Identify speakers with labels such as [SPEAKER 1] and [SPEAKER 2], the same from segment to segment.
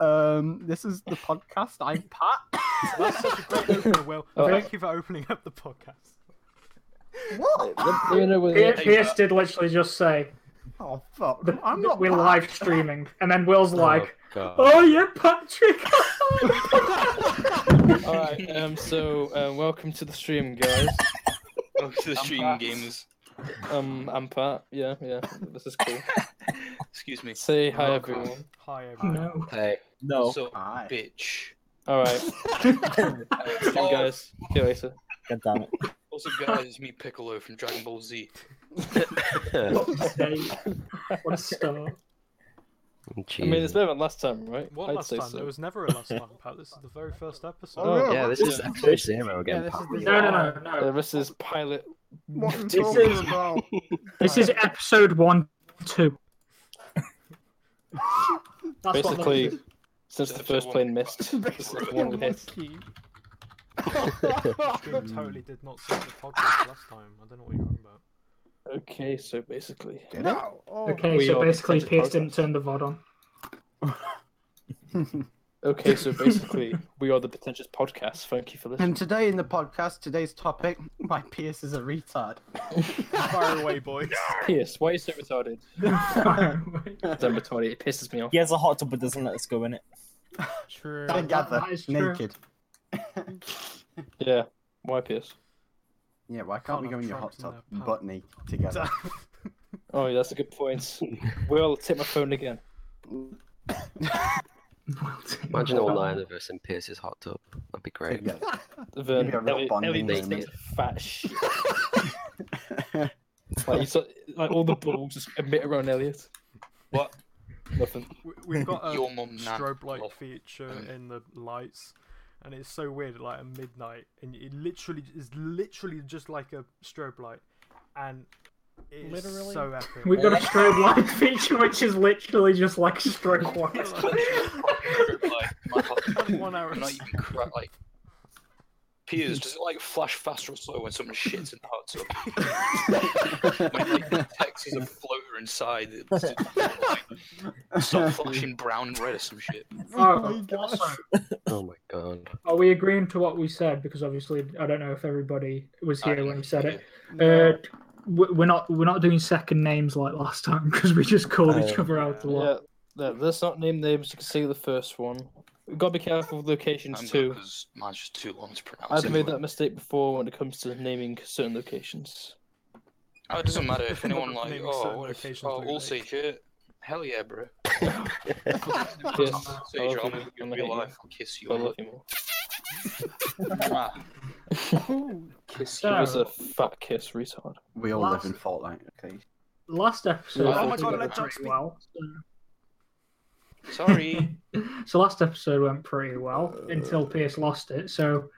[SPEAKER 1] Um, this is the podcast. I'm Pat.
[SPEAKER 2] That's such a great opener, Will.
[SPEAKER 3] Oh.
[SPEAKER 4] Oh.
[SPEAKER 2] Thank you for opening up the podcast.
[SPEAKER 4] The theater was
[SPEAKER 5] Pierce, Pierce did literally just say,
[SPEAKER 1] Oh fuck!
[SPEAKER 5] that
[SPEAKER 1] I'm not.
[SPEAKER 5] we're
[SPEAKER 1] Pat.
[SPEAKER 5] live streaming. And then Will's like,
[SPEAKER 6] God.
[SPEAKER 5] oh, yeah, Patrick.
[SPEAKER 4] all right. Um, so uh, welcome to the stream, guys.
[SPEAKER 6] Go to the stream
[SPEAKER 4] back.
[SPEAKER 6] games.
[SPEAKER 4] Um, I'm Pat. Yeah, yeah. This is cool.
[SPEAKER 6] Excuse me.
[SPEAKER 4] Say hi, everyone.
[SPEAKER 2] Hi, everyone.
[SPEAKER 5] no.
[SPEAKER 3] No.
[SPEAKER 6] So
[SPEAKER 1] Hi.
[SPEAKER 6] bitch.
[SPEAKER 4] All right. Stream, guys. See you later.
[SPEAKER 3] God damn it.
[SPEAKER 6] Also, guys, it's me Piccolo from Dragon Ball Z.
[SPEAKER 5] What a state. What a start.
[SPEAKER 4] I mean, it's better than last time, right?
[SPEAKER 2] What
[SPEAKER 4] I'd
[SPEAKER 2] last
[SPEAKER 4] say
[SPEAKER 2] time?
[SPEAKER 4] so.
[SPEAKER 2] There was never a last time, Pat. This is the very first episode.
[SPEAKER 1] Oh,
[SPEAKER 4] Oh,
[SPEAKER 1] yeah,
[SPEAKER 3] yeah,
[SPEAKER 1] what-
[SPEAKER 3] this is episode zero
[SPEAKER 1] yeah,
[SPEAKER 3] again.
[SPEAKER 1] this
[SPEAKER 3] pal.
[SPEAKER 1] is the,
[SPEAKER 5] No, no, no, no.
[SPEAKER 4] Uh, this is pilot.
[SPEAKER 1] What are we
[SPEAKER 5] This
[SPEAKER 1] talking
[SPEAKER 5] is-
[SPEAKER 1] about?
[SPEAKER 5] This is episode one, two. That's what
[SPEAKER 4] Basically,
[SPEAKER 5] that is.
[SPEAKER 4] since the first plane missed, this is the one we hit.
[SPEAKER 1] Monkey.
[SPEAKER 2] Dream totally did not see the podcast last time. I don't know what you're on about.
[SPEAKER 4] Okay, so basically,
[SPEAKER 1] no. Oh.
[SPEAKER 5] okay,
[SPEAKER 4] We
[SPEAKER 5] so
[SPEAKER 4] are
[SPEAKER 5] basically,
[SPEAKER 4] consensus
[SPEAKER 5] Pierce didn't
[SPEAKER 4] podcast.
[SPEAKER 5] turn the VOD on.
[SPEAKER 4] okay, so basically, we are the pretentious podcast. Thank you for listening.
[SPEAKER 1] And today in the podcast, today's topic: My Pierce is a retard.
[SPEAKER 2] Fire away, boys.
[SPEAKER 4] Pierce, why are you so retarded? I'm retarded. It pisses me off.
[SPEAKER 3] He has a hot tub but doesn't let us go in it.
[SPEAKER 2] True.
[SPEAKER 1] I gather
[SPEAKER 5] that is true.
[SPEAKER 1] naked.
[SPEAKER 4] Yeah. Why Pierce?
[SPEAKER 1] Yeah, why can't
[SPEAKER 2] Can't
[SPEAKER 1] we go
[SPEAKER 2] have
[SPEAKER 1] in your hot
[SPEAKER 2] trunks in
[SPEAKER 1] tub
[SPEAKER 2] their pants.
[SPEAKER 1] butt naked together?
[SPEAKER 4] Oh, yeah, that's a good point. Will, take my phone again.
[SPEAKER 6] Imagine
[SPEAKER 5] all
[SPEAKER 6] nine of us in Pierce's hot tub. That'd be great.
[SPEAKER 1] Together.
[SPEAKER 4] The
[SPEAKER 1] Maybe a real
[SPEAKER 4] Ellie,
[SPEAKER 1] bonding
[SPEAKER 4] Ellie just
[SPEAKER 1] moment.
[SPEAKER 4] takes a fat shit. like, you saw, like all the balls just emit around Elliot.
[SPEAKER 6] What?
[SPEAKER 4] Nothing.
[SPEAKER 2] We've got a
[SPEAKER 6] Your mum, Mm. nah.
[SPEAKER 2] strobe light
[SPEAKER 6] Love.
[SPEAKER 2] feature in the lights, and it's so weird. Like at midnight, and it literally is literally just like a strobe light, and it's
[SPEAKER 4] Literally?
[SPEAKER 2] so epic.
[SPEAKER 5] We've got a strobe light feature, which is literally just like strobe light.
[SPEAKER 6] like, my hot tub.
[SPEAKER 2] one hour.
[SPEAKER 6] I'm not even crap. Like, Piers, does it like flash faster or slower when someone shits in the hot tub? when like detects there's a floater inside, it's like, stop flashing brown and red or some shit.
[SPEAKER 5] oh, also,
[SPEAKER 6] Oh my god.
[SPEAKER 5] are we agreeing to what we said? Because obviously, I don't know if everybody was
[SPEAKER 6] I
[SPEAKER 5] here
[SPEAKER 6] don't
[SPEAKER 5] when
[SPEAKER 6] know.
[SPEAKER 5] we said it. Uh, we- we're not we're not doing second names like last time because we just called
[SPEAKER 3] Uh,
[SPEAKER 5] each other out a lot.
[SPEAKER 4] Yeah. No, let's not name names. You can see the first one. We've got to be careful with locations
[SPEAKER 6] I'm
[SPEAKER 4] too.
[SPEAKER 6] because mine's just too long to pronounce.
[SPEAKER 4] I've
[SPEAKER 6] anyway.
[SPEAKER 4] made that mistake before when it comes to naming certain locations.
[SPEAKER 6] Oh, it doesn't matter if anyone
[SPEAKER 2] Not
[SPEAKER 6] like,
[SPEAKER 2] naming certain
[SPEAKER 6] oh, what if,
[SPEAKER 2] locations
[SPEAKER 6] oh,
[SPEAKER 2] we
[SPEAKER 6] all
[SPEAKER 2] like.
[SPEAKER 6] say shit. Hell yeah, bro.
[SPEAKER 4] Yes, I
[SPEAKER 6] Say
[SPEAKER 4] love
[SPEAKER 6] shit,
[SPEAKER 4] you,
[SPEAKER 6] I'm
[SPEAKER 4] I'm
[SPEAKER 6] in
[SPEAKER 4] gonna
[SPEAKER 6] real
[SPEAKER 4] hate
[SPEAKER 6] life. I'll kiss
[SPEAKER 4] you. I love
[SPEAKER 6] you.
[SPEAKER 4] you more.
[SPEAKER 6] Mwah.
[SPEAKER 4] Kiss
[SPEAKER 5] you.
[SPEAKER 4] you was a fat kiss, retard.
[SPEAKER 1] we all
[SPEAKER 5] Last-
[SPEAKER 1] live in Fortnite. Okay.
[SPEAKER 5] Last episode,
[SPEAKER 4] Oh my
[SPEAKER 5] I thought
[SPEAKER 4] God,
[SPEAKER 5] we
[SPEAKER 2] let
[SPEAKER 5] did
[SPEAKER 2] Jack
[SPEAKER 5] pretty well.
[SPEAKER 6] Sorry.
[SPEAKER 5] So last episode went pretty well until Pierce lost it. So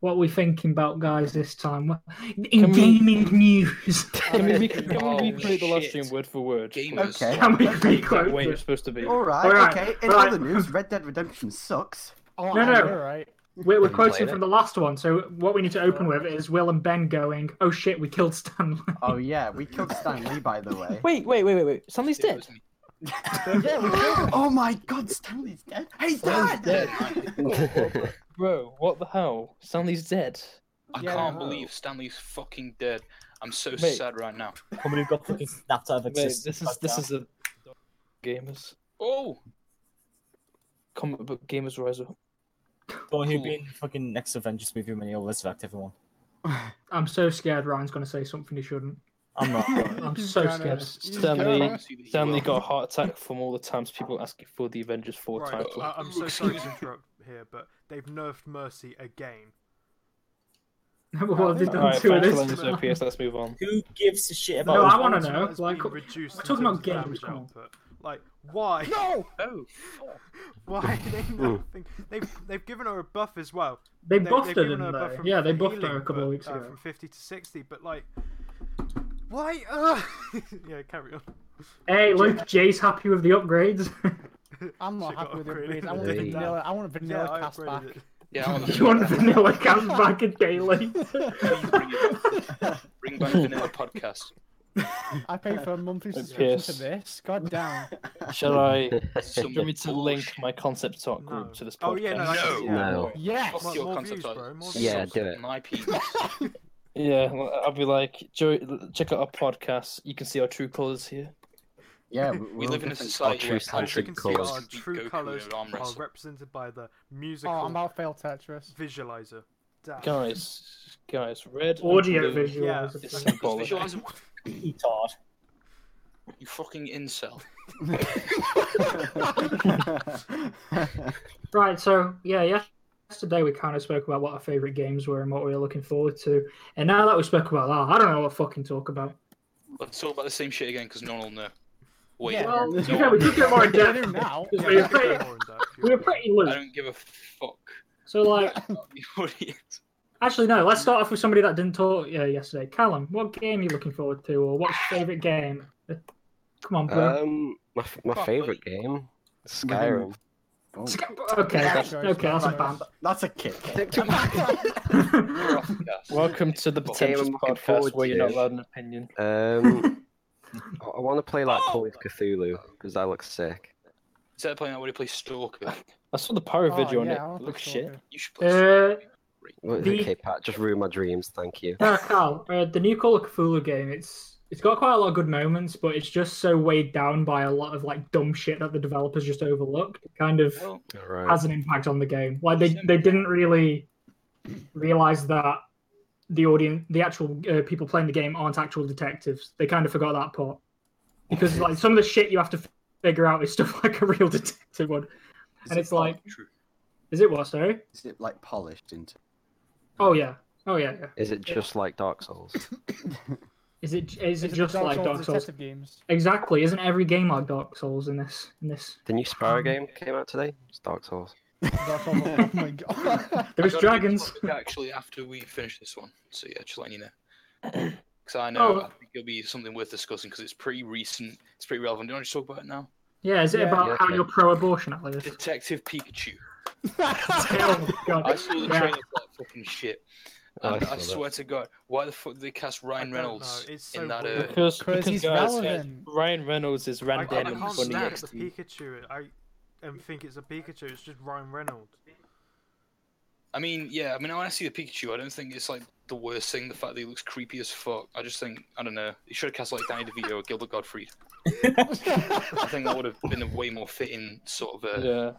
[SPEAKER 5] what are we thinking about, guys? This time in
[SPEAKER 4] Can we-
[SPEAKER 5] gaming news.
[SPEAKER 4] Can we, re- can we
[SPEAKER 6] Oh,
[SPEAKER 4] replay the last
[SPEAKER 6] shit.
[SPEAKER 4] stream word for word?
[SPEAKER 6] Gamers.
[SPEAKER 1] Okay.
[SPEAKER 5] Can we
[SPEAKER 4] That
[SPEAKER 5] requote
[SPEAKER 4] way you're
[SPEAKER 5] it?
[SPEAKER 4] supposed to be.
[SPEAKER 1] All right,
[SPEAKER 5] All right,
[SPEAKER 1] okay. In
[SPEAKER 5] right.
[SPEAKER 1] other news, Red Dead Redemption sucks.
[SPEAKER 3] Oh,
[SPEAKER 5] No, no.
[SPEAKER 2] Oh, right.
[SPEAKER 5] We're, we're
[SPEAKER 6] Haven't
[SPEAKER 5] quoting
[SPEAKER 6] played
[SPEAKER 5] from
[SPEAKER 6] it.
[SPEAKER 5] the last one. So what we need to
[SPEAKER 1] Uh,
[SPEAKER 5] open with is Will and Ben going, "Oh shit, we killed Stanley."
[SPEAKER 1] Oh yeah, we killed Stan Lee by the way.
[SPEAKER 7] Wait, wait, wait, wait, wait. Somebody's
[SPEAKER 6] It
[SPEAKER 7] dead.
[SPEAKER 6] was me.
[SPEAKER 1] oh my god, Stanley's dead. He's dead.
[SPEAKER 4] Bro, what the hell? Stanley's dead.
[SPEAKER 6] I
[SPEAKER 1] Yeah,
[SPEAKER 6] can't
[SPEAKER 1] I know.
[SPEAKER 6] believe Stanley's fucking dead. I'm so
[SPEAKER 4] Mate.
[SPEAKER 6] sad right now.
[SPEAKER 3] Somebody who got fucking snapped out of
[SPEAKER 4] Wait,
[SPEAKER 3] existence.
[SPEAKER 4] this is this is a gamers.
[SPEAKER 6] Oh,
[SPEAKER 4] Comic book gamers rise up.
[SPEAKER 3] Someone who'd be in the fucking next Avengers movie when he'll resurrect everyone.
[SPEAKER 5] I'm so scared. Ryan's going to say something he shouldn't.
[SPEAKER 3] I'm not.
[SPEAKER 5] I'm so scared.
[SPEAKER 4] Stanley,
[SPEAKER 6] See that he
[SPEAKER 4] Stanley
[SPEAKER 6] will.
[SPEAKER 4] got a heart attack from all the times people asking for the Avengers four
[SPEAKER 2] Right,
[SPEAKER 4] title.
[SPEAKER 2] I- I'm so sorry to interrupt here, but they've nerfed Mercy again.
[SPEAKER 5] what have they done
[SPEAKER 4] Alright,
[SPEAKER 5] to it
[SPEAKER 4] thanks
[SPEAKER 5] this
[SPEAKER 4] for letting us know,
[SPEAKER 5] time?
[SPEAKER 4] PS. Let's move on.
[SPEAKER 3] Who gives a shit about
[SPEAKER 5] No, I
[SPEAKER 3] all-
[SPEAKER 5] want to
[SPEAKER 2] Ultimate
[SPEAKER 5] know.
[SPEAKER 2] has
[SPEAKER 5] Like,
[SPEAKER 2] been reduced
[SPEAKER 5] we're
[SPEAKER 2] in
[SPEAKER 5] talking
[SPEAKER 2] terms
[SPEAKER 5] about
[SPEAKER 2] of
[SPEAKER 5] games,
[SPEAKER 2] damage
[SPEAKER 5] come on.
[SPEAKER 2] output. Like, why?
[SPEAKER 6] Oh,
[SPEAKER 2] Why are they nerfing? They've they've given her a buff as well.
[SPEAKER 5] they
[SPEAKER 2] They-
[SPEAKER 5] buffed
[SPEAKER 2] they've
[SPEAKER 5] her,
[SPEAKER 2] given
[SPEAKER 5] didn't
[SPEAKER 2] a buff
[SPEAKER 5] they?
[SPEAKER 2] from-
[SPEAKER 5] Yeah, they
[SPEAKER 2] for
[SPEAKER 5] buffed her a
[SPEAKER 2] healing,
[SPEAKER 5] couple of
[SPEAKER 2] but,
[SPEAKER 5] weeks
[SPEAKER 2] uh,
[SPEAKER 5] ago.
[SPEAKER 2] from fifty to sixty. But like, why? Uh... yeah, carry on.
[SPEAKER 5] Hey, look, Jay's happy with the upgrades.
[SPEAKER 8] I'm not
[SPEAKER 2] She got
[SPEAKER 8] happy with
[SPEAKER 2] upgraded
[SPEAKER 8] upgrades. I want
[SPEAKER 2] it.
[SPEAKER 8] a vanilla. I want a
[SPEAKER 2] Yeah,
[SPEAKER 8] vanilla
[SPEAKER 2] I
[SPEAKER 8] cast back.
[SPEAKER 2] upgraded it.
[SPEAKER 6] yeah. I want
[SPEAKER 5] you want vanilla comes back a day late.
[SPEAKER 6] Please bring it back. Bring back vanilla podcast.
[SPEAKER 7] I pay for a monthly
[SPEAKER 4] Yes.
[SPEAKER 7] subscription to this. God damn.
[SPEAKER 4] Shall I? Do you want
[SPEAKER 6] Some
[SPEAKER 4] me to link
[SPEAKER 6] bullshit.
[SPEAKER 4] my concept art group
[SPEAKER 2] No.
[SPEAKER 4] to this podcast?
[SPEAKER 2] Oh, yeah, no, that's-
[SPEAKER 6] No.
[SPEAKER 2] yeah,
[SPEAKER 8] No.
[SPEAKER 2] boy.
[SPEAKER 7] Yes.
[SPEAKER 6] Fuck
[SPEAKER 2] More-
[SPEAKER 6] your
[SPEAKER 2] more
[SPEAKER 6] concept
[SPEAKER 2] views,
[SPEAKER 6] art.
[SPEAKER 2] bro, more
[SPEAKER 8] Yeah,
[SPEAKER 6] Suck
[SPEAKER 8] do it.
[SPEAKER 6] My penis.
[SPEAKER 4] Yeah, well, I'll be like, Joe, check out our podcast. You can see our true colors here.
[SPEAKER 8] Yeah,
[SPEAKER 6] We
[SPEAKER 8] all
[SPEAKER 6] live in a
[SPEAKER 8] different- our
[SPEAKER 6] society where
[SPEAKER 8] true
[SPEAKER 2] And
[SPEAKER 6] country
[SPEAKER 2] we
[SPEAKER 8] Celtic
[SPEAKER 2] can see
[SPEAKER 6] colours.
[SPEAKER 2] our
[SPEAKER 8] colours.
[SPEAKER 2] true
[SPEAKER 6] Goku
[SPEAKER 2] colors
[SPEAKER 6] in an arm
[SPEAKER 2] are
[SPEAKER 6] wrestle.
[SPEAKER 2] represented by the
[SPEAKER 7] Oh,
[SPEAKER 2] musical
[SPEAKER 7] I'm about failed Tetris.
[SPEAKER 2] visualizer. Damn.
[SPEAKER 4] Guys, guys, red. and
[SPEAKER 5] Audio
[SPEAKER 4] blue
[SPEAKER 5] visual.
[SPEAKER 2] Yeah.
[SPEAKER 4] is
[SPEAKER 5] is-
[SPEAKER 6] Just
[SPEAKER 4] symbolic.
[SPEAKER 6] visualize him.
[SPEAKER 3] Retard.
[SPEAKER 6] You fucking incel.
[SPEAKER 5] Right, so yeah, yes- yesterday we kind of spoke about what our favourite games were and what we were looking forward to. And now that we spoke about that, I don't know what to fucking talk about.
[SPEAKER 6] Let's talk about the same shit again because no one will know. Wait,
[SPEAKER 7] Yeah.
[SPEAKER 5] Well,
[SPEAKER 7] Well,
[SPEAKER 5] to be fair, we did get more in
[SPEAKER 7] I
[SPEAKER 5] depth.
[SPEAKER 7] do now.
[SPEAKER 2] Yeah,
[SPEAKER 5] We were
[SPEAKER 2] we could
[SPEAKER 5] pretty-
[SPEAKER 2] go more in depth if you
[SPEAKER 5] We were
[SPEAKER 2] want.
[SPEAKER 5] pretty
[SPEAKER 6] I
[SPEAKER 5] loose.
[SPEAKER 6] don't give a fuck.
[SPEAKER 5] So, like, actually, no, let's start off with somebody that didn't talk uh, yesterday. Callum, what game are you looking forward to, or what's your favourite game? Uh, Come on, bro.
[SPEAKER 8] um, my, f- my
[SPEAKER 6] Fuck,
[SPEAKER 8] favorite game, Skyrim.
[SPEAKER 1] Oh,
[SPEAKER 5] okay, that's,
[SPEAKER 7] Yeah.
[SPEAKER 5] okay, that's a ban.
[SPEAKER 1] that's a kick.
[SPEAKER 4] Welcome to the
[SPEAKER 6] Game
[SPEAKER 4] pretentious
[SPEAKER 8] I'm looking
[SPEAKER 4] podcast
[SPEAKER 8] forward
[SPEAKER 4] where you're not
[SPEAKER 8] to.
[SPEAKER 4] allowed an opinion.
[SPEAKER 8] Um, I, want to play
[SPEAKER 7] Oh!
[SPEAKER 8] like Call of Cthulhu because that looks sick.
[SPEAKER 6] Instead of playing, I already play Stalker.
[SPEAKER 4] I saw the pirate
[SPEAKER 7] Oh,
[SPEAKER 4] video on
[SPEAKER 7] yeah,
[SPEAKER 4] it.
[SPEAKER 7] I wanna play
[SPEAKER 4] Looks shit.
[SPEAKER 7] Stalker.
[SPEAKER 6] You should play.
[SPEAKER 5] Uh,
[SPEAKER 8] Well,
[SPEAKER 5] The-
[SPEAKER 8] Okay, Pat, just ruin my dreams. Thank you.
[SPEAKER 5] no, Cal, uh, the new Call of Cthulhu game, it's it's got quite a lot of good moments, but it's just so weighed down by a lot of like dumb shit that the developers just overlook. It kind of
[SPEAKER 6] Well,
[SPEAKER 8] All right.
[SPEAKER 5] has an impact on the game. Like they, they didn't really realize that the audience, the actual uh, people playing the game, aren't actual detectives. They kind of forgot that part because like some of the shit you have to figure out is stuff like a real detective would. and it's like,
[SPEAKER 6] true.
[SPEAKER 5] is it what? Sorry.
[SPEAKER 1] Is it like polished into?
[SPEAKER 5] Oh yeah. Oh yeah. yeah.
[SPEAKER 8] Is it just like Dark Souls?
[SPEAKER 5] Is it is it
[SPEAKER 7] It's
[SPEAKER 5] just like Dark Souls?
[SPEAKER 7] detective games.
[SPEAKER 5] Exactly. Isn't every game like Dark Souls in this? In this,
[SPEAKER 8] The new Spyro game came out today. It's Dark Souls.
[SPEAKER 7] um, Dark Souls. Oh my god.
[SPEAKER 5] there was
[SPEAKER 6] I gotta do
[SPEAKER 5] dragons.
[SPEAKER 6] topic Actually, after we finish this one, so yeah, just letting you know. Because I know
[SPEAKER 5] Oh.
[SPEAKER 6] I think it'll be something worth discussing because it's pretty recent, it's pretty relevant. Do you want to talk about it now?
[SPEAKER 5] Yeah. Is it
[SPEAKER 7] Yeah.
[SPEAKER 5] about
[SPEAKER 8] Yeah,
[SPEAKER 5] how
[SPEAKER 8] okay.
[SPEAKER 5] you're pro-abortion, Elliot?
[SPEAKER 6] Detective Pikachu.
[SPEAKER 5] oh my
[SPEAKER 6] I
[SPEAKER 5] god.
[SPEAKER 6] saw the
[SPEAKER 5] Yeah.
[SPEAKER 6] trailer for that fucking shit.
[SPEAKER 8] Oh, I
[SPEAKER 6] And I,
[SPEAKER 8] saw that.
[SPEAKER 6] swear to God, why the fuck did they cast
[SPEAKER 2] I
[SPEAKER 6] Ryan
[SPEAKER 2] don't
[SPEAKER 6] Reynolds
[SPEAKER 2] know, It's so
[SPEAKER 6] in that?
[SPEAKER 2] weird.
[SPEAKER 6] Uh,
[SPEAKER 4] Because,
[SPEAKER 7] Because
[SPEAKER 4] because
[SPEAKER 7] he's
[SPEAKER 4] guys,
[SPEAKER 7] relevant.
[SPEAKER 4] Ryan Reynolds is
[SPEAKER 2] I, I
[SPEAKER 4] random and
[SPEAKER 2] can't
[SPEAKER 4] funny.
[SPEAKER 2] snap the
[SPEAKER 6] XD.
[SPEAKER 2] Pikachu. I and think it's a Pikachu. It's just Ryan Reynolds.
[SPEAKER 6] I mean, yeah, I mean, when I see the Pikachu, I don't think it's like the worst thing. The fact that he looks creepy as fuck. I just think I don't know. He should have cast like Danny DeVito or Gilbert Gottfried. I think that would have been a way more fitting sort of a
[SPEAKER 4] Yeah.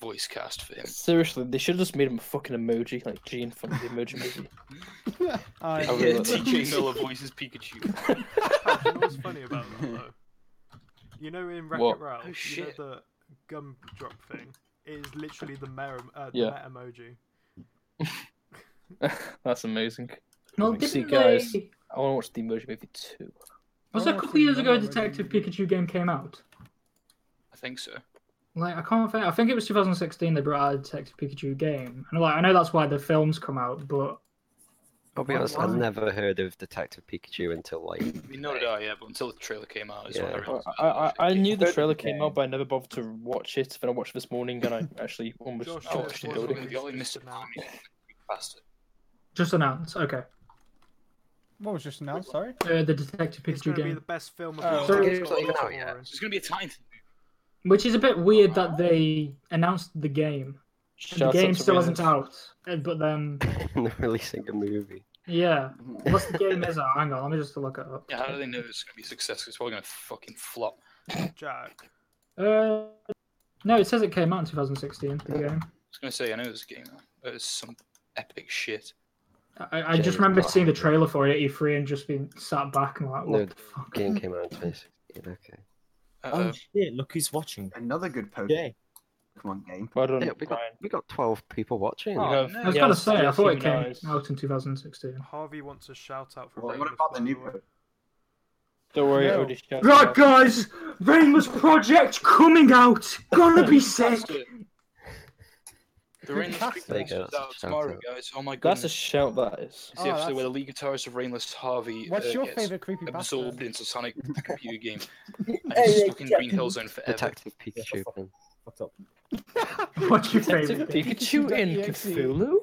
[SPEAKER 6] voice cast for him.
[SPEAKER 4] Seriously, they should have just made him a fucking emoji, like Gene from the emoji movie.
[SPEAKER 7] I
[SPEAKER 6] Yeah,
[SPEAKER 4] really like
[SPEAKER 6] TJ Miller voices Pikachu.
[SPEAKER 2] Oh, do you know what's funny about that though? You know, in Wreck It
[SPEAKER 4] What?
[SPEAKER 2] Ralph,
[SPEAKER 6] Oh,
[SPEAKER 2] you know
[SPEAKER 6] shit.
[SPEAKER 2] the gum drop thing. It is literally the meta, uh, the
[SPEAKER 4] Yeah.
[SPEAKER 2] meta emoji.
[SPEAKER 4] That's amazing.
[SPEAKER 5] Well,
[SPEAKER 4] Like, see,
[SPEAKER 5] didn't
[SPEAKER 4] guys,
[SPEAKER 5] they-
[SPEAKER 4] I want to watch the emoji movie too.
[SPEAKER 5] Was
[SPEAKER 7] Oh,
[SPEAKER 5] it a
[SPEAKER 7] I
[SPEAKER 5] couple
[SPEAKER 7] think
[SPEAKER 5] years ago
[SPEAKER 7] Mega
[SPEAKER 5] Detective
[SPEAKER 7] Red-
[SPEAKER 5] Pikachu game came out?
[SPEAKER 6] I think so.
[SPEAKER 5] Like I can't think. I think it was 2016 they brought out a Detective Pikachu game, and like I know that's why the films come out, but
[SPEAKER 8] I'll be
[SPEAKER 5] Why-
[SPEAKER 8] honest. I
[SPEAKER 5] why?
[SPEAKER 8] never heard of Detective Pikachu until like
[SPEAKER 6] I mean, not did I, yeah, but until the trailer came out, is when I
[SPEAKER 8] Yeah.
[SPEAKER 6] realized.
[SPEAKER 4] I, I, I knew the
[SPEAKER 3] Heard
[SPEAKER 4] trailer
[SPEAKER 3] the
[SPEAKER 4] came
[SPEAKER 3] game.
[SPEAKER 4] out, but I never bothered to watch it. Then I watched it this morning, and I actually almost
[SPEAKER 2] Josh,
[SPEAKER 6] Oh,
[SPEAKER 4] watched
[SPEAKER 6] shit,
[SPEAKER 4] it
[SPEAKER 2] Josh,
[SPEAKER 4] building.
[SPEAKER 2] Josh.
[SPEAKER 6] you only missed it. Bastard.
[SPEAKER 5] just announced. Okay,
[SPEAKER 7] What was just now? Sorry.
[SPEAKER 5] uh, the Detective
[SPEAKER 2] It's
[SPEAKER 5] Pikachu
[SPEAKER 2] going to be
[SPEAKER 5] game,
[SPEAKER 2] the best film of
[SPEAKER 7] Oh.
[SPEAKER 2] all
[SPEAKER 5] So-
[SPEAKER 2] time.
[SPEAKER 5] It's
[SPEAKER 2] It's
[SPEAKER 8] not
[SPEAKER 2] gonna
[SPEAKER 8] even
[SPEAKER 2] be
[SPEAKER 8] out yet.
[SPEAKER 2] boring.
[SPEAKER 6] So it's gonna be a time.
[SPEAKER 5] which is a bit weird that they announced the game. and
[SPEAKER 4] Shout out
[SPEAKER 5] the game
[SPEAKER 4] to
[SPEAKER 5] still
[SPEAKER 4] Rinus.
[SPEAKER 5] isn't out, uh, but then
[SPEAKER 8] releasing a movie.
[SPEAKER 5] yeah, unless the game is out. Hang on, let me just look it up.
[SPEAKER 6] Yeah, how do they know it's gonna be successful? It's probably gonna fucking flop.
[SPEAKER 2] Jack.
[SPEAKER 5] Uh, no, it says it came out in 2016. The game.
[SPEAKER 6] I was gonna say, I know this game. It's some epic shit.
[SPEAKER 5] I, I just remember seeing the trailer for it at E3 and just being sat back and like, what
[SPEAKER 8] No,
[SPEAKER 5] the fuck?
[SPEAKER 8] Game came out in 2016. Okay.
[SPEAKER 6] Uh,
[SPEAKER 3] Oh shit! Look who's watching.
[SPEAKER 1] Another good
[SPEAKER 3] Yeah.
[SPEAKER 1] Pokemon game.
[SPEAKER 4] Well done,
[SPEAKER 8] Yeah, we got
[SPEAKER 4] Ryan.
[SPEAKER 8] we got 12 people watching.
[SPEAKER 6] Oh,
[SPEAKER 4] You have-
[SPEAKER 6] no.
[SPEAKER 5] I was
[SPEAKER 4] yeah,
[SPEAKER 5] gonna say, I
[SPEAKER 4] yes,
[SPEAKER 5] thought it
[SPEAKER 4] human
[SPEAKER 5] came
[SPEAKER 4] eyes.
[SPEAKER 5] out in 2016.
[SPEAKER 2] Harvey wants a shout out for.
[SPEAKER 1] What,
[SPEAKER 2] Rain
[SPEAKER 1] what
[SPEAKER 2] as
[SPEAKER 1] about the
[SPEAKER 2] well.
[SPEAKER 1] new Pokemon?
[SPEAKER 4] Don't worry,
[SPEAKER 7] No.
[SPEAKER 4] I already shouted
[SPEAKER 5] Right,
[SPEAKER 4] out.
[SPEAKER 5] guys, Rainless Project coming out. Gonna be sick.
[SPEAKER 6] the Rainless
[SPEAKER 7] Fantastic.
[SPEAKER 6] Creek is
[SPEAKER 8] There you go, that's a
[SPEAKER 6] out
[SPEAKER 8] shout
[SPEAKER 6] tomorrow,
[SPEAKER 8] out.
[SPEAKER 6] guys. Oh my god.
[SPEAKER 4] That's a shout. That is.
[SPEAKER 6] It's the
[SPEAKER 7] Oh,
[SPEAKER 6] episode
[SPEAKER 7] that's-
[SPEAKER 6] where the lead guitarist of Rainless Harvey uh,
[SPEAKER 7] What's your
[SPEAKER 6] gets
[SPEAKER 7] favorite creepy
[SPEAKER 6] absorbed
[SPEAKER 7] bastard?
[SPEAKER 6] into Sonic the computer game. And
[SPEAKER 3] Hey,
[SPEAKER 6] he's
[SPEAKER 3] yeah,
[SPEAKER 6] stuck in Green
[SPEAKER 3] Jack.
[SPEAKER 6] Hill Zone forever.
[SPEAKER 8] Detective Pikachu. man.
[SPEAKER 3] What's up?
[SPEAKER 5] What's your
[SPEAKER 4] Detective
[SPEAKER 5] favorite?
[SPEAKER 4] Pikachu in
[SPEAKER 7] Exe.
[SPEAKER 4] Cthulhu.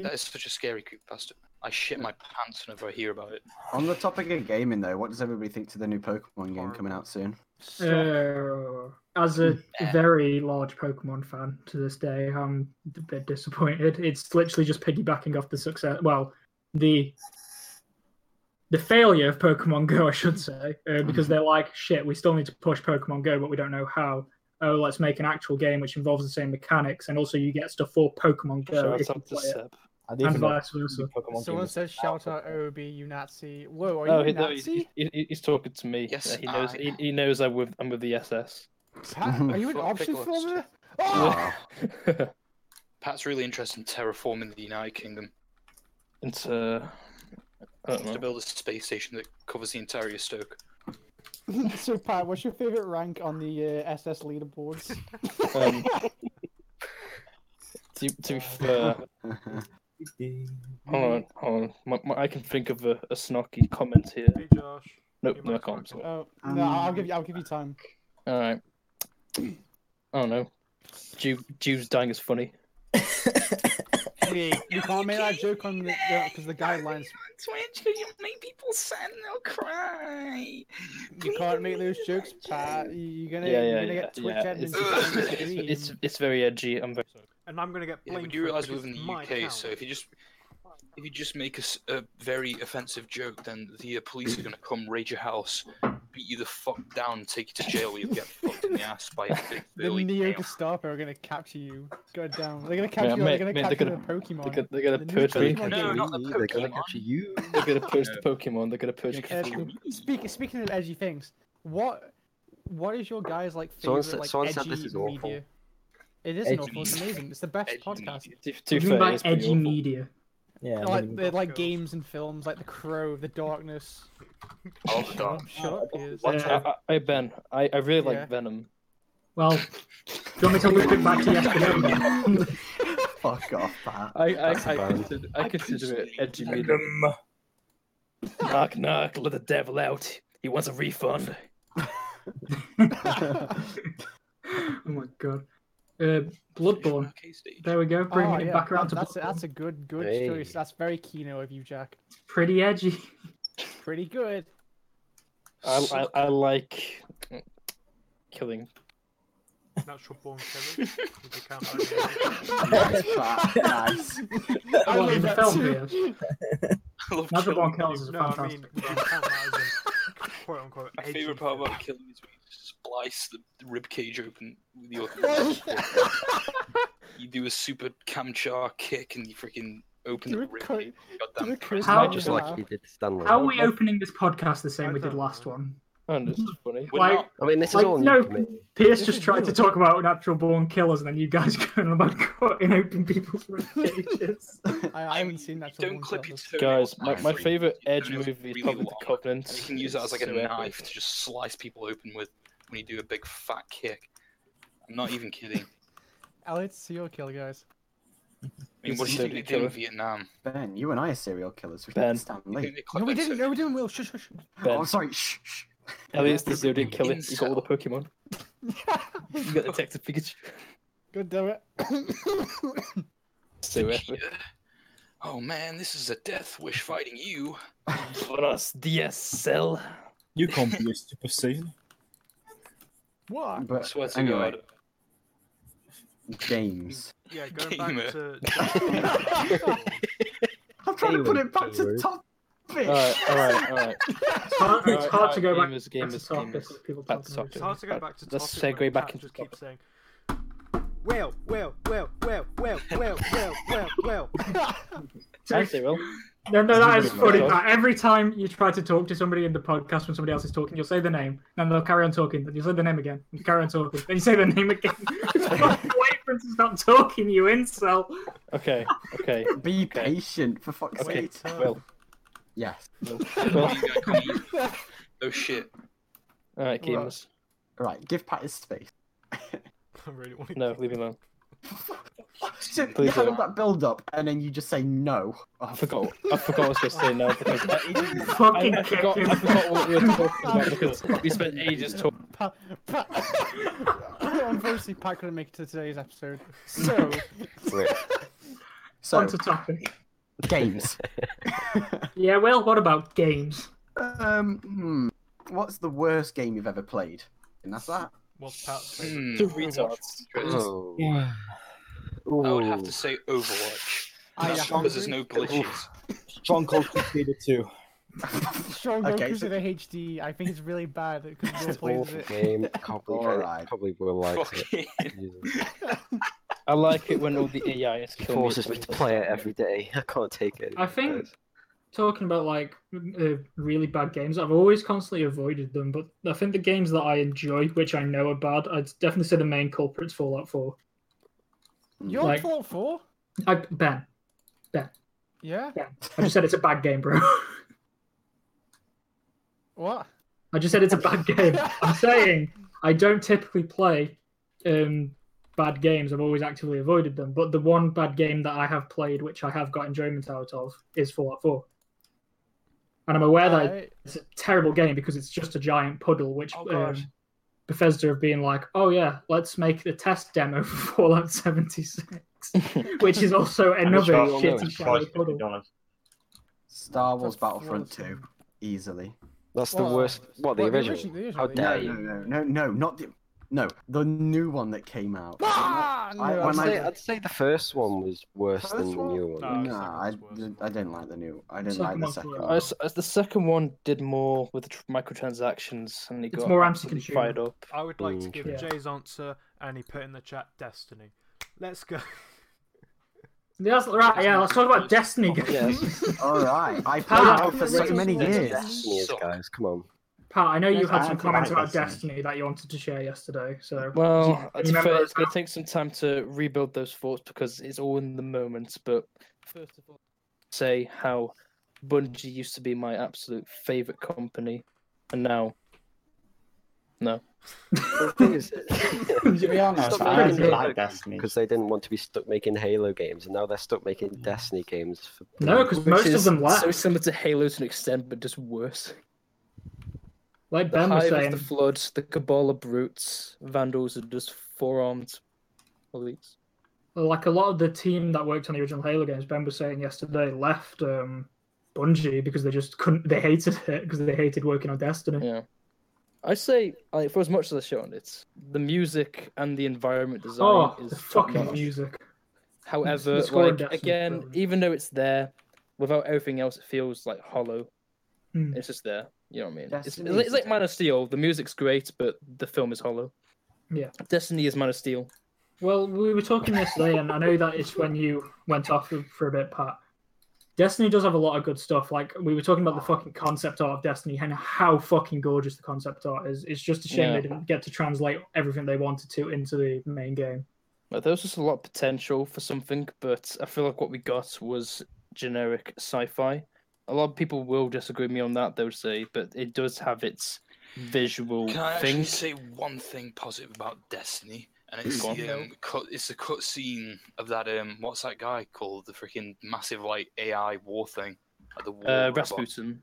[SPEAKER 6] That is such a scary creep bastard. I shit my pants whenever I hear about it.
[SPEAKER 1] On the topic of gaming, though, what does everybody think to the new Pokemon game
[SPEAKER 2] Horrible.
[SPEAKER 1] coming out soon?
[SPEAKER 5] Uh, as a very large Pokemon fan to this day, I'm a bit disappointed. It's literally just piggybacking off the success. Well, the the failure of Pokemon Go, I should say, uh, because they're like, shit, we still need to push Pokemon Go, but we don't know how. Oh, let's make an actual game which involves the same mechanics, and also you get stuff for Pokemon Go
[SPEAKER 4] Shout
[SPEAKER 5] if
[SPEAKER 4] out
[SPEAKER 5] you
[SPEAKER 4] to
[SPEAKER 5] play it,
[SPEAKER 4] Seb.
[SPEAKER 3] I
[SPEAKER 5] and
[SPEAKER 3] even know
[SPEAKER 5] vice versa.
[SPEAKER 3] the Pokemon game
[SPEAKER 7] Someone
[SPEAKER 3] is
[SPEAKER 7] says shout out
[SPEAKER 3] Pokemon.
[SPEAKER 7] OB, you Nazi. Whoa, are you
[SPEAKER 4] No,
[SPEAKER 7] a
[SPEAKER 4] Oh, he, no, he's,
[SPEAKER 7] Nazi?
[SPEAKER 4] he's- he- he's talking to me.
[SPEAKER 6] Yes,
[SPEAKER 4] Yeah, he knows.
[SPEAKER 6] I-
[SPEAKER 4] He, he knows I'm with I'm with the SS.
[SPEAKER 7] Pat,
[SPEAKER 8] Mm-hmm.
[SPEAKER 7] are you an
[SPEAKER 6] Fuck
[SPEAKER 7] option
[SPEAKER 6] pickles.
[SPEAKER 7] for
[SPEAKER 1] Oh,
[SPEAKER 6] Pat's really interested in terraforming the United Kingdom
[SPEAKER 4] it's uh, I don't
[SPEAKER 6] to
[SPEAKER 4] know.
[SPEAKER 6] build a space station that covers the entire of Stoke.
[SPEAKER 7] me? so, Pat, what's your favorite rank on the uh, SS leaderboards?
[SPEAKER 4] Um, to, to be fair, hold on, hold on. My, my, I can think of a, a snarky comment here.
[SPEAKER 2] Hey Josh.
[SPEAKER 4] Nope,
[SPEAKER 2] You
[SPEAKER 4] no, I
[SPEAKER 2] might
[SPEAKER 4] can't.
[SPEAKER 2] talk.
[SPEAKER 7] Oh, no,
[SPEAKER 5] Um,
[SPEAKER 7] I'll give you. I'll give you time.
[SPEAKER 4] All right. Oh no, Jew, Jews dying is funny.
[SPEAKER 7] We, we can't make that joke on the because the guidelines.
[SPEAKER 6] Twitch, you make people sad and they'll cry.
[SPEAKER 7] You can't make those jokes, Pat. You- You're gonna,
[SPEAKER 4] yeah,
[SPEAKER 7] you're
[SPEAKER 4] yeah,
[SPEAKER 7] gonna
[SPEAKER 4] yeah.
[SPEAKER 7] get Twitch
[SPEAKER 4] yeah.
[SPEAKER 7] admins
[SPEAKER 4] It's,
[SPEAKER 7] to
[SPEAKER 6] admin
[SPEAKER 4] it's,
[SPEAKER 7] send
[SPEAKER 6] to
[SPEAKER 7] you
[SPEAKER 4] it's,
[SPEAKER 7] the
[SPEAKER 4] it's very edgy. I'm very sorry.
[SPEAKER 2] And I'm gonna get
[SPEAKER 6] Yeah,
[SPEAKER 2] blamed.
[SPEAKER 6] but do you
[SPEAKER 2] for it
[SPEAKER 6] realise we
[SPEAKER 2] because
[SPEAKER 6] live in
[SPEAKER 2] it's
[SPEAKER 6] the
[SPEAKER 2] my
[SPEAKER 6] UK,
[SPEAKER 2] account.
[SPEAKER 6] so if you just if you just make a, s- a very offensive joke, then the uh, police are going to come raid your house, beat you the fuck down, take you to jail. where You get fucked in the ass by a big
[SPEAKER 7] The
[SPEAKER 6] Billy.
[SPEAKER 7] Neo Gestapo are gonna capture you. Go down. They're gonna
[SPEAKER 4] Yeah,
[SPEAKER 7] capture you.
[SPEAKER 4] mate,
[SPEAKER 7] They're gonna
[SPEAKER 4] mate, they're
[SPEAKER 7] capture the
[SPEAKER 4] gonna-
[SPEAKER 7] Pokemon.
[SPEAKER 4] They're gonna, they're gonna
[SPEAKER 7] The new
[SPEAKER 4] purge.
[SPEAKER 7] Pokemon
[SPEAKER 4] the-
[SPEAKER 7] game.
[SPEAKER 6] No, not the
[SPEAKER 8] They're gonna
[SPEAKER 6] Pokemon.
[SPEAKER 8] capture you.
[SPEAKER 4] They're gonna purge the Pokemon. They're gonna purge.
[SPEAKER 6] Yeah,
[SPEAKER 4] Pokemon.
[SPEAKER 7] Uh, speak, speaking of edgy things, what what is your guys like
[SPEAKER 8] Someone
[SPEAKER 7] favorite
[SPEAKER 8] said-
[SPEAKER 7] like
[SPEAKER 8] someone
[SPEAKER 7] edgy
[SPEAKER 8] said this is awful.
[SPEAKER 7] media? It is
[SPEAKER 3] Edgy
[SPEAKER 7] awful. It's
[SPEAKER 6] media.
[SPEAKER 7] amazing. It's the best
[SPEAKER 6] Edgy
[SPEAKER 7] podcast.
[SPEAKER 6] media.
[SPEAKER 4] To, to be
[SPEAKER 5] What do you
[SPEAKER 4] fair,
[SPEAKER 5] mean by
[SPEAKER 4] it's pretty
[SPEAKER 5] edgy
[SPEAKER 4] awful.
[SPEAKER 5] media?
[SPEAKER 3] Yeah,
[SPEAKER 7] like
[SPEAKER 3] maybe-
[SPEAKER 7] they're like
[SPEAKER 2] Girls.
[SPEAKER 7] games and films, like The Crow, The Darkness.
[SPEAKER 6] Oh, the
[SPEAKER 7] Shut
[SPEAKER 6] dog.
[SPEAKER 7] up, shut up, Piers.
[SPEAKER 5] What?
[SPEAKER 4] I, I, I Ben, I, I really
[SPEAKER 7] Yeah.
[SPEAKER 4] like Venom.
[SPEAKER 5] Well, do you want me to loop it back to yesterday?
[SPEAKER 1] fuck off, Pat.
[SPEAKER 4] I I,
[SPEAKER 8] That's
[SPEAKER 4] I,
[SPEAKER 8] bad.
[SPEAKER 4] consider, I consider it edgy
[SPEAKER 6] personally
[SPEAKER 4] media. Knock knock, let the devil out. He wants a refund.
[SPEAKER 5] oh my god. Uh, Bloodborne.
[SPEAKER 6] Casey.
[SPEAKER 5] There we go, bringing
[SPEAKER 7] Oh,
[SPEAKER 5] it
[SPEAKER 7] yeah,
[SPEAKER 5] back around
[SPEAKER 7] that- that's,
[SPEAKER 5] to
[SPEAKER 7] a, that's a good, good
[SPEAKER 8] Hey.
[SPEAKER 7] choice. That's very Kino of you, Jack.
[SPEAKER 5] pretty edgy.
[SPEAKER 7] Pretty good.
[SPEAKER 4] I, I, I like killing.
[SPEAKER 2] Natural born killer. Would you count that?
[SPEAKER 1] Pat, nice.
[SPEAKER 7] I
[SPEAKER 5] Well,
[SPEAKER 7] love
[SPEAKER 5] in the
[SPEAKER 7] that
[SPEAKER 5] film,
[SPEAKER 7] too.
[SPEAKER 5] yes.
[SPEAKER 6] I love
[SPEAKER 5] Natural Born
[SPEAKER 6] killing.
[SPEAKER 5] Killers is a
[SPEAKER 2] No, I
[SPEAKER 5] fantastic.
[SPEAKER 2] mean would you count that as a quote unquote
[SPEAKER 6] My
[SPEAKER 2] edgy
[SPEAKER 6] favorite part
[SPEAKER 2] film?
[SPEAKER 6] about killing is when you splice the, the rib cage open with your. you do a super Kamchar kick and you freaking open
[SPEAKER 7] Do
[SPEAKER 6] the
[SPEAKER 7] it
[SPEAKER 6] rib
[SPEAKER 7] co-
[SPEAKER 6] cage.
[SPEAKER 7] do
[SPEAKER 6] Goddamn
[SPEAKER 7] it charisma.
[SPEAKER 5] How-
[SPEAKER 8] Not just like you did Stanley.
[SPEAKER 5] How are we opening this podcast the same
[SPEAKER 2] I
[SPEAKER 5] we did
[SPEAKER 2] don't
[SPEAKER 5] last
[SPEAKER 2] know.
[SPEAKER 5] one?
[SPEAKER 4] And it's funny.
[SPEAKER 6] We're
[SPEAKER 5] Like-
[SPEAKER 6] not.
[SPEAKER 8] I mean, this
[SPEAKER 5] Like,
[SPEAKER 8] is all
[SPEAKER 5] no.
[SPEAKER 8] new to me.
[SPEAKER 5] Pierce
[SPEAKER 7] This is
[SPEAKER 5] just tried to
[SPEAKER 7] good.
[SPEAKER 5] talk about natural born killers, and then you guys going about cutting open people's cages.
[SPEAKER 7] I, I haven't seen that.
[SPEAKER 6] Don't clip your toenails.
[SPEAKER 4] Guys, my, my
[SPEAKER 6] Really,
[SPEAKER 4] favorite
[SPEAKER 6] your
[SPEAKER 4] Edge
[SPEAKER 6] toenails
[SPEAKER 4] movie
[SPEAKER 6] are really
[SPEAKER 4] is probably
[SPEAKER 6] long.
[SPEAKER 4] The Covenant.
[SPEAKER 6] And You can use that as like a
[SPEAKER 4] So epic.
[SPEAKER 6] knife to just slice people open with when you do a big fat kick. I'm not even kidding.
[SPEAKER 7] Elliot's serial killer, guys.
[SPEAKER 6] I mean,
[SPEAKER 4] This
[SPEAKER 6] what
[SPEAKER 4] is
[SPEAKER 6] do you think
[SPEAKER 4] totally
[SPEAKER 6] they did in
[SPEAKER 4] killer.
[SPEAKER 6] Vietnam?
[SPEAKER 1] Ben, you and I are serial killers. We
[SPEAKER 4] Ben.
[SPEAKER 1] ben.
[SPEAKER 6] You
[SPEAKER 1] Stanley.
[SPEAKER 6] think they
[SPEAKER 7] No,
[SPEAKER 6] clipped
[SPEAKER 7] we
[SPEAKER 6] their
[SPEAKER 7] didn't. No, we didn't. Will, shush, shush.
[SPEAKER 1] Oh,
[SPEAKER 4] Ben,
[SPEAKER 1] I'm sorry. Shh, shh.
[SPEAKER 4] Elliot's the Zodiac Killer. You got all the Pokemon. You got Detective Pikachu.
[SPEAKER 7] Good damn it.
[SPEAKER 4] So epic.
[SPEAKER 6] toes? Oh man, this is a death wish fighting you.
[SPEAKER 4] Buenos dias, Cell.
[SPEAKER 3] you can't be a stupid season.
[SPEAKER 7] What?
[SPEAKER 6] I
[SPEAKER 1] But
[SPEAKER 6] swear to
[SPEAKER 1] anyway,
[SPEAKER 6] God.
[SPEAKER 1] James.
[SPEAKER 2] Yeah, going back
[SPEAKER 6] Gamer.
[SPEAKER 2] to. to-
[SPEAKER 1] I'm trying to put
[SPEAKER 8] Anyway,
[SPEAKER 1] it back to
[SPEAKER 8] James.
[SPEAKER 1] topic.
[SPEAKER 4] Alright, alright, alright.
[SPEAKER 5] It's hard, it's
[SPEAKER 4] Alright,
[SPEAKER 5] hard to go back
[SPEAKER 4] alright, gamers,
[SPEAKER 5] to
[SPEAKER 4] gamers,
[SPEAKER 5] topic
[SPEAKER 4] gamers.
[SPEAKER 5] with people
[SPEAKER 4] Back to
[SPEAKER 5] talking over
[SPEAKER 2] It's
[SPEAKER 5] each
[SPEAKER 2] hard
[SPEAKER 5] other.
[SPEAKER 2] to go back to
[SPEAKER 4] Let's
[SPEAKER 2] topic
[SPEAKER 4] segue
[SPEAKER 2] when
[SPEAKER 4] back
[SPEAKER 2] Pat
[SPEAKER 4] into
[SPEAKER 2] just keep saying well, well, well, well, well, well, well, well, well.
[SPEAKER 4] Actually, well,
[SPEAKER 5] No, no, that is
[SPEAKER 4] Zodiac
[SPEAKER 5] funny.
[SPEAKER 4] Killer.
[SPEAKER 5] Pat. Every time you try to talk to somebody in the podcast when somebody else is talking, you'll say the name, and they'll carry on talking, then you'll say the name again, and carry on talking, then you say the name again. Fucking Wait for him to stop talking, you incel.
[SPEAKER 4] okay, okay.
[SPEAKER 1] Be patient, for fuck's
[SPEAKER 4] Okay.
[SPEAKER 1] sake.
[SPEAKER 4] Well,
[SPEAKER 1] Yes.
[SPEAKER 4] well.
[SPEAKER 6] You guys can't eat. Oh shit.
[SPEAKER 4] Alright,
[SPEAKER 7] Well,
[SPEAKER 4] gamers.
[SPEAKER 1] Right, give Pat his space.
[SPEAKER 2] I really want to.
[SPEAKER 4] No, leave me alone.
[SPEAKER 1] So you
[SPEAKER 4] Please
[SPEAKER 1] have
[SPEAKER 4] don't.
[SPEAKER 1] all that build up and then you just say no. Oh,
[SPEAKER 4] I forgot. I forgot what I was supposed to say now because I, I,
[SPEAKER 5] Fucking
[SPEAKER 4] I
[SPEAKER 5] kick
[SPEAKER 4] forgot.
[SPEAKER 5] him.
[SPEAKER 4] I forgot what we were talking about because we spent ages talking.
[SPEAKER 7] Pat, Pat. Unfortunately, Pat couldn't make it to today's episode. So,
[SPEAKER 8] Wait,
[SPEAKER 1] So,
[SPEAKER 5] Onto topic.
[SPEAKER 1] Games.
[SPEAKER 5] Yeah, well, what about games?
[SPEAKER 1] um, hmm. What's the worst game you've ever played? And that's that.
[SPEAKER 2] What's Pat's favourite?
[SPEAKER 6] Hmm.
[SPEAKER 4] Two retards.
[SPEAKER 8] Oh.
[SPEAKER 6] I would have
[SPEAKER 8] Ooh.
[SPEAKER 6] to say Overwatch.
[SPEAKER 7] I
[SPEAKER 6] That's
[SPEAKER 7] am
[SPEAKER 6] because there's no glitches.
[SPEAKER 3] Strong Cold Crusader 2.
[SPEAKER 7] Strong
[SPEAKER 1] Okay, so-
[SPEAKER 7] okay, Crusader HD. I think it's really bad because no
[SPEAKER 8] It's an
[SPEAKER 7] plays
[SPEAKER 8] awful
[SPEAKER 7] it.
[SPEAKER 8] game. Can't believe
[SPEAKER 1] All
[SPEAKER 8] it.
[SPEAKER 1] right.
[SPEAKER 8] Probably will like it.
[SPEAKER 6] Fucking
[SPEAKER 8] Jesus.
[SPEAKER 4] I like it when all the AI is killing
[SPEAKER 8] Forces me to play it every day. I can't take it.
[SPEAKER 5] I think talking about like uh, really bad games, I've always constantly avoided them. But I think the games that I enjoy, which I know are bad, I'd definitely say the main culprit's Fallout 4.
[SPEAKER 7] You're
[SPEAKER 5] Like-
[SPEAKER 7] like... Fallout 4?
[SPEAKER 5] I, ben,
[SPEAKER 7] Yeah?
[SPEAKER 5] Ben, I just said it's a bad game, bro.
[SPEAKER 7] What?
[SPEAKER 5] I just said it's a bad game. I'm saying I don't typically play um, bad games. I've always actively avoided them. But the one bad game that I have played, which I have got enjoyment out of, is Fallout 4. And I'm aware that
[SPEAKER 7] Alright.
[SPEAKER 5] it's a terrible game because it's just a giant puddle, which
[SPEAKER 6] Oh, God.
[SPEAKER 5] um, Bethesda have been like, oh yeah, let's make the test demo for Fallout 76, which is also another shitty shallow puddle.
[SPEAKER 1] Star Wars
[SPEAKER 7] That's
[SPEAKER 1] Battlefront
[SPEAKER 7] awesome.
[SPEAKER 1] 2, easily.
[SPEAKER 8] That's the
[SPEAKER 7] Well,
[SPEAKER 8] worst. What the
[SPEAKER 7] well, the
[SPEAKER 8] original?
[SPEAKER 7] origin- the
[SPEAKER 8] How
[SPEAKER 7] original,
[SPEAKER 8] dare
[SPEAKER 1] No,
[SPEAKER 8] you?
[SPEAKER 1] no, no, no, no, not the. No, the new one that came out.
[SPEAKER 7] Ah!
[SPEAKER 1] I-
[SPEAKER 7] No,
[SPEAKER 1] when
[SPEAKER 8] I'd
[SPEAKER 1] I-
[SPEAKER 7] I'm-
[SPEAKER 8] say, I'd say the first one was worse
[SPEAKER 1] First
[SPEAKER 8] than the
[SPEAKER 1] one?
[SPEAKER 8] new one.
[SPEAKER 2] No.
[SPEAKER 1] no, I,
[SPEAKER 2] second one's worse.
[SPEAKER 1] I didn't like the new. I didn't
[SPEAKER 5] Second
[SPEAKER 1] like the
[SPEAKER 5] one's
[SPEAKER 1] second
[SPEAKER 5] worse.
[SPEAKER 1] one.
[SPEAKER 4] I s- as the second one did more with the tr- microtransactions, and he
[SPEAKER 5] It's
[SPEAKER 4] got
[SPEAKER 5] more
[SPEAKER 4] absolutely
[SPEAKER 5] anti-consumer.
[SPEAKER 4] fired up.
[SPEAKER 2] I would like to
[SPEAKER 8] Mm,
[SPEAKER 2] give
[SPEAKER 5] Yeah.
[SPEAKER 2] Jay's answer, and he put in the chat Destiny. Let's go.
[SPEAKER 5] That's right, yeah, let's talk about Destiny games.
[SPEAKER 1] Oh, All right, I played
[SPEAKER 5] Ah,
[SPEAKER 1] out for so
[SPEAKER 7] that's
[SPEAKER 1] many
[SPEAKER 7] awesome.
[SPEAKER 1] years.
[SPEAKER 8] Destiny is,
[SPEAKER 6] Suck.
[SPEAKER 8] guys. Come on.
[SPEAKER 5] Pat, I know you
[SPEAKER 1] Yes,
[SPEAKER 5] had
[SPEAKER 1] I
[SPEAKER 5] some
[SPEAKER 1] do
[SPEAKER 5] comments
[SPEAKER 1] like
[SPEAKER 5] about
[SPEAKER 1] Destiny.
[SPEAKER 5] Destiny that you wanted to share yesterday, so
[SPEAKER 4] Well,
[SPEAKER 5] do you
[SPEAKER 4] it's,
[SPEAKER 5] remember
[SPEAKER 4] fair,
[SPEAKER 5] those
[SPEAKER 4] it's going to take some time to rebuild those thoughts because it's all in the moment. But first of all, say how Bungie used to be my absolute favorite company, and now
[SPEAKER 8] The thing is,
[SPEAKER 7] To
[SPEAKER 1] Oh,
[SPEAKER 7] be honest,
[SPEAKER 8] Stop
[SPEAKER 7] I
[SPEAKER 8] making
[SPEAKER 7] really
[SPEAKER 8] Halo
[SPEAKER 7] like
[SPEAKER 8] games,
[SPEAKER 7] Destiny.
[SPEAKER 8] because they didn't want to be stuck making Halo games, and now they're stuck making
[SPEAKER 1] Mm.
[SPEAKER 8] Destiny games. For
[SPEAKER 5] No, because most
[SPEAKER 4] Which
[SPEAKER 5] of
[SPEAKER 4] is
[SPEAKER 5] them left.
[SPEAKER 4] so similar to Halo to an extent, but just worse.
[SPEAKER 5] like
[SPEAKER 4] The
[SPEAKER 5] Ben was
[SPEAKER 4] Hive is
[SPEAKER 5] saying,
[SPEAKER 4] the floods, the Cabal are brutes, Vandals are just four-armed elites.
[SPEAKER 5] like a lot of the team that worked on the original Halo games, Ben was saying yesterday, left um, Bungie because they just couldn't. They hated it because they hated working on Destiny.
[SPEAKER 4] Yeah. I say, like, for as much as I shit on it, the music and the environment design
[SPEAKER 5] oh,
[SPEAKER 4] is
[SPEAKER 5] the fucking
[SPEAKER 4] top-notch.
[SPEAKER 5] music!
[SPEAKER 4] However,
[SPEAKER 5] The score
[SPEAKER 4] like,
[SPEAKER 5] depth is
[SPEAKER 4] again,
[SPEAKER 5] brilliant.
[SPEAKER 4] even though it's there, without everything else, it feels like hollow.
[SPEAKER 5] Hmm.
[SPEAKER 4] It's just there. You know what I mean? It's, it's,
[SPEAKER 1] Destiny
[SPEAKER 4] like-
[SPEAKER 1] is
[SPEAKER 4] it's like
[SPEAKER 1] the
[SPEAKER 4] Man of Steel. The music's great, but the film is hollow.
[SPEAKER 5] Yeah.
[SPEAKER 4] Destiny is Man of Steel.
[SPEAKER 5] Well, we were talking yesterday, and I know that it's when you went off for a bit, Pat. Destiny does have a lot of good stuff. Like we were talking about the fucking concept art of Destiny and how fucking gorgeous the concept art is. It's just a shame
[SPEAKER 4] Yeah.
[SPEAKER 5] they didn't get to translate everything they wanted to into the main game.
[SPEAKER 4] Like, there was just a lot of potential for something, but I feel like what we got was generic sci-fi. A lot of people will disagree with me on that. They'll say, but it does have its visual
[SPEAKER 6] Can I actually
[SPEAKER 4] thing.
[SPEAKER 6] say one thing positive about Destiny? And it's
[SPEAKER 4] Mm, Go
[SPEAKER 6] the um, cut. It's the cutscene of that um. What's that guy called? The freaking massive like AI war thing. Like the war
[SPEAKER 4] Uh,
[SPEAKER 6] robot.
[SPEAKER 4] Rasputin.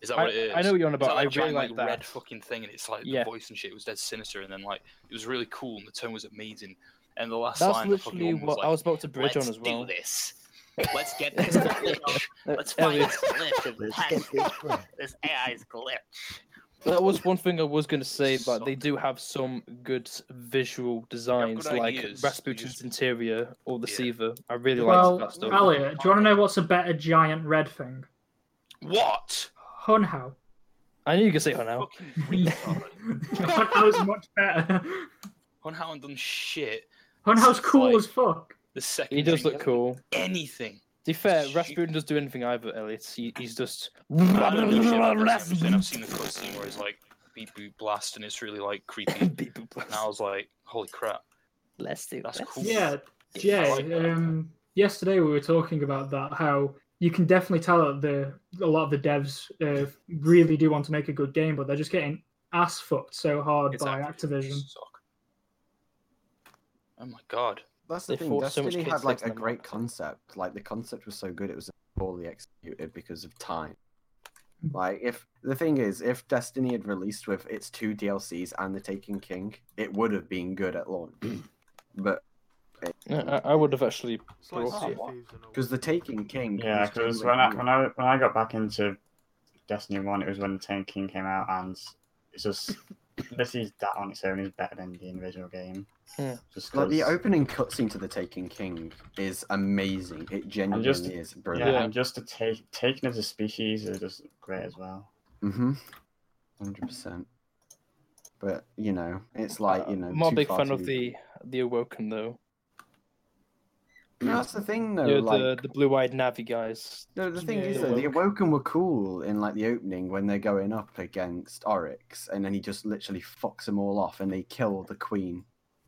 [SPEAKER 6] Is that
[SPEAKER 4] I,
[SPEAKER 6] what it is?
[SPEAKER 4] I know what you're on
[SPEAKER 6] It's
[SPEAKER 4] about. I
[SPEAKER 6] like
[SPEAKER 4] really
[SPEAKER 6] giant,
[SPEAKER 4] like
[SPEAKER 6] like,
[SPEAKER 4] that.
[SPEAKER 6] red fucking thing, and it's like
[SPEAKER 4] Yeah.
[SPEAKER 6] the voice and shit was dead sinister, and then like it was really cool, and the tone was amazing. And the last
[SPEAKER 4] That's
[SPEAKER 6] line, the fucking
[SPEAKER 4] literally
[SPEAKER 6] woman was
[SPEAKER 4] what
[SPEAKER 6] like,
[SPEAKER 4] I was about to bridge on
[SPEAKER 6] Let's
[SPEAKER 4] as well.
[SPEAKER 6] do this. Let's get this glitch.
[SPEAKER 4] Uh,
[SPEAKER 6] Let's find this glitch and test it. this AI's glitch.
[SPEAKER 4] That was one thing I was going to say, but they
[SPEAKER 6] Suck.
[SPEAKER 4] do have some good s- visual designs,
[SPEAKER 6] good
[SPEAKER 4] like
[SPEAKER 6] ideas,
[SPEAKER 4] Rasputin's
[SPEAKER 6] just-
[SPEAKER 4] interior or the
[SPEAKER 6] Yeah.
[SPEAKER 4] Seaver. I really
[SPEAKER 5] well,
[SPEAKER 4] liked that stuff.
[SPEAKER 5] Elliot, do you want to know what's a better giant red thing?
[SPEAKER 6] What?
[SPEAKER 5] Hunhao.
[SPEAKER 4] I knew you could say her now.
[SPEAKER 6] Fucking retard.
[SPEAKER 5] Hunhao's much better.
[SPEAKER 6] Hunhound done shit.
[SPEAKER 5] Hunhao's
[SPEAKER 6] It's
[SPEAKER 5] cool
[SPEAKER 6] like-
[SPEAKER 5] as fuck.
[SPEAKER 6] The second
[SPEAKER 4] He does
[SPEAKER 6] thing-
[SPEAKER 4] look cool. To
[SPEAKER 6] anything.
[SPEAKER 4] be fair,
[SPEAKER 6] Shoot.
[SPEAKER 4] Rasputin does do anything either, Elliot. He, he's just.
[SPEAKER 6] I don't know shit about Destiny, I'm saying I've seen the cutscene where it's like beep boop blast and it's really like creepy. and
[SPEAKER 4] Beep, boop, blast.
[SPEAKER 6] I was like, holy crap,
[SPEAKER 4] Let's do
[SPEAKER 6] that's
[SPEAKER 4] this.
[SPEAKER 6] cool.
[SPEAKER 5] Yeah,
[SPEAKER 6] I like
[SPEAKER 5] Jay.
[SPEAKER 6] that.
[SPEAKER 5] Um, yesterday we were talking about that. How you can definitely tell that the a lot of the devs uh, really do want to make a good game, but they're just getting ass fucked so hard
[SPEAKER 6] It's
[SPEAKER 5] by
[SPEAKER 6] Activision.
[SPEAKER 5] Activision.
[SPEAKER 6] Suck. Oh my god.
[SPEAKER 1] That's the
[SPEAKER 4] They
[SPEAKER 1] thing.
[SPEAKER 4] forced so much
[SPEAKER 1] Destiny
[SPEAKER 4] kids
[SPEAKER 1] had like
[SPEAKER 4] into
[SPEAKER 1] a
[SPEAKER 4] them.
[SPEAKER 1] great concept. Like the concept was so good, it was poorly executed because of time. Like if the thing is, if Destiny had released with its two DLCs and the Taken King, it would have been good at launch. but
[SPEAKER 4] Yeah, uh, I, I would have actually
[SPEAKER 2] It's like
[SPEAKER 4] brought
[SPEAKER 2] Sea
[SPEAKER 4] it.
[SPEAKER 2] of Thieves and all.
[SPEAKER 1] Because the Taken King.
[SPEAKER 9] Yeah,
[SPEAKER 1] was
[SPEAKER 9] because
[SPEAKER 1] totally
[SPEAKER 9] when I
[SPEAKER 1] new.
[SPEAKER 9] when I when I got back into Destiny One, it was when the Ten King came out, and it's just this is that on its own is better than the individual game.
[SPEAKER 4] Yeah.
[SPEAKER 9] Just
[SPEAKER 1] Like the
[SPEAKER 9] 'cause-
[SPEAKER 1] opening cutscene to The Taken King is amazing. It genuinely
[SPEAKER 9] just-
[SPEAKER 1] is
[SPEAKER 9] yeah,
[SPEAKER 1] brilliant.
[SPEAKER 9] and just the take taken as a species is just great as well.
[SPEAKER 1] Mm-hmm. Hundred percent. But you know, it's like you know.
[SPEAKER 4] Uh, I'm not a
[SPEAKER 1] too
[SPEAKER 4] big
[SPEAKER 1] far
[SPEAKER 4] fan
[SPEAKER 1] to
[SPEAKER 4] of the the awoken though.
[SPEAKER 1] No, that's the thing though.
[SPEAKER 4] yeah,
[SPEAKER 1] like,
[SPEAKER 4] the the blue eyed navy guys.
[SPEAKER 1] No, the thing
[SPEAKER 4] Yeah,
[SPEAKER 1] is,
[SPEAKER 4] yeah.
[SPEAKER 1] though, the Awoken were cool in like the opening when they're going up against Oryx, and then he just literally fucks them all off, and they kill the Queen.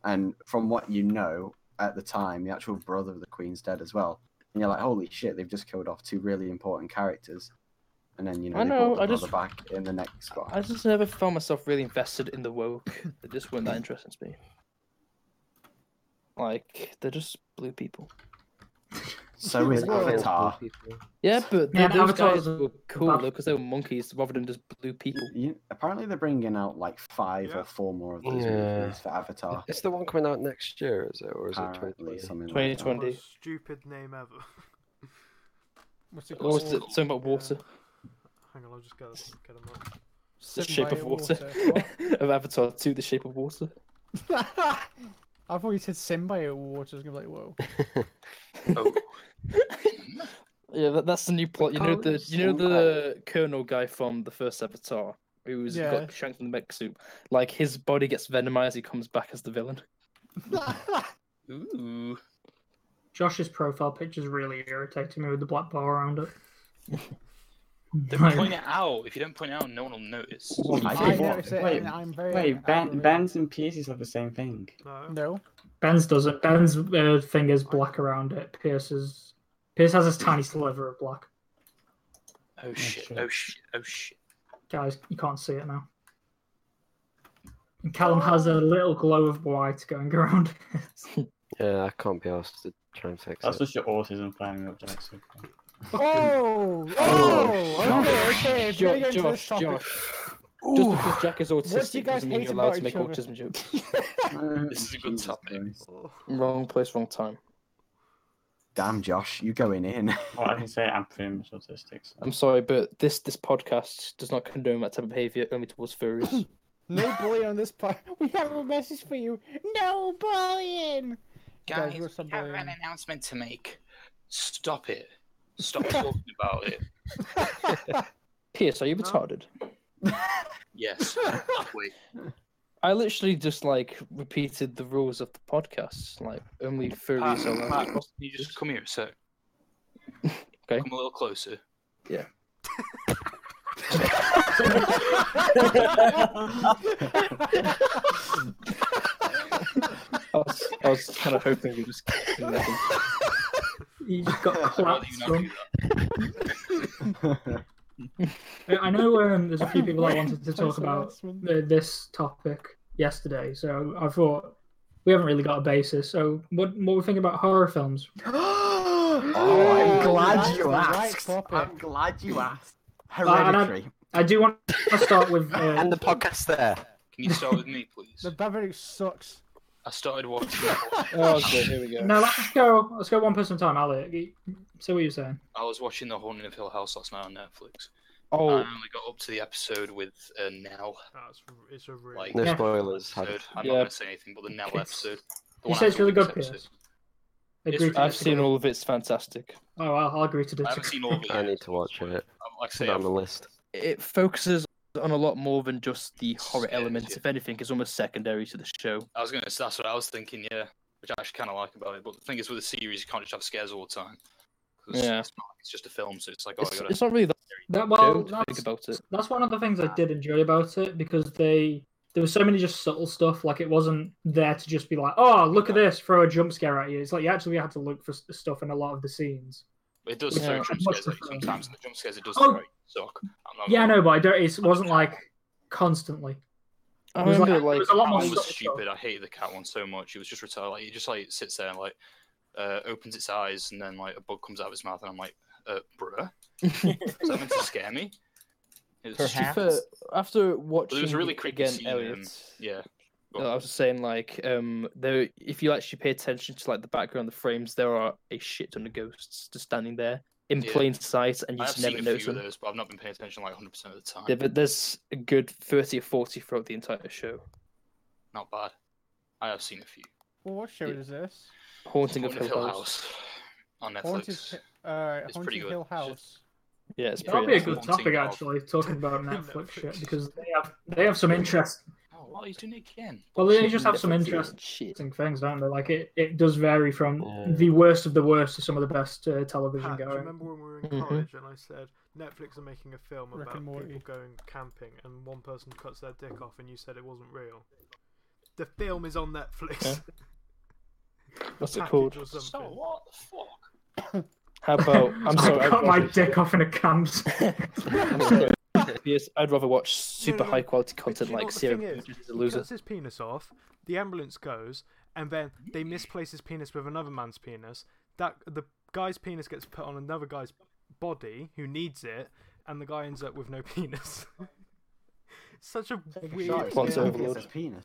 [SPEAKER 1] And from what you know at the time, the actual brother of the Queen's dead as well. And you're like, holy shit, they've just killed off two really important characters. And then you know,
[SPEAKER 4] I
[SPEAKER 1] they
[SPEAKER 4] know,
[SPEAKER 1] brought the
[SPEAKER 4] I
[SPEAKER 1] brother
[SPEAKER 4] just-
[SPEAKER 1] back in the next spot.
[SPEAKER 4] I just never found myself really invested in the woke. They just weren't that interesting to me. Like they're just blue people.
[SPEAKER 1] So is
[SPEAKER 8] Well,
[SPEAKER 1] Avatar.
[SPEAKER 8] people.
[SPEAKER 4] Yeah, but
[SPEAKER 5] Yeah,
[SPEAKER 4] th- those
[SPEAKER 5] Avatar
[SPEAKER 4] guys
[SPEAKER 5] was-
[SPEAKER 4] were cool
[SPEAKER 5] Av-
[SPEAKER 4] though because they were monkeys rather than just blue people.
[SPEAKER 1] You, apparently, they're bringing out like five
[SPEAKER 2] Yeah.
[SPEAKER 1] or four more of those
[SPEAKER 8] Yeah.
[SPEAKER 1] movies for Avatar.
[SPEAKER 8] Is the one coming out next year, is it? Or is it
[SPEAKER 1] Apparently,
[SPEAKER 8] 2020?
[SPEAKER 1] something like that.
[SPEAKER 4] 2020.
[SPEAKER 2] What a
[SPEAKER 4] Wendy.
[SPEAKER 2] stupid name ever.
[SPEAKER 7] What's it
[SPEAKER 4] Or was it
[SPEAKER 7] called?
[SPEAKER 4] something about water?
[SPEAKER 2] Hang on, I'll just get get 'em up.
[SPEAKER 4] The
[SPEAKER 7] Sim
[SPEAKER 4] shape
[SPEAKER 7] by
[SPEAKER 4] of water. of Avatar 2, the shape of water.
[SPEAKER 7] What? I thought you said symbiote water. I was gonna be like, whoa.
[SPEAKER 6] Oh,
[SPEAKER 4] Yeah, that, that's the new plot. You know the you know
[SPEAKER 8] Sim by-
[SPEAKER 4] the colonel guy from the first Avatar who's
[SPEAKER 7] Yeah.
[SPEAKER 4] got shanked in the mech suit. Like his body gets venomized, he comes back as the villain.
[SPEAKER 6] ooh.
[SPEAKER 5] Josh's profile picture's really irritating me with the black bar around it.
[SPEAKER 6] Point it out. If you don't point it out, no one will notice.
[SPEAKER 1] I
[SPEAKER 7] I
[SPEAKER 1] did what?
[SPEAKER 7] noticed it.
[SPEAKER 9] Wait,
[SPEAKER 7] and I'm very.
[SPEAKER 9] Wait, ben,
[SPEAKER 7] aggravated.
[SPEAKER 9] Ben's and Pierce's have the same thing.
[SPEAKER 2] No.
[SPEAKER 7] No.
[SPEAKER 5] Ben's doesn't. Ben's uh, thing is black around it. Pierce's Pierce has this tiny sliver of black.
[SPEAKER 6] Oh shit!
[SPEAKER 9] shit.
[SPEAKER 6] Oh shit! Oh shit!
[SPEAKER 5] Guys, you can't see it now. And Callum has a little glow of white going around.
[SPEAKER 8] Yeah, I can't be asked to try and fix
[SPEAKER 9] That's
[SPEAKER 8] it.
[SPEAKER 9] just your autism flaming up, Jackson.
[SPEAKER 7] Oh! Oh! Okay, okay. If you're
[SPEAKER 4] Josh,
[SPEAKER 7] going to
[SPEAKER 4] Josh,
[SPEAKER 7] this topic,
[SPEAKER 4] Josh. Just because Jack is
[SPEAKER 7] do you
[SPEAKER 4] autistic
[SPEAKER 7] guys
[SPEAKER 4] doesn't mean
[SPEAKER 7] hate
[SPEAKER 4] you're allowed to
[SPEAKER 7] about
[SPEAKER 4] make
[SPEAKER 7] each other?
[SPEAKER 4] autism jokes.
[SPEAKER 6] This is a good
[SPEAKER 1] Jesus
[SPEAKER 6] topic.
[SPEAKER 1] Christ.
[SPEAKER 2] Oh,
[SPEAKER 4] wrong place, wrong time.
[SPEAKER 1] Damn, Josh, you going in?
[SPEAKER 9] Well, I can say I'm pretty much autistic. So.
[SPEAKER 4] I'm sorry, but this this podcast does not condone that type of behaviour only towards furries.
[SPEAKER 7] no bullying on this part. We have a message for you. No bullying. Guys,
[SPEAKER 6] Guys,
[SPEAKER 7] we're so
[SPEAKER 6] we have an
[SPEAKER 7] boring.
[SPEAKER 6] announcement to make. Stop it! Stop talking about it.
[SPEAKER 4] Pierce, are you
[SPEAKER 2] No.
[SPEAKER 4] retarded?
[SPEAKER 6] Yes. Wait.
[SPEAKER 4] I literally just like repeated the rules of the podcast. Like only furries are
[SPEAKER 6] Uh,
[SPEAKER 4] allowed.
[SPEAKER 6] Matt, can you just come here a sec?
[SPEAKER 4] Okay.
[SPEAKER 6] Come a little closer.
[SPEAKER 4] I was, I was kind of hoping you just. I
[SPEAKER 5] You just got
[SPEAKER 6] I'd rather you
[SPEAKER 5] clapped.
[SPEAKER 6] not
[SPEAKER 5] son.
[SPEAKER 6] do that.
[SPEAKER 5] I I know um, there's a few people that wanted to
[SPEAKER 7] Place
[SPEAKER 5] talk about
[SPEAKER 7] announcement.
[SPEAKER 5] the, this topic yesterday, so I thought we haven't really got a basis. So what what we think about horror films?
[SPEAKER 1] Oh, I'm
[SPEAKER 7] Yeah,
[SPEAKER 1] glad
[SPEAKER 7] that's the
[SPEAKER 1] you
[SPEAKER 7] right
[SPEAKER 1] asked.
[SPEAKER 7] topic.
[SPEAKER 1] I'm glad you asked.
[SPEAKER 5] I don't-
[SPEAKER 1] Hereditary.
[SPEAKER 5] I do want to start with uh,
[SPEAKER 8] And the podcast there.
[SPEAKER 6] Can you start with me, please?
[SPEAKER 7] The Beverly sucks.
[SPEAKER 6] I started watching.
[SPEAKER 4] oh, okay, here we go.
[SPEAKER 5] No, let's go. Let's go one person at a time, Ali. So what you're saying?
[SPEAKER 6] I was watching The Haunting of Hill House last night on Netflix.
[SPEAKER 4] Oh,
[SPEAKER 6] I only got up to the episode with uh, Nell.
[SPEAKER 2] that's r- it's a really.
[SPEAKER 6] Like
[SPEAKER 8] No
[SPEAKER 5] Yeah.
[SPEAKER 8] spoilers.
[SPEAKER 6] episode. I'm
[SPEAKER 4] Yeah.
[SPEAKER 6] not going to say anything, but the Nell
[SPEAKER 5] Okay.
[SPEAKER 6] episode. The
[SPEAKER 5] You
[SPEAKER 6] one
[SPEAKER 5] say it's
[SPEAKER 6] after
[SPEAKER 5] really
[SPEAKER 6] this
[SPEAKER 5] good,
[SPEAKER 6] episode.
[SPEAKER 5] Pierce. Agree
[SPEAKER 6] It's-
[SPEAKER 5] to
[SPEAKER 4] I've
[SPEAKER 5] disagree.
[SPEAKER 4] seen all of it. It's fantastic.
[SPEAKER 5] Oh, I'll, I'll agree to
[SPEAKER 6] I
[SPEAKER 5] disagree.
[SPEAKER 6] haven't seen all of it.
[SPEAKER 8] I
[SPEAKER 6] yet.
[SPEAKER 8] need to watch
[SPEAKER 6] Um,
[SPEAKER 8] it.
[SPEAKER 6] Like I
[SPEAKER 8] Put
[SPEAKER 6] say,
[SPEAKER 8] it on
[SPEAKER 6] I've
[SPEAKER 8] the list.
[SPEAKER 4] It focuses on a lot more than just the horror
[SPEAKER 6] Scares
[SPEAKER 4] elements.
[SPEAKER 6] you.
[SPEAKER 4] If anything, it's almost secondary to the show.
[SPEAKER 6] I was gonna. That's what I was thinking. Yeah, which I actually kind of like about it. But the thing is, with a series, you can't just have scares all the time. 'Cause
[SPEAKER 4] Yeah.
[SPEAKER 6] it's, not, it's just a film, so it's like, oh,
[SPEAKER 4] It's,
[SPEAKER 6] I gotta.
[SPEAKER 4] it's not really that
[SPEAKER 5] That-
[SPEAKER 4] show
[SPEAKER 5] well,
[SPEAKER 4] to
[SPEAKER 5] that's,
[SPEAKER 4] think about it.
[SPEAKER 5] that's one of the things I did enjoy about it because they there was so many just subtle stuff. Like it wasn't there to just be like, oh, look at this, throw a jump scare at you. It's like you actually had to look for s- stuff in a lot of the scenes.
[SPEAKER 6] It does
[SPEAKER 4] Yeah.
[SPEAKER 6] throw jump
[SPEAKER 5] Much
[SPEAKER 6] scares. Like,
[SPEAKER 5] prefer-
[SPEAKER 6] sometimes the jump scares it does
[SPEAKER 5] Oh.
[SPEAKER 6] throw you. suck. I'm not
[SPEAKER 5] Yeah, I
[SPEAKER 6] gonna-
[SPEAKER 5] know, but I don't, it wasn't like constantly.
[SPEAKER 4] I
[SPEAKER 5] It was like-
[SPEAKER 4] remember,
[SPEAKER 5] it
[SPEAKER 4] like,
[SPEAKER 5] was a lot
[SPEAKER 6] That
[SPEAKER 5] more
[SPEAKER 6] one was
[SPEAKER 5] subtle stuff.
[SPEAKER 6] stupid. I hated the cat one so much. It was just retarded. Like it just like sits there and like uh, opens its eyes, and then like a bug comes out of its mouth, and I'm like, uh, bruh, is that meant to scare me? It was
[SPEAKER 4] to be
[SPEAKER 3] Perhaps.
[SPEAKER 4] fair, after
[SPEAKER 6] But
[SPEAKER 4] watching
[SPEAKER 6] it was a really creepy
[SPEAKER 4] again,
[SPEAKER 6] scene, um,
[SPEAKER 4] Elliot,
[SPEAKER 6] yeah,
[SPEAKER 4] No, I was just saying, like, um, there. If you actually pay attention to like the background, the frames, there are a shit ton of ghosts just standing there in
[SPEAKER 6] Yeah.
[SPEAKER 4] plain sight, and you
[SPEAKER 6] I have
[SPEAKER 4] just
[SPEAKER 6] seen
[SPEAKER 4] never
[SPEAKER 6] a
[SPEAKER 4] notice
[SPEAKER 6] few of
[SPEAKER 4] them.
[SPEAKER 6] those, but I've not been paying attention like 100% of the time.
[SPEAKER 4] Yeah, but there's a good thirty or forty throughout the entire show.
[SPEAKER 6] Not bad. I have seen a few.
[SPEAKER 7] Well, what show
[SPEAKER 4] Yeah.
[SPEAKER 7] is this?
[SPEAKER 4] Haunting of
[SPEAKER 6] Haunted
[SPEAKER 4] Hill House.
[SPEAKER 6] on Netflix.
[SPEAKER 7] Haunted, uh,
[SPEAKER 6] It's pretty
[SPEAKER 7] Haunted
[SPEAKER 6] good.
[SPEAKER 7] Hill
[SPEAKER 6] It's
[SPEAKER 7] House.
[SPEAKER 4] Yeah, it's
[SPEAKER 5] That'd
[SPEAKER 4] pretty.
[SPEAKER 5] be a
[SPEAKER 6] that's
[SPEAKER 5] good
[SPEAKER 6] one thing
[SPEAKER 5] topic
[SPEAKER 6] I'll-
[SPEAKER 5] actually, talking about Netflix
[SPEAKER 2] Netflix.
[SPEAKER 5] shit because they have they have some interest.
[SPEAKER 6] Oh, what are you doing again?
[SPEAKER 5] Well, they just have some
[SPEAKER 4] Netflix is
[SPEAKER 5] interesting
[SPEAKER 4] Shit.
[SPEAKER 5] things, don't they? Like it, it does vary from the worst of the worst to some of the best uh, television
[SPEAKER 2] Pat, do you
[SPEAKER 5] going.
[SPEAKER 2] remember when we were in
[SPEAKER 4] Mhm.
[SPEAKER 2] college and I said Netflix are making a film
[SPEAKER 7] Rick
[SPEAKER 2] about
[SPEAKER 7] and Morty.
[SPEAKER 2] people going camping and one person cuts their dick off and you said it wasn't real? The film is on Netflix.
[SPEAKER 4] Yeah.
[SPEAKER 2] The
[SPEAKER 4] What's it
[SPEAKER 2] Package
[SPEAKER 4] called?
[SPEAKER 2] Or
[SPEAKER 6] So
[SPEAKER 2] something.
[SPEAKER 6] what the fuck?
[SPEAKER 4] How about? I'm sorry.
[SPEAKER 5] I
[SPEAKER 4] I'd
[SPEAKER 5] cut my
[SPEAKER 4] rather-
[SPEAKER 5] dick off in a camp.
[SPEAKER 4] I'm sorry. Yes, I'd rather watch super
[SPEAKER 2] no,
[SPEAKER 4] high quality
[SPEAKER 2] But do
[SPEAKER 4] content
[SPEAKER 2] you know
[SPEAKER 4] like
[SPEAKER 2] what the thing
[SPEAKER 4] Serial
[SPEAKER 2] is?
[SPEAKER 4] Bridges is a
[SPEAKER 2] He
[SPEAKER 4] Loser.
[SPEAKER 2] cuts his penis off. The ambulance goes, and then they misplace his penis with another man's penis. That the guy's penis gets put on another guy's body who needs it, and the guy ends up with no penis. such a weird
[SPEAKER 1] Sorry,
[SPEAKER 4] Plot
[SPEAKER 1] yeah,
[SPEAKER 4] overload.
[SPEAKER 1] it says penis.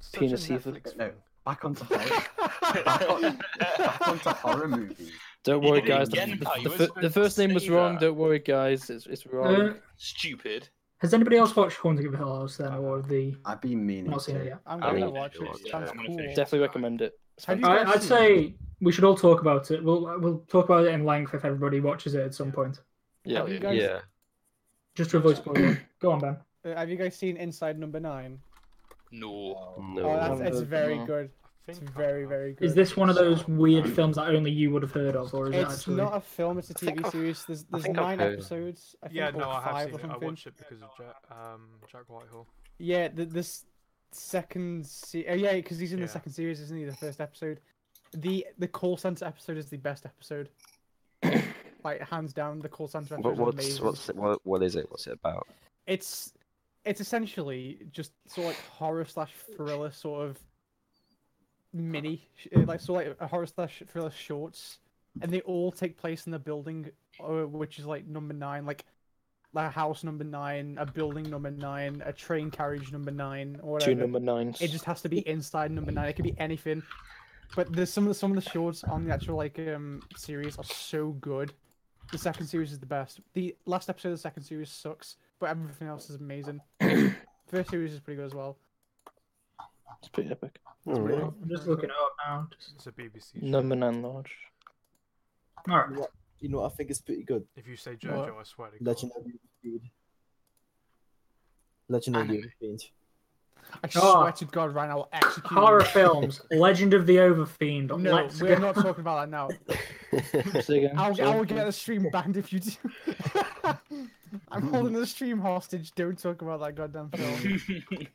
[SPEAKER 2] such a
[SPEAKER 4] Penis evil.
[SPEAKER 2] Netflix
[SPEAKER 1] No,
[SPEAKER 2] thing.
[SPEAKER 1] back onto horror. back, on, back onto horror movies.
[SPEAKER 4] Don't
[SPEAKER 6] You
[SPEAKER 4] worry,
[SPEAKER 6] did it
[SPEAKER 4] guys. The,
[SPEAKER 6] again,
[SPEAKER 4] the,
[SPEAKER 6] pal. You
[SPEAKER 4] the
[SPEAKER 6] were
[SPEAKER 4] fir-
[SPEAKER 6] supposed
[SPEAKER 4] the first
[SPEAKER 6] to
[SPEAKER 4] name was
[SPEAKER 6] say
[SPEAKER 4] wrong.
[SPEAKER 7] uh,
[SPEAKER 6] that.
[SPEAKER 4] Don't worry, guys. It's, it's wrong.
[SPEAKER 5] Uh,
[SPEAKER 6] Stupid.
[SPEAKER 5] has anybody else watched Haunting of Hill House then, or the?
[SPEAKER 1] I've been meaning
[SPEAKER 5] Not seen
[SPEAKER 1] to.
[SPEAKER 5] it yet.
[SPEAKER 7] I'm
[SPEAKER 8] I
[SPEAKER 7] gonna
[SPEAKER 8] mean,
[SPEAKER 7] watch it.
[SPEAKER 6] yeah,
[SPEAKER 7] Sounds
[SPEAKER 6] I'm gonna
[SPEAKER 7] cool.
[SPEAKER 6] finish it.
[SPEAKER 4] Definitely recommend it. It's
[SPEAKER 7] Have you
[SPEAKER 4] fantastic.
[SPEAKER 7] guys
[SPEAKER 5] I, I'd
[SPEAKER 7] seen
[SPEAKER 5] say we should all talk about it. We'll we'll talk about it in length if everybody watches it at some point.
[SPEAKER 4] yeah.
[SPEAKER 7] Have you guys,
[SPEAKER 8] Yeah.
[SPEAKER 5] Just to avoid spoilers. Go on, Ben.
[SPEAKER 7] uh, have you guys seen Inside Number Nine?
[SPEAKER 6] No.
[SPEAKER 8] No.
[SPEAKER 7] Oh, that's,
[SPEAKER 4] haven't
[SPEAKER 7] it's
[SPEAKER 4] heard
[SPEAKER 7] very
[SPEAKER 4] that.
[SPEAKER 7] good.
[SPEAKER 2] I
[SPEAKER 7] It's
[SPEAKER 2] think I
[SPEAKER 7] very,
[SPEAKER 2] have.
[SPEAKER 7] very good.
[SPEAKER 5] Is this one of those weird films that only you would have heard of, or is it
[SPEAKER 7] It's
[SPEAKER 5] actually?
[SPEAKER 7] not a film. It's a
[SPEAKER 8] think
[SPEAKER 7] TV
[SPEAKER 8] I've-
[SPEAKER 7] series. There's there's
[SPEAKER 8] think I've
[SPEAKER 7] nine
[SPEAKER 8] heard-
[SPEAKER 7] episodes. I think
[SPEAKER 2] Yeah,
[SPEAKER 7] or
[SPEAKER 2] no, I have
[SPEAKER 7] five or
[SPEAKER 2] seen it. I
[SPEAKER 7] something.
[SPEAKER 2] watched it because of Jack, um, Jack Whitehall.
[SPEAKER 7] Yeah, th- this second se- oh, yeah, because he's in
[SPEAKER 2] Yeah.
[SPEAKER 7] the second series, isn't he? The first episode, the the call center episode is the best episode, like hands down. The call center episode.
[SPEAKER 8] What,
[SPEAKER 7] is
[SPEAKER 8] what's
[SPEAKER 7] amazing.
[SPEAKER 8] what's it, what, what is it? What's it about?
[SPEAKER 7] It's it's essentially just sort of like horror slash thriller sort of mini, sh- uh, like sort of like a horror slash thriller shorts, and they all take place in the building, uh, which is like number nine, like. A house number nine, a building number nine, a train carriage number nine, or whatever.
[SPEAKER 4] Two number nines.
[SPEAKER 7] It just has to be inside number nine. It could be anything. But there's some of the, some of the shorts on the actual like um series are so good. The second series is the best. The last episode of the second series sucks, but everything else is amazing. First series is pretty good as well.
[SPEAKER 4] It's pretty epic.
[SPEAKER 7] Oh,
[SPEAKER 5] I'm just looking it up now. Just-
[SPEAKER 2] It's a BBC. show.
[SPEAKER 4] Number nine large.
[SPEAKER 5] All right.
[SPEAKER 3] You know, I think it's pretty good.
[SPEAKER 2] If you say JoJo, I swear to God.
[SPEAKER 3] Legendary Speed. Legendary Speed.
[SPEAKER 7] I
[SPEAKER 5] Oh.
[SPEAKER 7] swear to God, Ryan, I will execute you.
[SPEAKER 5] Horror films: Legend of the Overfiend.
[SPEAKER 7] No,
[SPEAKER 5] Let's
[SPEAKER 7] we're
[SPEAKER 5] go.
[SPEAKER 7] not talking about that now.
[SPEAKER 4] Say again.
[SPEAKER 7] I will, I
[SPEAKER 4] sorry.
[SPEAKER 7] will get the stream banned if you do. I'm holding the stream hostage. Don't talk about that goddamn film.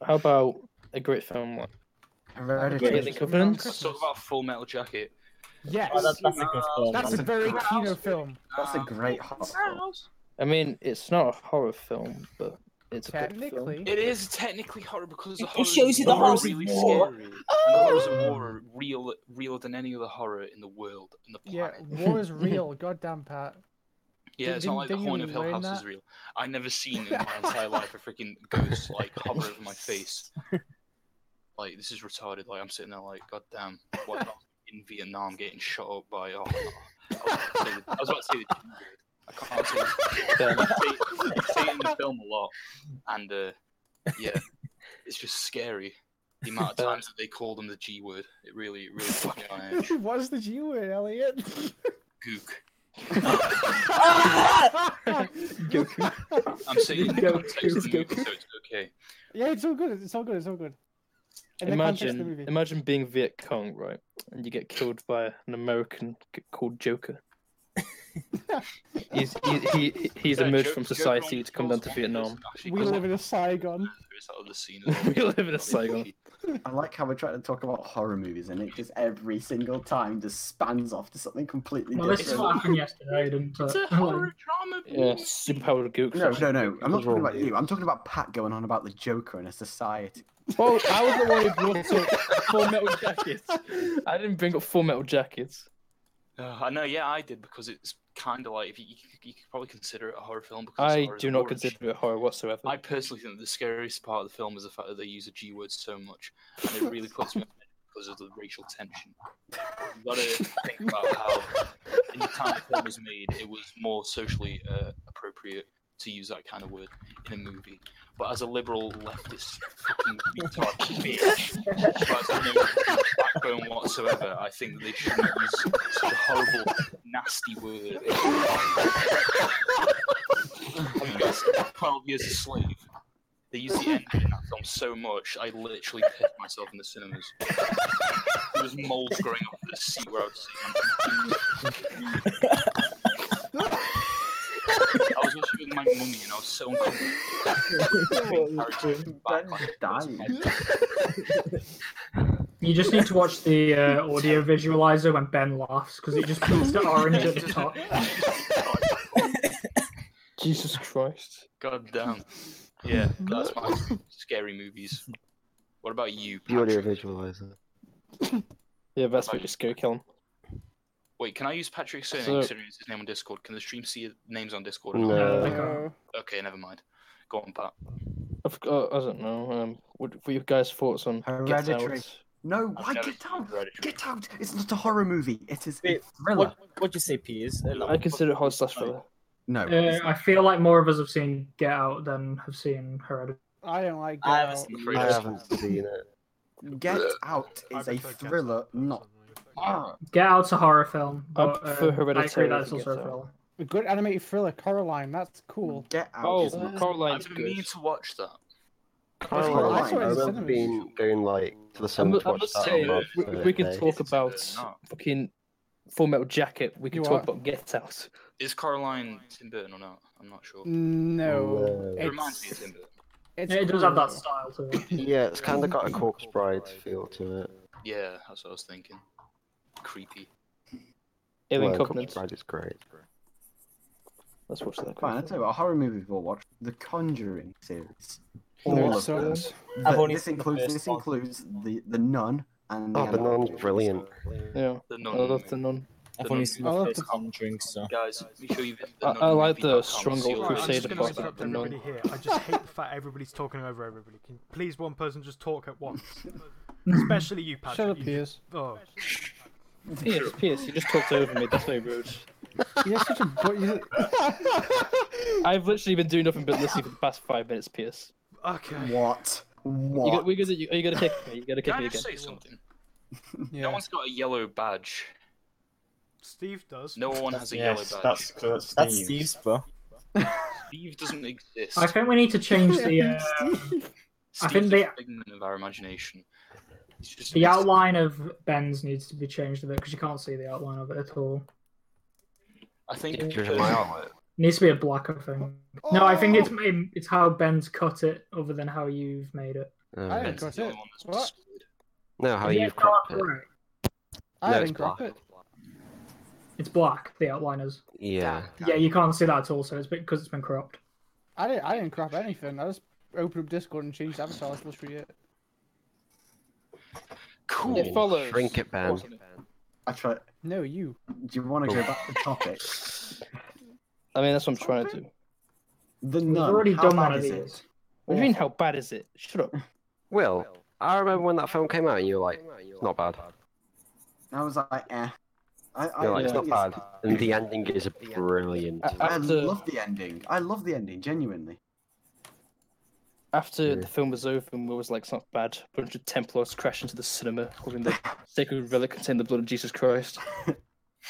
[SPEAKER 4] How about a great film like
[SPEAKER 1] Hereditary.
[SPEAKER 4] Alien Covenant?
[SPEAKER 6] Let's talk about Full Metal Jacket.
[SPEAKER 7] Yes,
[SPEAKER 3] Oh, that's, that's a good film.
[SPEAKER 7] that's a very Kino film.
[SPEAKER 1] That's a great horror. film.
[SPEAKER 4] I mean, it's not a horror film, but it's a good film.
[SPEAKER 7] Technically,
[SPEAKER 6] It is technically horror because the
[SPEAKER 10] It
[SPEAKER 6] horror
[SPEAKER 10] shows you the Oh! horrors of
[SPEAKER 6] really
[SPEAKER 10] war.
[SPEAKER 6] scary. And the horrors of war are real, realer than any other horror in the world, in the
[SPEAKER 7] yeah,
[SPEAKER 6] planet.
[SPEAKER 7] war is real. Goddamn, Pat.
[SPEAKER 6] Yeah, it's not
[SPEAKER 7] Didn't-
[SPEAKER 6] like the
[SPEAKER 7] didn't you
[SPEAKER 6] Horn of Hill
[SPEAKER 7] learn
[SPEAKER 6] House is
[SPEAKER 7] that?
[SPEAKER 6] real. I never seen in my entire life a freaking ghost like hover over my face. Like this is retarded. Like I'm sitting there like, God damn, what about in Vietnam getting shot up by oh, I was about to say the, I was about to say the I can't say, it. You say it in the film a lot. And uh, yeah. It's just scary. The amount
[SPEAKER 4] Uh,
[SPEAKER 6] of times that they call them the G word. It really it really put me on edge.
[SPEAKER 7] what is the G word, Elliot?
[SPEAKER 6] Gook.
[SPEAKER 7] yeah,
[SPEAKER 6] I'm saying in the
[SPEAKER 4] Goku.
[SPEAKER 6] context of the movie, so it's okay.
[SPEAKER 7] it's all good. It's all good. It's all good. In the context of the
[SPEAKER 4] Imagine,
[SPEAKER 7] movie.
[SPEAKER 4] imagine being Viet Cong, right? And you get killed by an American g- called Joker. he's he, he he's
[SPEAKER 6] Yeah,
[SPEAKER 4] emerged
[SPEAKER 6] Joker-
[SPEAKER 4] from
[SPEAKER 6] Joker
[SPEAKER 4] society
[SPEAKER 6] only
[SPEAKER 4] to come down
[SPEAKER 6] kills
[SPEAKER 4] to
[SPEAKER 6] one person,
[SPEAKER 4] Vietnam.
[SPEAKER 6] actually,
[SPEAKER 7] we
[SPEAKER 6] kills
[SPEAKER 7] live
[SPEAKER 6] one
[SPEAKER 7] in a Saigon.
[SPEAKER 6] person. There is that other scene as
[SPEAKER 4] We
[SPEAKER 6] well.
[SPEAKER 4] live in a Saigon.
[SPEAKER 1] I like how we're trying to talk about horror movies, and it just every single time just spans off to something completely
[SPEAKER 5] Well, this is
[SPEAKER 1] different.
[SPEAKER 5] what happened yesterday, didn't
[SPEAKER 6] It's a
[SPEAKER 5] it?
[SPEAKER 6] horror drama.
[SPEAKER 4] Yeah,
[SPEAKER 6] movie.
[SPEAKER 4] superpowered gooks.
[SPEAKER 1] No, no, no. I'm not talking about you. I'm talking about Pat going on about the Joker and a society.
[SPEAKER 4] Well, I was the one who brought up Full Metal Jackets. I didn't bring up Full Metal Jackets.
[SPEAKER 6] Uh, I know, yeah, I did because it's kind of like if you, you, could- you could probably consider it a horror film. Because
[SPEAKER 4] I
[SPEAKER 6] horror is
[SPEAKER 4] do not
[SPEAKER 6] orange.
[SPEAKER 4] consider it horror whatsoever.
[SPEAKER 6] I personally think the scariest part of the film is the fact that they use the G word so much, and it really puts me off because of the racial tension. You gotta think about how, in the time the film was made, it was more socially uh, appropriate to use that kind of word in a movie. But as a liberal leftist fucking retard bitch, who has no backbone whatsoever, I think that they shouldn't use such a horrible, nasty word. I mean, that's Twelve Years a Slave. They used the end in that film so much, I literally pissed myself in the cinemas. There was mold growing up the seat where I was sitting. I was watching it with my mummy, and I was so uncomfortable.
[SPEAKER 1] dying.
[SPEAKER 5] You just need to watch the uh, audio visualizer when Ben laughs because it just puts the orange at the top.
[SPEAKER 4] Jesus Christ.
[SPEAKER 6] God damn. Yeah, that's my scary movies. What about you?
[SPEAKER 8] The audio
[SPEAKER 6] Patrick?
[SPEAKER 8] visualizer.
[SPEAKER 4] Yeah, that's pretty scary, Kellen.
[SPEAKER 6] Wait, can I use Patrick's surname
[SPEAKER 4] So-
[SPEAKER 6] considering it's his name on Discord? Can the stream see names on Discord? or not?
[SPEAKER 5] No.
[SPEAKER 8] No.
[SPEAKER 5] Uh,
[SPEAKER 6] Okay, never mind. Go on, Pat.
[SPEAKER 4] I've got, uh, I don't know. Um, what what are you guys' thoughts on Get
[SPEAKER 1] Hereditary.
[SPEAKER 4] Out?
[SPEAKER 1] No, why
[SPEAKER 6] never
[SPEAKER 1] get
[SPEAKER 6] seen
[SPEAKER 1] out?
[SPEAKER 6] Hereditary.
[SPEAKER 1] Get out! It's not a horror movie. It is a
[SPEAKER 3] Wait,
[SPEAKER 1] thriller.
[SPEAKER 3] What, what'd you say, Piers?
[SPEAKER 4] I consider it horror slash thriller.
[SPEAKER 1] No,
[SPEAKER 5] Uh, I feel like more of us have seen Get Out than have seen Hereditary.
[SPEAKER 7] I don't like.
[SPEAKER 3] I
[SPEAKER 7] Get
[SPEAKER 3] was-
[SPEAKER 7] Out.
[SPEAKER 6] I'm afraid
[SPEAKER 8] I
[SPEAKER 6] it's-
[SPEAKER 8] haven't seen it.
[SPEAKER 1] Get Out is
[SPEAKER 2] I
[SPEAKER 1] a
[SPEAKER 2] prefer Guest
[SPEAKER 1] thriller,
[SPEAKER 2] House
[SPEAKER 1] not Ah.
[SPEAKER 2] personally.
[SPEAKER 1] horror.
[SPEAKER 5] Get Out's a horror film,
[SPEAKER 4] I
[SPEAKER 5] but uh,
[SPEAKER 4] prefer
[SPEAKER 5] I agree
[SPEAKER 4] Hereditary
[SPEAKER 5] that's
[SPEAKER 4] to
[SPEAKER 5] also
[SPEAKER 4] Get
[SPEAKER 5] a
[SPEAKER 4] Out.
[SPEAKER 5] thriller.
[SPEAKER 7] A good animated thriller, Coraline. That's cool.
[SPEAKER 1] Get Out
[SPEAKER 4] Oh,
[SPEAKER 1] is not.
[SPEAKER 4] Caroline's
[SPEAKER 6] I've been meaning
[SPEAKER 4] good.
[SPEAKER 6] to watch that.
[SPEAKER 1] Caroline.
[SPEAKER 8] I
[SPEAKER 1] I saw it in
[SPEAKER 8] remember
[SPEAKER 7] cinemas.
[SPEAKER 8] being going like to the
[SPEAKER 4] I'm,
[SPEAKER 8] cinema
[SPEAKER 4] not-
[SPEAKER 8] to
[SPEAKER 4] I'm
[SPEAKER 8] watch
[SPEAKER 4] not
[SPEAKER 8] that.
[SPEAKER 4] saying
[SPEAKER 8] on my
[SPEAKER 4] we, we can
[SPEAKER 8] birthday.
[SPEAKER 4] talk
[SPEAKER 6] It's, uh,
[SPEAKER 4] about
[SPEAKER 6] not.
[SPEAKER 4] fucking Full Metal Jacket. We can
[SPEAKER 7] You
[SPEAKER 4] talk
[SPEAKER 7] are-
[SPEAKER 4] about Get Out.
[SPEAKER 6] Is Caroline Tim Burton or not? I'm not
[SPEAKER 8] Oh,
[SPEAKER 6] sure.
[SPEAKER 7] No,
[SPEAKER 8] No.
[SPEAKER 6] It reminds me of
[SPEAKER 7] it's,
[SPEAKER 6] Tim Burton.
[SPEAKER 7] it's
[SPEAKER 5] Yeah, it does have that
[SPEAKER 7] cool.
[SPEAKER 5] style to it.
[SPEAKER 8] Yeah, it's kind of got a Corpse Bride feel to it.
[SPEAKER 6] Yeah, that's what I was thinking. Creepy.
[SPEAKER 4] Alien
[SPEAKER 8] Well, Corpse
[SPEAKER 4] Covenant.
[SPEAKER 8] Bride is great.
[SPEAKER 4] Let's watch that.
[SPEAKER 1] Fine, I tell you what, a horror movie we'll watch: The Conjuring series.
[SPEAKER 7] No,
[SPEAKER 1] All of
[SPEAKER 7] so
[SPEAKER 1] them.
[SPEAKER 7] good.
[SPEAKER 1] Th-
[SPEAKER 3] only
[SPEAKER 1] this
[SPEAKER 3] seen the
[SPEAKER 1] includes
[SPEAKER 3] first
[SPEAKER 1] this
[SPEAKER 3] one.
[SPEAKER 1] includes the the Nun and the
[SPEAKER 8] Oh, the
[SPEAKER 1] Annabelle.
[SPEAKER 8] nun's brilliant.
[SPEAKER 4] Yeah,
[SPEAKER 6] The
[SPEAKER 4] I
[SPEAKER 6] non
[SPEAKER 4] love the nun.
[SPEAKER 3] I've only seen the
[SPEAKER 7] I love
[SPEAKER 3] first
[SPEAKER 7] the-
[SPEAKER 3] Conjuring, so.
[SPEAKER 6] Guys, make sure you visit the
[SPEAKER 4] I-
[SPEAKER 6] Nun
[SPEAKER 4] I like
[SPEAKER 6] movie
[SPEAKER 4] the
[SPEAKER 6] dot com,
[SPEAKER 4] strong
[SPEAKER 6] see
[SPEAKER 4] old
[SPEAKER 6] all
[SPEAKER 2] Right,
[SPEAKER 6] the
[SPEAKER 2] I'm
[SPEAKER 4] crusade
[SPEAKER 2] just
[SPEAKER 6] episodes
[SPEAKER 2] going
[SPEAKER 4] about
[SPEAKER 2] to
[SPEAKER 4] that,
[SPEAKER 6] about
[SPEAKER 2] interrupt
[SPEAKER 4] the
[SPEAKER 6] them.
[SPEAKER 4] nun.
[SPEAKER 2] everybody here. I just hate the fact everybody's talking over everybody. Can please one person just talk at once? Especially you, Patrick.
[SPEAKER 7] Shut up,
[SPEAKER 2] you-
[SPEAKER 7] Piers.
[SPEAKER 2] Oh,
[SPEAKER 4] Pierce, Pierce, you just talked over me. That's very rude.
[SPEAKER 7] You're such a. bu- you're-
[SPEAKER 4] I've literally been doing nothing but listening for the past five minutes, Pierce.
[SPEAKER 2] okay.
[SPEAKER 1] What?
[SPEAKER 4] You
[SPEAKER 1] What?
[SPEAKER 4] got, we gonna, you, are you gonna kick me? You gonna
[SPEAKER 6] Can
[SPEAKER 4] kick
[SPEAKER 6] I
[SPEAKER 4] me
[SPEAKER 6] just
[SPEAKER 4] again?
[SPEAKER 6] say something? No one's got a yellow badge.
[SPEAKER 2] Steve does.
[SPEAKER 6] No one has a
[SPEAKER 9] Yes,
[SPEAKER 6] yellow badge.
[SPEAKER 9] that's because
[SPEAKER 3] That's Steve's, bro.
[SPEAKER 6] Steve doesn't exist.
[SPEAKER 5] I think we need to change the uh, I
[SPEAKER 6] Steve's
[SPEAKER 5] think
[SPEAKER 6] a
[SPEAKER 5] they-
[SPEAKER 6] figment of our imagination. He's just
[SPEAKER 5] the outline of Ben's needs to be changed a bit because you can't see the outline of it at all.
[SPEAKER 6] I think
[SPEAKER 8] Pictures of my outlet.
[SPEAKER 5] It needs to be a blacker thing. No, I think
[SPEAKER 7] Oh!
[SPEAKER 5] it's it's how Ben's cut it, other than how you've made it.
[SPEAKER 7] I
[SPEAKER 8] Uh,
[SPEAKER 7] haven't
[SPEAKER 6] Ben's
[SPEAKER 7] got
[SPEAKER 6] the
[SPEAKER 7] it.
[SPEAKER 6] only one that's
[SPEAKER 7] What?
[SPEAKER 8] no, how
[SPEAKER 5] Yeah,
[SPEAKER 8] you've
[SPEAKER 5] it's not
[SPEAKER 8] cropped it.
[SPEAKER 5] right.
[SPEAKER 7] I
[SPEAKER 8] No,
[SPEAKER 7] haven't
[SPEAKER 8] it's
[SPEAKER 7] got
[SPEAKER 8] black.
[SPEAKER 7] it.
[SPEAKER 5] It's black. The outline is.
[SPEAKER 8] Yeah.
[SPEAKER 5] Yeah, you can't see that at all. So it's because it's been cropped.
[SPEAKER 7] I didn't. I didn't crap anything. I just opened up Discord and changed avatar. That's literally it.
[SPEAKER 6] Cool.
[SPEAKER 4] It follows.
[SPEAKER 8] Shrink it, Ben.
[SPEAKER 1] I try. Do
[SPEAKER 7] No, you.
[SPEAKER 1] you want to go back to topics?
[SPEAKER 4] I mean, that's what I'm trying to do.
[SPEAKER 1] The
[SPEAKER 5] We've
[SPEAKER 1] Nun.
[SPEAKER 5] already
[SPEAKER 1] how
[SPEAKER 5] done one
[SPEAKER 1] bad
[SPEAKER 5] of
[SPEAKER 1] is
[SPEAKER 5] these.
[SPEAKER 1] it?
[SPEAKER 4] What do you mean? How bad is it? Shut up.
[SPEAKER 8] Will, I remember when that film came out and you were like, it's not bad.
[SPEAKER 1] I was like, eh. I, I,
[SPEAKER 8] You're like, it's
[SPEAKER 1] think
[SPEAKER 8] not
[SPEAKER 1] it's-
[SPEAKER 8] bad. And the ending is brilliant.
[SPEAKER 4] A-
[SPEAKER 1] I
[SPEAKER 4] After
[SPEAKER 1] love the ending. I love the ending, genuinely.
[SPEAKER 4] after the film was over, and Will was like, "It's not bad." A bunch of Templars crash into the cinema, holding the sacred relic containing the blood of Jesus Christ.
[SPEAKER 1] No,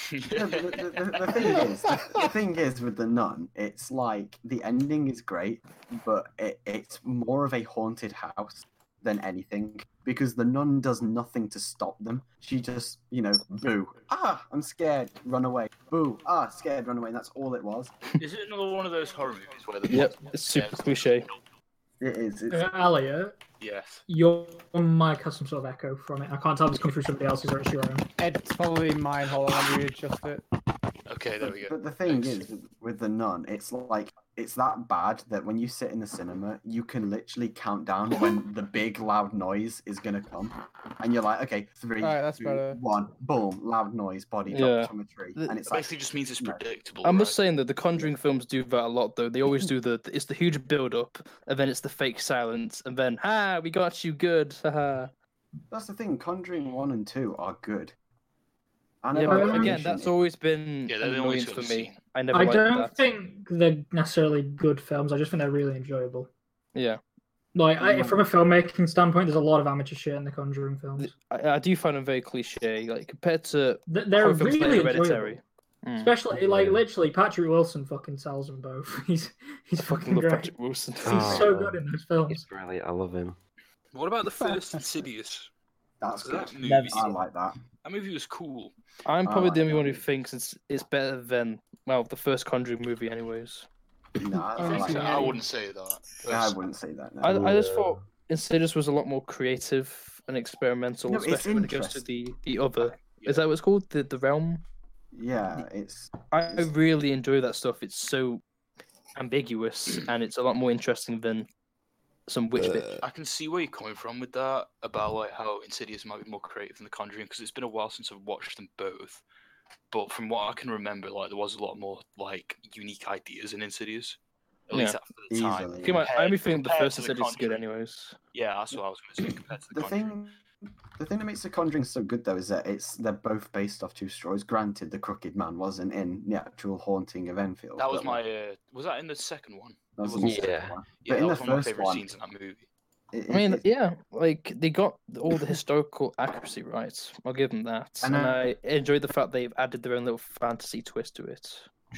[SPEAKER 1] but the, the, the, the thing is, the, the thing is with the nun, it's like the ending is great, but it, it's more of a haunted house than anything because the nun does nothing to stop them. She just, you know, boo, ah, I'm scared, run away, boo, ah, scared, run away. And that's all it was.
[SPEAKER 6] Is it another one of those horror movies where the
[SPEAKER 4] Yep, it's super cliche.
[SPEAKER 1] It is. It's,
[SPEAKER 5] Uh, Elliot,
[SPEAKER 6] Yes.
[SPEAKER 5] your mic has some sort of echo from it. I can't tell if it's coming through somebody else's or it's your own.
[SPEAKER 7] It's probably mine. Hold on, let me adjust it.
[SPEAKER 6] Okay, there we go.
[SPEAKER 1] But the thing is, with- with the nun, it's like it's that bad that when you sit in the cinema, you can literally count down when the big loud noise is gonna come, and you're like, okay, three,
[SPEAKER 7] Alright, that's
[SPEAKER 1] two,
[SPEAKER 7] better.
[SPEAKER 1] one, boom, loud noise, body
[SPEAKER 4] Yeah.
[SPEAKER 1] drops from a tree,
[SPEAKER 4] The-
[SPEAKER 1] and it's like,
[SPEAKER 6] basically just means it's
[SPEAKER 1] no.
[SPEAKER 6] predictable.
[SPEAKER 4] I'm just
[SPEAKER 6] right?
[SPEAKER 4] saying that the Conjuring films do that a lot, though. They always do the it's the huge build up, and then it's the fake silence, and then ha, we got you good. haha."
[SPEAKER 1] that's the thing. Conjuring one and two are good.
[SPEAKER 4] yeah,
[SPEAKER 1] Annabelle
[SPEAKER 4] but again,
[SPEAKER 1] Creation
[SPEAKER 4] that's
[SPEAKER 1] is-
[SPEAKER 4] always been
[SPEAKER 6] Yeah,
[SPEAKER 4] yeah,
[SPEAKER 6] they're
[SPEAKER 4] an
[SPEAKER 6] the only
[SPEAKER 4] annoyance
[SPEAKER 6] two
[SPEAKER 4] for
[SPEAKER 6] I've
[SPEAKER 4] me.
[SPEAKER 6] seen.
[SPEAKER 4] I never
[SPEAKER 5] I
[SPEAKER 4] liked
[SPEAKER 5] don't
[SPEAKER 4] that.
[SPEAKER 5] think they're necessarily good films. I just think they're really enjoyable.
[SPEAKER 4] Yeah,
[SPEAKER 5] Like
[SPEAKER 7] Hmm.
[SPEAKER 5] I, from a filmmaking standpoint, there's a lot of amateur shit in the Conjuring films.
[SPEAKER 4] I, I do find them very cliche. Like compared to
[SPEAKER 5] Th- They're
[SPEAKER 4] horror films like
[SPEAKER 5] really
[SPEAKER 4] Hereditary.
[SPEAKER 5] enjoyable.
[SPEAKER 4] Mm.
[SPEAKER 5] Especially like
[SPEAKER 8] Yeah.
[SPEAKER 5] literally Patrick Wilson fucking sells them both. He's he's
[SPEAKER 4] I fucking
[SPEAKER 5] fucking
[SPEAKER 4] love
[SPEAKER 5] great.
[SPEAKER 4] Patrick Wilson.
[SPEAKER 8] Oh.
[SPEAKER 5] He's so
[SPEAKER 8] man.
[SPEAKER 5] good in those
[SPEAKER 8] He's
[SPEAKER 5] films.
[SPEAKER 8] brilliant. I love him.
[SPEAKER 6] What about the first Insidious?
[SPEAKER 1] That's
[SPEAKER 6] So that
[SPEAKER 1] good.
[SPEAKER 6] movie,
[SPEAKER 3] Never
[SPEAKER 1] I like that.
[SPEAKER 6] that movie was cool.
[SPEAKER 4] I'm
[SPEAKER 1] I
[SPEAKER 4] probably
[SPEAKER 1] like
[SPEAKER 4] the only
[SPEAKER 1] that
[SPEAKER 4] one who
[SPEAKER 1] movie.
[SPEAKER 4] thinks it's it's better than well the first Conjuring movie, anyways.
[SPEAKER 1] No,
[SPEAKER 5] Oh
[SPEAKER 1] I,
[SPEAKER 7] I
[SPEAKER 6] I,
[SPEAKER 7] think
[SPEAKER 1] like
[SPEAKER 7] so.
[SPEAKER 1] that.
[SPEAKER 7] Yeah.
[SPEAKER 6] wouldn't say that.
[SPEAKER 1] I
[SPEAKER 6] That's-
[SPEAKER 1] wouldn't say that. No.
[SPEAKER 4] I, I just
[SPEAKER 8] Yeah.
[SPEAKER 4] thought Insidious was a lot more creative and experimental,
[SPEAKER 1] No, it's
[SPEAKER 4] especially when it goes to the the other.
[SPEAKER 6] Yeah.
[SPEAKER 4] Is that what it's called? The the realm.
[SPEAKER 1] yeah, it's
[SPEAKER 4] I
[SPEAKER 1] It's-
[SPEAKER 4] really enjoy that stuff. It's so ambiguous and it's a lot more interesting than some witch
[SPEAKER 1] Uh,
[SPEAKER 4] bitch.
[SPEAKER 6] I can see where you're coming from with that about like how Insidious might be more creative than The Conjuring because it's been a while since I've watched them both. But from what I can remember, like there was a lot more like unique ideas in Insidious. At least at the time.
[SPEAKER 1] easily.
[SPEAKER 4] Okay, I only think the
[SPEAKER 6] compared
[SPEAKER 4] first
[SPEAKER 6] to The
[SPEAKER 4] Insidious is good,
[SPEAKER 6] Conjuring.
[SPEAKER 4] anyways.
[SPEAKER 6] Yeah, that's what I was going to say compared to The,
[SPEAKER 1] the
[SPEAKER 6] Conjuring.
[SPEAKER 1] thing the thing that makes the conjuring so good though is that it's they're both based off two stories granted the crooked man wasn't in the actual haunting of enfield
[SPEAKER 6] That was
[SPEAKER 1] but,
[SPEAKER 6] my.
[SPEAKER 1] like,
[SPEAKER 6] Uh, was that in the second one?
[SPEAKER 1] that was
[SPEAKER 6] was
[SPEAKER 1] the
[SPEAKER 8] also-
[SPEAKER 1] second
[SPEAKER 8] Yeah.
[SPEAKER 1] one.
[SPEAKER 6] Yeah,
[SPEAKER 1] But
[SPEAKER 6] that
[SPEAKER 1] in
[SPEAKER 6] was
[SPEAKER 1] the
[SPEAKER 6] one of my
[SPEAKER 1] first
[SPEAKER 6] favorite
[SPEAKER 1] one-
[SPEAKER 6] scenes in that movie.
[SPEAKER 1] It-
[SPEAKER 4] I mean,
[SPEAKER 1] it-
[SPEAKER 4] yeah, like they got all the historical accuracy right. I'll give them that,
[SPEAKER 1] And
[SPEAKER 4] and,
[SPEAKER 1] I-
[SPEAKER 4] I enjoyed the fact they've added their own little fantasy twist to it.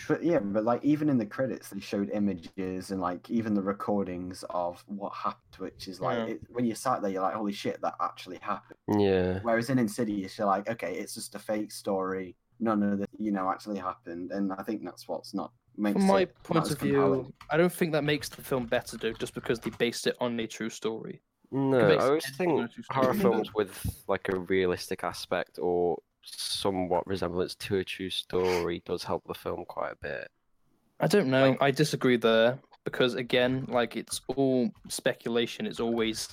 [SPEAKER 1] but yeah but like even in the credits they showed images and like even the recordings of what happened which is like
[SPEAKER 4] Yeah.
[SPEAKER 1] it, when you sat there you're like holy shit that actually happened
[SPEAKER 8] Yeah.
[SPEAKER 1] whereas in insidious you're like okay it's just a fake story none of the you know actually happened and i think that's what's not makes
[SPEAKER 4] From my
[SPEAKER 1] it not
[SPEAKER 4] point
[SPEAKER 1] as
[SPEAKER 4] of view,
[SPEAKER 1] compelling.
[SPEAKER 4] I don't think that makes the film better though, just because they based it on a true story.
[SPEAKER 8] No,
[SPEAKER 4] Based
[SPEAKER 8] I always
[SPEAKER 4] on a
[SPEAKER 8] think
[SPEAKER 4] true story.
[SPEAKER 8] horror films with like a realistic aspect or somewhat resemblance to a true story does help the film quite a bit.
[SPEAKER 4] I don't know. I disagree there because again, like it's all speculation. It's always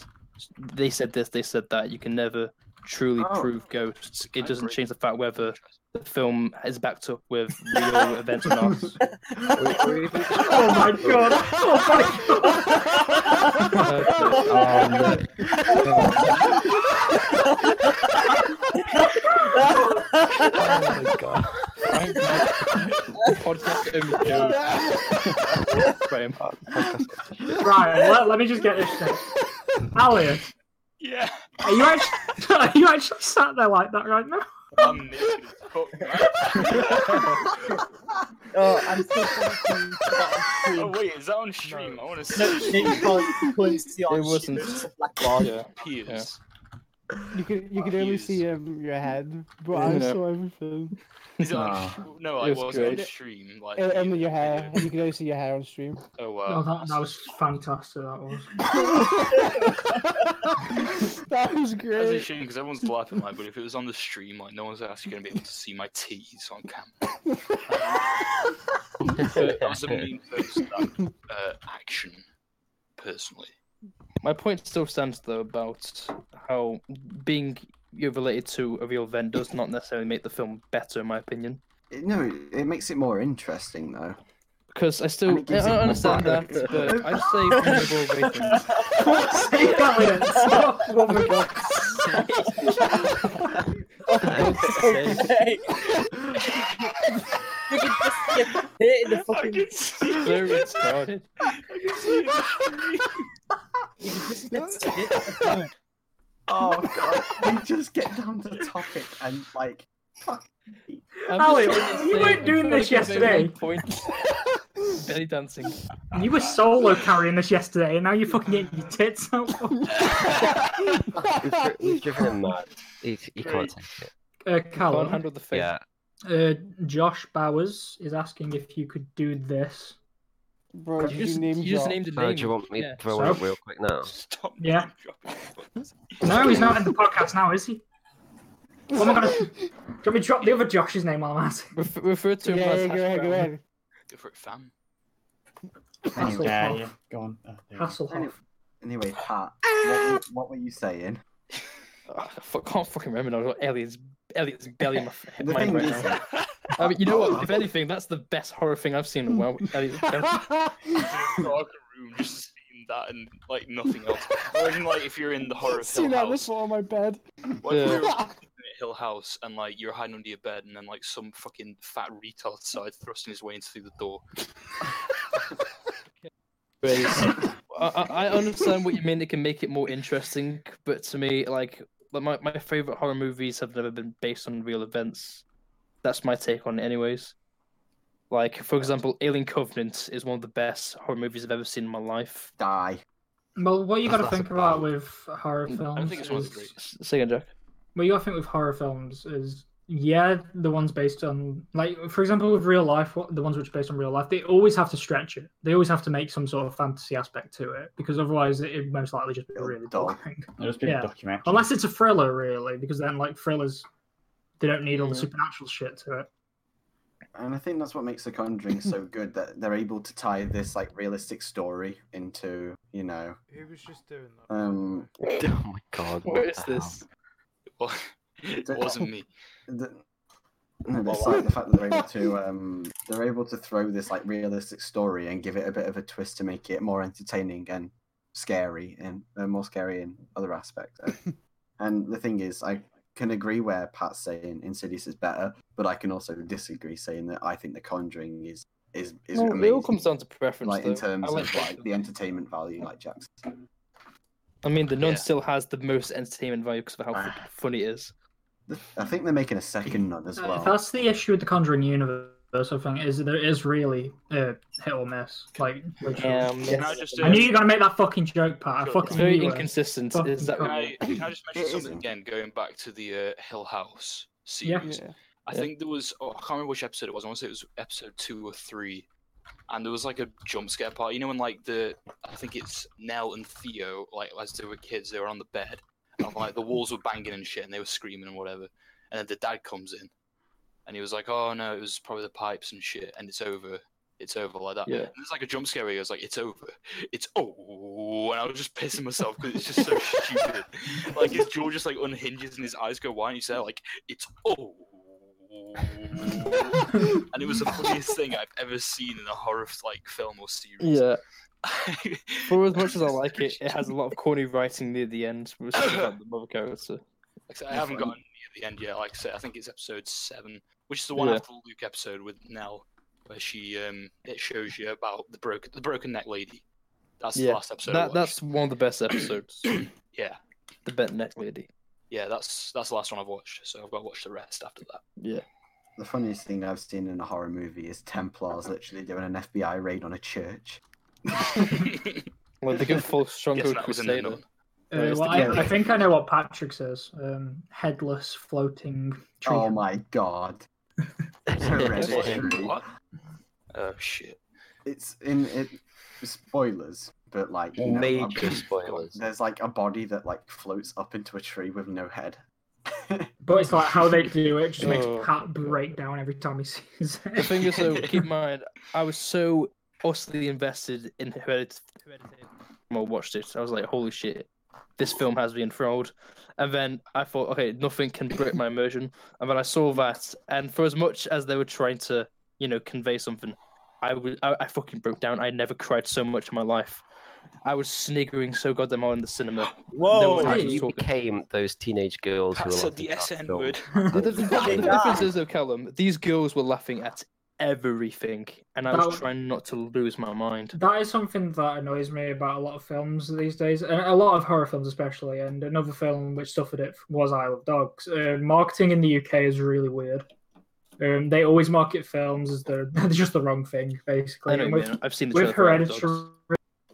[SPEAKER 4] they said this, they said that. You can never truly
[SPEAKER 1] Oh.
[SPEAKER 4] prove ghosts. It
[SPEAKER 6] I
[SPEAKER 4] doesn't
[SPEAKER 6] agree.
[SPEAKER 4] change the fact whether the film is backed up with real events or not.
[SPEAKER 5] Oh my god! Oh my god!
[SPEAKER 8] oh my god.
[SPEAKER 4] Right? Podcast only jokes. Graham.
[SPEAKER 5] Right, let, let me just get this straight. Elliot,
[SPEAKER 6] Yeah,
[SPEAKER 5] are you actually are you actually sat there like that right now?
[SPEAKER 6] I'm naked as fuck, right?
[SPEAKER 7] Oh, I'm so fucking-
[SPEAKER 6] oh wait, is that on stream? I want to
[SPEAKER 7] No,
[SPEAKER 6] see.
[SPEAKER 7] you can't- you couldn't see on
[SPEAKER 4] It wasn't.
[SPEAKER 7] shit. Black
[SPEAKER 4] Yeah.
[SPEAKER 6] Piers.
[SPEAKER 7] You could you could only see um, your head, but I
[SPEAKER 4] Yeah.
[SPEAKER 7] saw everything.
[SPEAKER 6] Is it on?
[SPEAKER 1] Ah.
[SPEAKER 6] sh- no, I
[SPEAKER 4] It was
[SPEAKER 6] was on
[SPEAKER 4] great.
[SPEAKER 6] stream. Like
[SPEAKER 7] And,
[SPEAKER 6] yeah,
[SPEAKER 7] and um, your hair,
[SPEAKER 6] yeah.
[SPEAKER 7] you could only see your hair on stream.
[SPEAKER 6] Oh wow.
[SPEAKER 5] No, that, that was fantastic. That was.
[SPEAKER 7] that was
[SPEAKER 6] That's a
[SPEAKER 7] great.
[SPEAKER 6] shame because everyone's laughing. Like, but if it was on the stream, like no one's actually gonna be able to see my teeth on camera. Um, that was the main post that, uh, action, personally.
[SPEAKER 4] My point still stands though about how being you're related to a real event does not necessarily make the film better, in my opinion.
[SPEAKER 1] It- No, it- it makes it more interesting though.
[SPEAKER 4] Because I still I,
[SPEAKER 1] it gives it more
[SPEAKER 4] understand that,
[SPEAKER 1] value.
[SPEAKER 4] but I say from the overall ratings.
[SPEAKER 5] Say Elliot, stop!
[SPEAKER 7] Oh my god.
[SPEAKER 10] Okay. we could just get hit in the fucking.
[SPEAKER 4] So retarded.
[SPEAKER 10] Just get hit in the fucking-
[SPEAKER 1] Oh god, we just get down to topic and like, fuck.
[SPEAKER 4] I'm
[SPEAKER 5] Elliot,
[SPEAKER 4] just trying to
[SPEAKER 5] you
[SPEAKER 4] say
[SPEAKER 5] weren't doing
[SPEAKER 4] that
[SPEAKER 5] this
[SPEAKER 4] there's only one
[SPEAKER 5] yesterday.
[SPEAKER 4] Point. Belly dancing.
[SPEAKER 5] You were solo carrying this yesterday, and now you're fucking getting your tits out.
[SPEAKER 8] We've dri- We've driven him mad. He, he can't take it.
[SPEAKER 5] Uh,
[SPEAKER 4] Can't
[SPEAKER 5] Callum,
[SPEAKER 4] handle the face.
[SPEAKER 8] Yeah.
[SPEAKER 5] uh, Josh Bowers is asking if you could do this.
[SPEAKER 7] Bro,
[SPEAKER 4] You
[SPEAKER 7] you,
[SPEAKER 4] just,
[SPEAKER 7] name
[SPEAKER 4] you just
[SPEAKER 7] drop.
[SPEAKER 4] named a name.
[SPEAKER 8] So Uh, do you want me
[SPEAKER 4] Yeah.
[SPEAKER 8] to throw it up
[SPEAKER 5] So-
[SPEAKER 8] real quick now?
[SPEAKER 6] Stop.
[SPEAKER 5] Yeah.
[SPEAKER 6] dropping fucking-
[SPEAKER 5] No, he's not in the podcast now, is he? Oh my god! Do you want me to drop the other Josh's name while I'm at it?
[SPEAKER 4] Refer, refer to him
[SPEAKER 7] Yeah,
[SPEAKER 4] as
[SPEAKER 7] yeah, go
[SPEAKER 4] hash
[SPEAKER 7] ahead, go
[SPEAKER 4] brown.
[SPEAKER 7] ahead.
[SPEAKER 6] Go for it, fam.
[SPEAKER 1] Anyway,
[SPEAKER 9] Yeah,
[SPEAKER 5] Oh,
[SPEAKER 9] yeah, go on. Uh, there you go.
[SPEAKER 5] Hasselhoff.
[SPEAKER 1] Anyway, Pat, what, were- what were you saying?
[SPEAKER 4] Ah, I fu- can't fucking remember now. I've got Elliot's Elliot's belly in my f-
[SPEAKER 1] The
[SPEAKER 4] mind
[SPEAKER 1] thing
[SPEAKER 4] right
[SPEAKER 1] is-
[SPEAKER 4] now. I mean, you know what? If anything, that's the best horror thing I've seen in a while. Elliot's belly.
[SPEAKER 6] dark room, just seeing that and like nothing else. Imagine like if you're in the horror of
[SPEAKER 7] Seen
[SPEAKER 6] Hill
[SPEAKER 7] that
[SPEAKER 6] House,
[SPEAKER 7] before on my bed.
[SPEAKER 6] what if you're
[SPEAKER 7] Yeah.
[SPEAKER 6] at Hill House and like you're hiding under your bed and then like some fucking fat retard decides thrusting his way in through the door.
[SPEAKER 4] I, I I understand what you mean. It can make it more interesting, but to me, like like, my my favorite horror movies have never been based on real events. That's my take on it, anyways. Like for example, Alien Covenant is one of the best horror movies I've ever seen in my life.
[SPEAKER 1] Die.
[SPEAKER 5] Well, what you got to
[SPEAKER 4] That's
[SPEAKER 5] think about with horror films? is-
[SPEAKER 4] Say again, Jack.
[SPEAKER 5] Well, you got to think with horror films is yeah, the ones based on like for example with real life, what the ones which are based on real life, they always have to stretch it. They always have to make some sort of fantasy aspect to it because otherwise it would most likely just be really boring.
[SPEAKER 9] It'll just be a documentary.
[SPEAKER 5] Unless it's a thriller, really, because then like thrillers, they don't need all the supernatural shit to it.
[SPEAKER 1] And I think that's what makes The Conjuring so good that they're able to tie this like realistic story into, you know,
[SPEAKER 2] Who was just doing that?
[SPEAKER 1] um.
[SPEAKER 8] Oh my god.
[SPEAKER 1] What
[SPEAKER 8] is this?
[SPEAKER 6] it wasn't me.
[SPEAKER 1] The, no, but it's like the fact that they're able to um, they're able to throw this like realistic story and give it a bit of a twist to make it more entertaining and scary and uh, more scary in other aspects. And- and the thing is, I can agree where Pat's saying Insidious is better, but I can also disagree saying that I think The Conjuring is is is
[SPEAKER 4] Well, it all
[SPEAKER 1] amazing.
[SPEAKER 4] comes down to preference,
[SPEAKER 1] Like in
[SPEAKER 4] though. I
[SPEAKER 1] terms
[SPEAKER 4] like
[SPEAKER 1] of like the entertainment value, like Jack's.
[SPEAKER 4] I mean, The Nun still has the most entertainment value because of how fucking funny it is.
[SPEAKER 1] Ah. I think they're making a second none
[SPEAKER 6] Uh,
[SPEAKER 1] as
[SPEAKER 4] Oh.
[SPEAKER 1] well.
[SPEAKER 5] If that's the issue with the Conjuring universe, I think is that there is really uh, hit or miss. Like, which-
[SPEAKER 4] Yeah, miss. Can I just,
[SPEAKER 5] I knew
[SPEAKER 4] uh,
[SPEAKER 5] you were gonna make that fucking joke, Pat. I
[SPEAKER 4] Sure.
[SPEAKER 5] fucking
[SPEAKER 4] It's very
[SPEAKER 5] knew you were.
[SPEAKER 4] inconsistent,
[SPEAKER 5] Fucking
[SPEAKER 4] is that-
[SPEAKER 6] Can
[SPEAKER 5] cunt.
[SPEAKER 6] I, can I just mention
[SPEAKER 1] It
[SPEAKER 6] something again? Going back to the uh, Hill House
[SPEAKER 5] Yeah. Uh,
[SPEAKER 6] series,
[SPEAKER 5] Yeah.
[SPEAKER 6] I
[SPEAKER 5] Yeah.
[SPEAKER 6] think there was oh, I can't remember which episode it was. I want to say it was episode two or three, and there was like a jump scare part. You know when like the I think it's Nell and Theo like as they were kids they were on the bed and like the walls were banging and shit and they were screaming and whatever, and then the dad comes in, and he was like, oh no, it was probably the pipes and shit, and it's over. It's over like that.
[SPEAKER 4] Yeah.
[SPEAKER 6] And there's like a jump scare where he was like, "It's over, it's oh," and I was just pissing myself because it's just so stupid. Like his jaw just like unhinges and his eyes go wide. And he's there like, "It's oh," and it was the funniest thing I've ever seen in a horror like film or series.
[SPEAKER 4] Yeah. For as much as I like it, it has a lot of corny writing near the end. Which is about the mother character.
[SPEAKER 6] Like I said, I haven't gotten near the end yet. Like I said, I think it's episode seven, which is the one
[SPEAKER 4] Yeah.
[SPEAKER 6] after the Luke episode with Nell, where she um it shows you about the broken the broken neck lady. That's the last episode. I
[SPEAKER 4] That,
[SPEAKER 6] watched.
[SPEAKER 4] that's one of the best episodes.
[SPEAKER 6] yeah.
[SPEAKER 4] the bent neck lady.
[SPEAKER 6] Yeah, that's that's the last one I've watched, so I've got to watch the rest after that.
[SPEAKER 4] Yeah.
[SPEAKER 1] The funniest thing I've seen in a horror movie is Templars literally doing an FBI raid on a church.
[SPEAKER 4] Well, they go full stronger
[SPEAKER 6] that was in the
[SPEAKER 4] crusader.
[SPEAKER 6] nun.
[SPEAKER 5] Uh, well, I, I think I know what Patrick says. Um, headless floating tree.
[SPEAKER 1] Oh my god.
[SPEAKER 6] What? Oh shit.
[SPEAKER 1] It's in it spoilers, but like you know,
[SPEAKER 8] Major
[SPEAKER 1] um,
[SPEAKER 8] spoilers.
[SPEAKER 1] There's like a body that like floats up into a tree with no head.
[SPEAKER 5] But it's like how they do it just makes
[SPEAKER 4] Oh.
[SPEAKER 5] Pat break down every time he sees it.
[SPEAKER 4] The thing is, though, keep in mind, I was so utterly invested in Hereditary when I watched it. I was like, holy shit, this film has been enthralled. And then I thought, okay, nothing can break my immersion. And then I saw that, and for as much as they were trying to, you know, convey something, I was, I, I fucking broke down. I never cried so much in my life. I was sniggering so goddamn hard in the cinema. No one
[SPEAKER 8] Pat,
[SPEAKER 4] else was
[SPEAKER 8] you
[SPEAKER 4] talking.
[SPEAKER 8] became those teenage girls
[SPEAKER 6] Pat
[SPEAKER 8] who were
[SPEAKER 6] said
[SPEAKER 8] like
[SPEAKER 6] the SN word.
[SPEAKER 4] The, the- the- the difference is, though, Callum, these girls were laughing at everything, and I
[SPEAKER 5] That
[SPEAKER 4] was
[SPEAKER 5] was-
[SPEAKER 4] trying not to lose my mind.
[SPEAKER 5] That is something that annoys me about a lot of films these days, and a lot of horror films especially. And another film which suffered it was Isle of Dogs. Uh, marketing in the UK is really weird. Um, they always market films as the just the wrong thing, basically.
[SPEAKER 4] I know,
[SPEAKER 5] And with-
[SPEAKER 4] man. I've seen the trailer
[SPEAKER 5] with
[SPEAKER 4] for Isle of
[SPEAKER 5] Hereditary.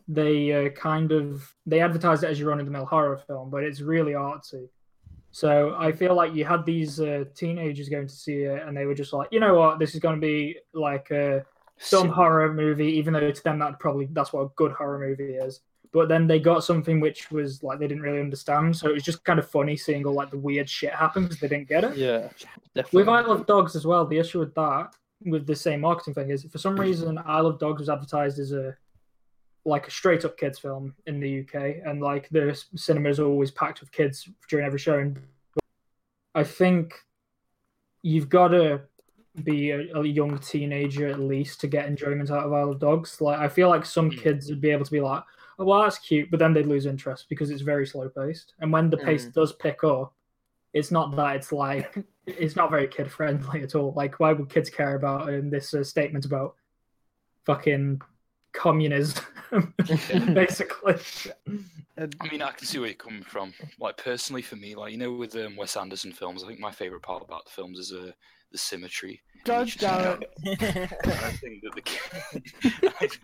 [SPEAKER 5] They uh, kind of they advertise it as your run-of-the-mill horror film, but it's really artsy. So I feel like you had these uh, teenagers going to see it, and they were just like, you know what, this is going to be like a some horror movie, even though to them that probably that's what a good horror movie is. But then they got something which was like they didn't really understand, so it was just kind of funny seeing all like the weird shit happen because they didn't get it.
[SPEAKER 4] Yeah,
[SPEAKER 5] With Isle of Dogs as well, the issue with that, with the same marketing thing, is for some reason Isle of Dogs was advertised as a like a straight up kids film in the UK, and like the s- cinemas are always packed with kids during every showing. I think you've got to be a, a young teenager at least to get enjoyment out of Isle of Dogs. Like I feel like some kids would be able to be like, "Oh, well, that's cute," but then they'd lose interest because it's very slow paced. And when the pace
[SPEAKER 10] Mm.
[SPEAKER 5] does pick up, it's not that it's like it's not very kid friendly at all. Like why would kids care about um, this uh, statement about fucking communism, basically?
[SPEAKER 6] I mean, I can see where you're coming from. Like personally, for me, like you know, with um, Wes Anderson films, I think my favorite part about the films is uh, the symmetry.
[SPEAKER 7] God damn it.
[SPEAKER 6] I think that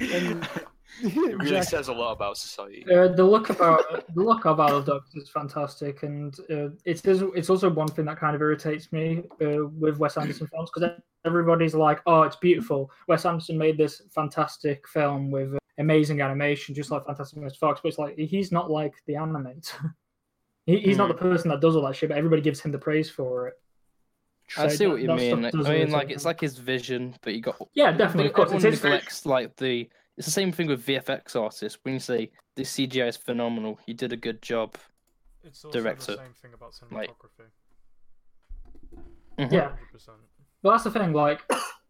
[SPEAKER 6] the it really
[SPEAKER 5] Jack-
[SPEAKER 6] says a lot about society.
[SPEAKER 5] Uh, the look about the look of Isle of Dogs is fantastic, and uh, it is. It's also one thing that kind of irritates me uh, with Wes Anderson films because everybody's like, "Oh, it's beautiful." Wes Anderson made this fantastic film with uh, amazing animation, just like Fantastic Mr. Fox, but it's like he's not like the animator. he, he's not the person that does all that shit, but everybody gives him the praise for it.
[SPEAKER 4] I
[SPEAKER 5] So
[SPEAKER 4] see
[SPEAKER 5] that-
[SPEAKER 4] what you
[SPEAKER 5] that stuff
[SPEAKER 4] mean. I
[SPEAKER 5] does
[SPEAKER 4] mean,
[SPEAKER 5] irritate
[SPEAKER 4] like
[SPEAKER 5] me.
[SPEAKER 4] it's like his vision, but you got
[SPEAKER 5] Yeah, definitely, of course, it's
[SPEAKER 4] Everyone
[SPEAKER 5] his vision.
[SPEAKER 4] neglects like the. It's the same thing with VFX artists. When you say the CGI is phenomenal, you did a good job,
[SPEAKER 2] It's also
[SPEAKER 4] director.
[SPEAKER 2] the same thing about cinematography.
[SPEAKER 4] Like-
[SPEAKER 5] Yeah.
[SPEAKER 2] 100%.
[SPEAKER 5] Well, that's the thing. Like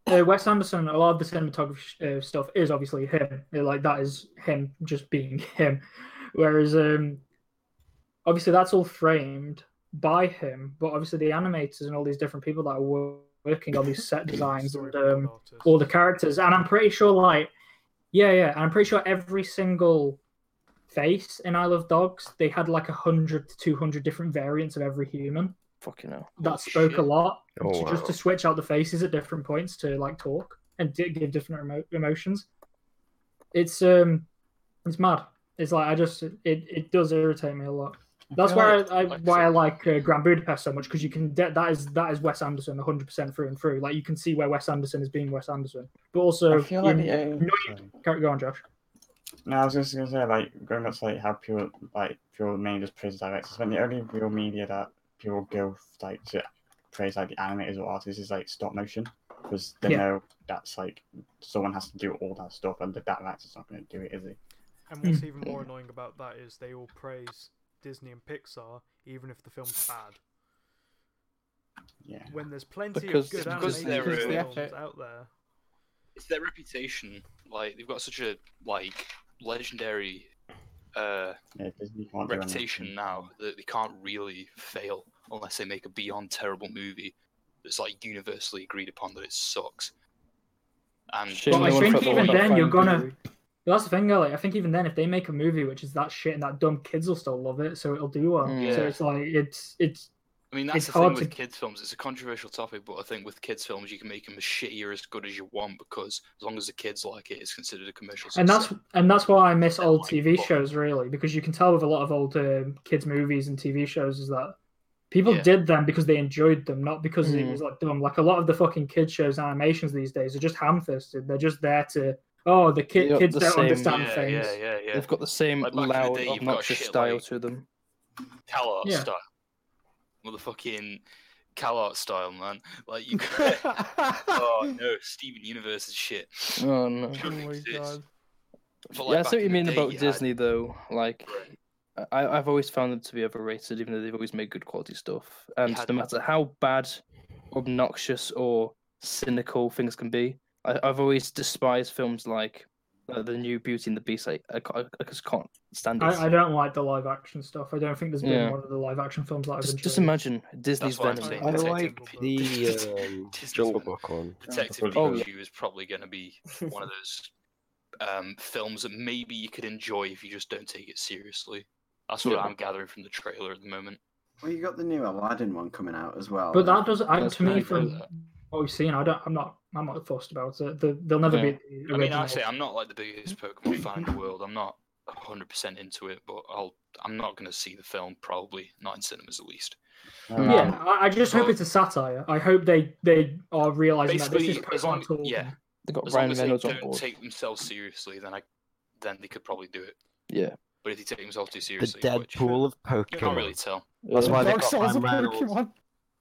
[SPEAKER 5] uh, Wes Anderson, a lot of the cinematography uh, stuff is obviously him. Uh, Like that is him just being him. Whereas, um, obviously, that's all framed by him. But obviously, the animators and all these different people that are wo- working on these set designs and um, all the characters. And I'm pretty sure, like, yeah, yeah, and I'm pretty sure every single face in I Love Dogs, they had like a hundred to two hundred different variants of every human
[SPEAKER 4] Fucking hell.
[SPEAKER 5] that spoke a lot
[SPEAKER 4] Oh,
[SPEAKER 5] to- just
[SPEAKER 4] wow.
[SPEAKER 5] to switch out the faces at different points to like talk and di- give different emo- emotions it's um it's mad it's like i just it it does irritate me a lot that's
[SPEAKER 10] feel
[SPEAKER 5] why
[SPEAKER 10] like-
[SPEAKER 5] I, I why I like uh, Grand Budapest so much because you can de- that is that is Wes Anderson 100 percent through and through. Like you can see where Wes Anderson is being Wes Anderson, but also
[SPEAKER 9] I feel like
[SPEAKER 5] you-
[SPEAKER 9] the, um,
[SPEAKER 5] annoying- Go on, Josh.
[SPEAKER 9] No, I was just gonna say like going back to like how people like people mainly just praise directors. When the only real media that people go like to praise like the animators or artists is like stop motion because they
[SPEAKER 2] Yeah.
[SPEAKER 9] know that's like someone has to do all that stuff and that that actor's not gonna do it, is he?
[SPEAKER 2] And what's even more annoying about that is they all praise Disney and Pixar, even if the film's bad.
[SPEAKER 9] Yeah.
[SPEAKER 2] When there's plenty
[SPEAKER 6] Because-
[SPEAKER 2] of good
[SPEAKER 6] because
[SPEAKER 2] animated
[SPEAKER 6] they're, uh,
[SPEAKER 2] films
[SPEAKER 6] Because-
[SPEAKER 2] out there.
[SPEAKER 6] It's their reputation. Like they've got such a like legendary uh,
[SPEAKER 9] Yeah, Disney can't do
[SPEAKER 6] reputation now that they can't really fail unless they make a beyond terrible movie that's like universally agreed upon that it sucks. And
[SPEAKER 5] But I think even then you're gonna. Well, that's the thing, though, like I think even then, if they make a movie which is that shit and that dumb, kids will still love it, so it'll do well.
[SPEAKER 6] Mm.
[SPEAKER 5] So
[SPEAKER 6] Yeah.
[SPEAKER 5] it's like it's it's.
[SPEAKER 6] I mean, that's
[SPEAKER 5] it's
[SPEAKER 6] the thing
[SPEAKER 5] hard
[SPEAKER 6] with
[SPEAKER 5] to
[SPEAKER 6] kids' films. It's a controversial topic, but I think with kids' films, you can make them as shitty or as good as you want because as long as the kids like it, it's considered a commercial
[SPEAKER 5] and
[SPEAKER 6] success.
[SPEAKER 5] that's and that's why I miss old TV shows really because you can tell with a lot of old um, kids movies and TV shows is that people
[SPEAKER 6] Yeah.
[SPEAKER 5] did them because they enjoyed them, not because it
[SPEAKER 4] Mm.
[SPEAKER 5] was like dumb. Like a lot of the fucking kids shows and animations these days are just ham-fisted. They're just there to oh the ki-
[SPEAKER 4] They've got
[SPEAKER 5] kids
[SPEAKER 4] the
[SPEAKER 5] don't
[SPEAKER 4] same-
[SPEAKER 5] understand things.
[SPEAKER 4] They've got the same
[SPEAKER 6] Like, back in the
[SPEAKER 4] loud,
[SPEAKER 6] day, you've got
[SPEAKER 4] obnoxious
[SPEAKER 6] shit
[SPEAKER 4] style
[SPEAKER 6] like-
[SPEAKER 4] to them.
[SPEAKER 6] Calart
[SPEAKER 4] Yeah.
[SPEAKER 6] style. Motherfucking Calart style, man. Like you. oh no, Steven Universe is shit.
[SPEAKER 4] Oh no.
[SPEAKER 6] Shouldn't exist. But,
[SPEAKER 4] yeah, I
[SPEAKER 6] like,
[SPEAKER 4] see
[SPEAKER 6] back
[SPEAKER 4] what you
[SPEAKER 6] in the
[SPEAKER 4] mean
[SPEAKER 6] day,
[SPEAKER 4] about
[SPEAKER 6] you had-
[SPEAKER 4] Disney, though. Like, I, I've always found them to be overrated, even though they've always made good quality stuff. And
[SPEAKER 6] had-
[SPEAKER 4] no matter how bad, obnoxious, or cynical things can be, I, I've always despised films like uh, the new Beauty and the Beast. Like, I, ca- I just can't stand it.
[SPEAKER 5] I, I don't like the live action stuff. I don't think there's been
[SPEAKER 4] Yeah.
[SPEAKER 5] one of the live action films that I've
[SPEAKER 4] just,
[SPEAKER 5] enjoyed.
[SPEAKER 4] just imagine Disney's
[SPEAKER 6] why I'm
[SPEAKER 4] Venom.
[SPEAKER 6] saying
[SPEAKER 8] I like
[SPEAKER 4] uh,
[SPEAKER 8] the um, Jungle Book one.
[SPEAKER 6] Detective
[SPEAKER 8] Oh,
[SPEAKER 6] Pikachu is probably going to be one of those um, films that maybe you could enjoy if you just don't take it seriously. That's what
[SPEAKER 1] Yeah.
[SPEAKER 6] I'm gathering from the trailer at the moment.
[SPEAKER 1] Well, you got the new Aladdin one coming out as well.
[SPEAKER 5] But that doesn't. I,
[SPEAKER 1] That's
[SPEAKER 5] to me,
[SPEAKER 1] pretty
[SPEAKER 5] from
[SPEAKER 1] good.
[SPEAKER 5] what we've seen, I don't. I'm not. I'm not fussed about it. The, they'll never
[SPEAKER 6] Yeah.
[SPEAKER 5] be. The
[SPEAKER 6] I mean,
[SPEAKER 5] original.
[SPEAKER 6] actually, I'm not like the biggest Pokemon fan in the world. I'm not 100% into it, but I'll. I'm not going to see the film probably, not in cinemas at least.
[SPEAKER 5] yeah, I, I just hope it's a satire. I hope they they are realizing that this is
[SPEAKER 6] Basically, as long
[SPEAKER 5] Pokemon talking.
[SPEAKER 6] yeah,
[SPEAKER 4] They got
[SPEAKER 6] as long
[SPEAKER 4] Ryan
[SPEAKER 6] as they
[SPEAKER 4] Reynolds on
[SPEAKER 6] don't
[SPEAKER 4] board.
[SPEAKER 6] take themselves seriously, then I, then they could probably do it.
[SPEAKER 4] Yeah.
[SPEAKER 6] But if they take themselves too
[SPEAKER 8] The
[SPEAKER 6] seriously, which-
[SPEAKER 8] Deadpool of
[SPEAKER 6] you
[SPEAKER 8] Pokemon.
[SPEAKER 6] can't really tell.
[SPEAKER 8] That's why they
[SPEAKER 2] Dark
[SPEAKER 8] got
[SPEAKER 2] Souls
[SPEAKER 8] Ryan
[SPEAKER 2] of
[SPEAKER 8] Reynolds.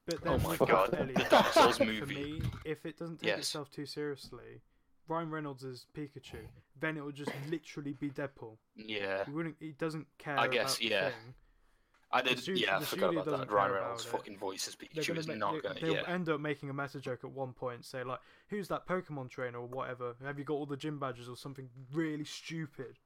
[SPEAKER 2] But
[SPEAKER 6] Oh
[SPEAKER 2] then
[SPEAKER 6] my
[SPEAKER 2] with
[SPEAKER 6] God,
[SPEAKER 2] Garth Elliott,
[SPEAKER 6] the Dark Souls
[SPEAKER 2] for
[SPEAKER 6] movie.
[SPEAKER 2] me, if it doesn't take
[SPEAKER 6] Yes.
[SPEAKER 2] itself too seriously, Ryan Reynolds is Pikachu, then it would just literally be Deadpool.
[SPEAKER 6] Yeah.
[SPEAKER 2] He wouldn't. He doesn't care.
[SPEAKER 6] I guess,
[SPEAKER 2] about the
[SPEAKER 6] yeah.
[SPEAKER 2] thing.
[SPEAKER 6] I
[SPEAKER 2] The
[SPEAKER 6] did.
[SPEAKER 2] studio-
[SPEAKER 6] yeah, I
[SPEAKER 2] the
[SPEAKER 6] forgot
[SPEAKER 2] studio
[SPEAKER 6] about
[SPEAKER 2] doesn't
[SPEAKER 6] that.
[SPEAKER 2] care
[SPEAKER 6] Ryan
[SPEAKER 2] about
[SPEAKER 6] Reynolds'
[SPEAKER 2] it.
[SPEAKER 6] fucking voice as
[SPEAKER 2] They're
[SPEAKER 6] Pikachu is
[SPEAKER 2] make-
[SPEAKER 6] not
[SPEAKER 2] they-
[SPEAKER 6] gonna.
[SPEAKER 2] They'll
[SPEAKER 6] yeah.
[SPEAKER 2] end up making a meta joke at one point, say like, "Who's that Pokemon trainer or whatever? Have you got all the gym badges or something really stupid?"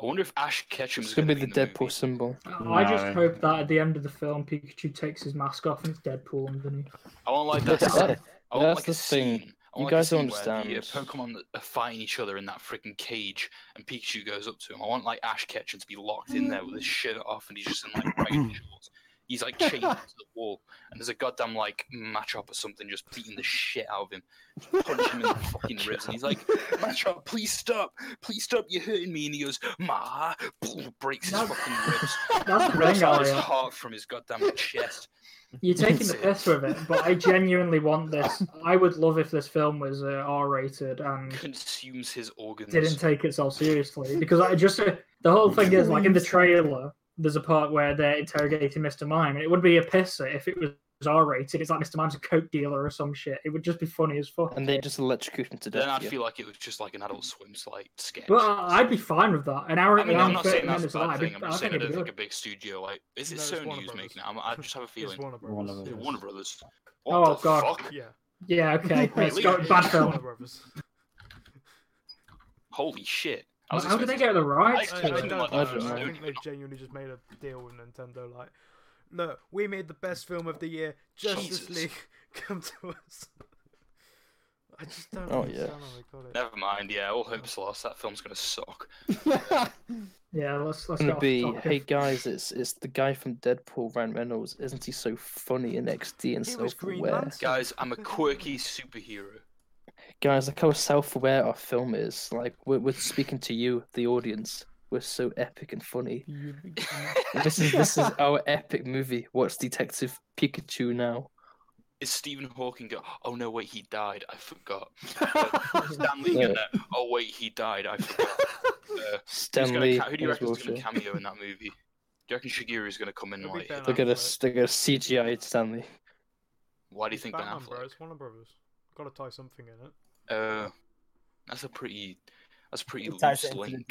[SPEAKER 6] I wonder if Ash Ketchum's
[SPEAKER 4] It's
[SPEAKER 6] gonna
[SPEAKER 4] gonna be
[SPEAKER 6] be.
[SPEAKER 4] the Deadpool symbol.
[SPEAKER 5] I just hope that at the end of the film, Pikachu takes his mask off and it's Deadpool underneath.
[SPEAKER 6] I want like
[SPEAKER 4] That's,
[SPEAKER 6] that. I want
[SPEAKER 4] that's
[SPEAKER 6] like
[SPEAKER 4] the
[SPEAKER 6] a
[SPEAKER 4] thing.
[SPEAKER 6] scene. I
[SPEAKER 4] You
[SPEAKER 6] want, like, a
[SPEAKER 4] guys don't
[SPEAKER 6] scene where the, uh,
[SPEAKER 4] understand.
[SPEAKER 6] Pokemon are fighting each other in that freaking cage, and Pikachu goes up to him. I want like Ash Ketchum to be locked
[SPEAKER 4] Mm.
[SPEAKER 6] in there with his shirt off, and he's just in like riding shorts. He's like chained to the wall, and there's a goddamn like matchup or something just beating the shit out of him, Just punch him in the fucking ribs, and he's like, "Matchup, please stop, please stop, you're hurting me." And he goes, "Ma," breaks his fucking ribs,
[SPEAKER 5] That's the
[SPEAKER 6] rips
[SPEAKER 5] thing,
[SPEAKER 6] out his
[SPEAKER 5] Elliot.
[SPEAKER 6] heart from his goddamn chest.
[SPEAKER 5] You're taking the piss with it, but I genuinely want this. I would love if this film was uh, R-rated and
[SPEAKER 6] Consumes his organs.
[SPEAKER 5] didn't take itself seriously because I just uh, the whole thing is like in the trailer. There's a part where they're interrogating Mr. Mime, and it would be a pisser if it was R-rated. It's like Mr. Mime's a coke dealer or some shit. It would just be funny as fuck.
[SPEAKER 4] And they just electrocute him to
[SPEAKER 6] Then I
[SPEAKER 4] death. yeah.
[SPEAKER 6] feel like it was just like an Adult Swim like sketch.
[SPEAKER 5] But I- I'd be fine with that. An hour
[SPEAKER 6] I
[SPEAKER 5] and
[SPEAKER 6] mean,
[SPEAKER 5] an
[SPEAKER 6] I'm
[SPEAKER 5] hour and
[SPEAKER 6] not
[SPEAKER 5] 30
[SPEAKER 6] saying that's a
[SPEAKER 5] minutes of that,
[SPEAKER 6] bad
[SPEAKER 5] I'd be-
[SPEAKER 6] thing. I'm
[SPEAKER 5] I
[SPEAKER 6] just saying I
[SPEAKER 5] think
[SPEAKER 6] don't
[SPEAKER 5] it'd be
[SPEAKER 6] think a
[SPEAKER 5] good.
[SPEAKER 6] big studio like is it
[SPEAKER 2] No, it's
[SPEAKER 6] Sony
[SPEAKER 2] Warner
[SPEAKER 6] who's
[SPEAKER 2] Brothers.
[SPEAKER 6] making it? I'm, I just have a feeling
[SPEAKER 2] It's Warner Brothers.
[SPEAKER 9] Warner Brothers.
[SPEAKER 6] Yeah, Warner Brothers. What
[SPEAKER 5] Oh
[SPEAKER 6] the
[SPEAKER 5] god.
[SPEAKER 6] fuck?
[SPEAKER 2] Yeah.
[SPEAKER 5] Yeah. Okay. Let's
[SPEAKER 6] Really?
[SPEAKER 5] go. Bad
[SPEAKER 2] Warner
[SPEAKER 5] film.
[SPEAKER 2] Brothers.
[SPEAKER 6] Holy shit! I was
[SPEAKER 5] How did they
[SPEAKER 6] expecting-
[SPEAKER 5] get the rights?
[SPEAKER 6] I
[SPEAKER 2] I, I
[SPEAKER 6] don't
[SPEAKER 2] don't
[SPEAKER 6] know.
[SPEAKER 2] know.
[SPEAKER 6] I don't
[SPEAKER 2] I
[SPEAKER 6] know.
[SPEAKER 2] think they genuinely just made a deal with Nintendo. Like, look, we made the best film of the year. Justice
[SPEAKER 6] Jesus.
[SPEAKER 2] League, come to us. I just don't
[SPEAKER 4] Oh,
[SPEAKER 2] understand
[SPEAKER 4] yeah.
[SPEAKER 2] how they got it.
[SPEAKER 6] Never mind. Yeah, all hope's lost. That film's gonna suck.
[SPEAKER 5] Yeah. Let's let's
[SPEAKER 4] It's
[SPEAKER 5] go.
[SPEAKER 4] gonna
[SPEAKER 5] off
[SPEAKER 4] be,
[SPEAKER 5] topic.
[SPEAKER 4] hey guys, it's it's the guy from Deadpool, Ryan Reynolds. Isn't he so funny in XD and
[SPEAKER 2] He was Green
[SPEAKER 4] self-aware?
[SPEAKER 2] Lantern.
[SPEAKER 6] Guys, I'm a quirky superhero.
[SPEAKER 4] Guys, like how self-aware our film is. Like we're, we're speaking to you, the audience. We're so epic and funny.
[SPEAKER 7] You- you-
[SPEAKER 4] This is this is our epic movie. What's Detective Pikachu now?
[SPEAKER 6] Is Stephen Hawking? Go- oh no, wait, he died. I forgot. Uh, Stan Lee in there. Oh wait, he died. I forgot. Uh, who's gonna
[SPEAKER 4] Stanley.
[SPEAKER 6] ca- who do you
[SPEAKER 4] and his
[SPEAKER 6] reckon is gonna
[SPEAKER 4] wheelchair.
[SPEAKER 6] cameo in that movie? Do you reckon Shigeru's gonna come in
[SPEAKER 2] It'll be
[SPEAKER 6] like?
[SPEAKER 2] Ben
[SPEAKER 4] They're gonna
[SPEAKER 2] Affleck.
[SPEAKER 4] they're gonna CGI Stanley.
[SPEAKER 6] Why do you
[SPEAKER 2] It's
[SPEAKER 6] think Ben
[SPEAKER 2] Batman, Bro,
[SPEAKER 6] Affleck?
[SPEAKER 2] it's Warner Brothers. Got to tie something in it.
[SPEAKER 6] Uh, that's a pretty. That's a pretty
[SPEAKER 3] It ties
[SPEAKER 6] loose
[SPEAKER 3] it into the
[SPEAKER 6] link.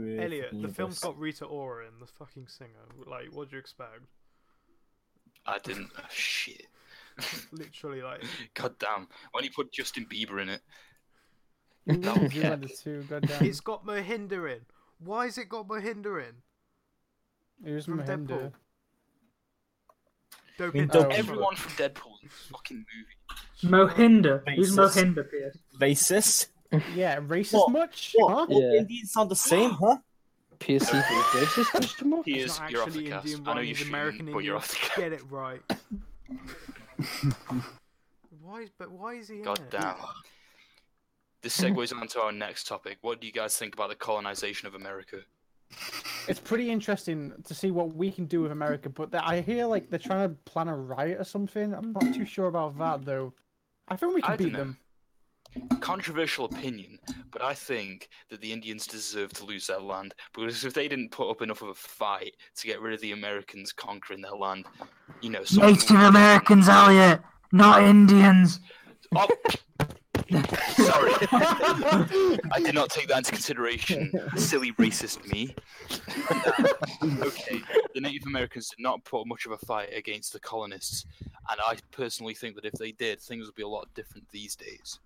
[SPEAKER 3] DCU, uh,
[SPEAKER 2] Elliot, the
[SPEAKER 3] universe.
[SPEAKER 2] film's got Rita Ora in the fucking singer. Like, what do you expect?
[SPEAKER 6] I didn't. oh, shit.
[SPEAKER 2] Literally, like,
[SPEAKER 6] God damn. When he put Justin Bieber in it,
[SPEAKER 7] you
[SPEAKER 6] Don't
[SPEAKER 7] Zoolander two, goddamn.
[SPEAKER 2] it's got Mohinder in. Why has it got Mohinder in?
[SPEAKER 7] It was
[SPEAKER 2] from
[SPEAKER 7] Mohinder.
[SPEAKER 2] Deadpool. Don't
[SPEAKER 3] mean,
[SPEAKER 2] be
[SPEAKER 3] Doug-
[SPEAKER 2] dumb.
[SPEAKER 6] everyone from Deadpool in this fucking movie.
[SPEAKER 5] Mohinder. Who's
[SPEAKER 3] Basis.
[SPEAKER 5] Mohinder? Pierce?
[SPEAKER 3] Racist?
[SPEAKER 7] Yeah, racist
[SPEAKER 3] What?
[SPEAKER 7] much?
[SPEAKER 3] What?
[SPEAKER 7] Huh?
[SPEAKER 3] All
[SPEAKER 4] Yeah.
[SPEAKER 3] Indians sound the same,
[SPEAKER 5] Uh-huh.
[SPEAKER 3] huh?
[SPEAKER 4] PSC versus question mark.
[SPEAKER 6] He
[SPEAKER 2] It's
[SPEAKER 6] is.
[SPEAKER 2] not
[SPEAKER 6] You're off the
[SPEAKER 2] actually
[SPEAKER 6] cast.
[SPEAKER 2] Indian
[SPEAKER 6] I know
[SPEAKER 2] Ryan,
[SPEAKER 6] you're
[SPEAKER 2] he's
[SPEAKER 6] shooting,
[SPEAKER 2] American
[SPEAKER 6] but you're
[SPEAKER 2] Indian.
[SPEAKER 6] off the cast.
[SPEAKER 2] Get it right. why is but why is he?
[SPEAKER 6] God
[SPEAKER 2] in it?
[SPEAKER 6] damn. This segues on to our next topic. What do you guys think about the colonization of America?
[SPEAKER 7] It's pretty interesting to see what we can do with America, but that I hear like they're trying to plan a riot or something. I'm not too sure about that though. I think we can
[SPEAKER 6] I
[SPEAKER 7] beat
[SPEAKER 6] dunno.
[SPEAKER 7] them.
[SPEAKER 6] Controversial opinion, but I think that the Indians deserve to lose their land because if they didn't put up enough of a fight to get rid of the Americans conquering their land, you know, something-
[SPEAKER 5] Native Americans, Elliot, not Indians.
[SPEAKER 6] Oh, sorry, I did not take that into consideration. Silly racist me. okay, the Native Americans did not put much of a fight against the colonists, and I personally think that if they did, things would be a lot different these days.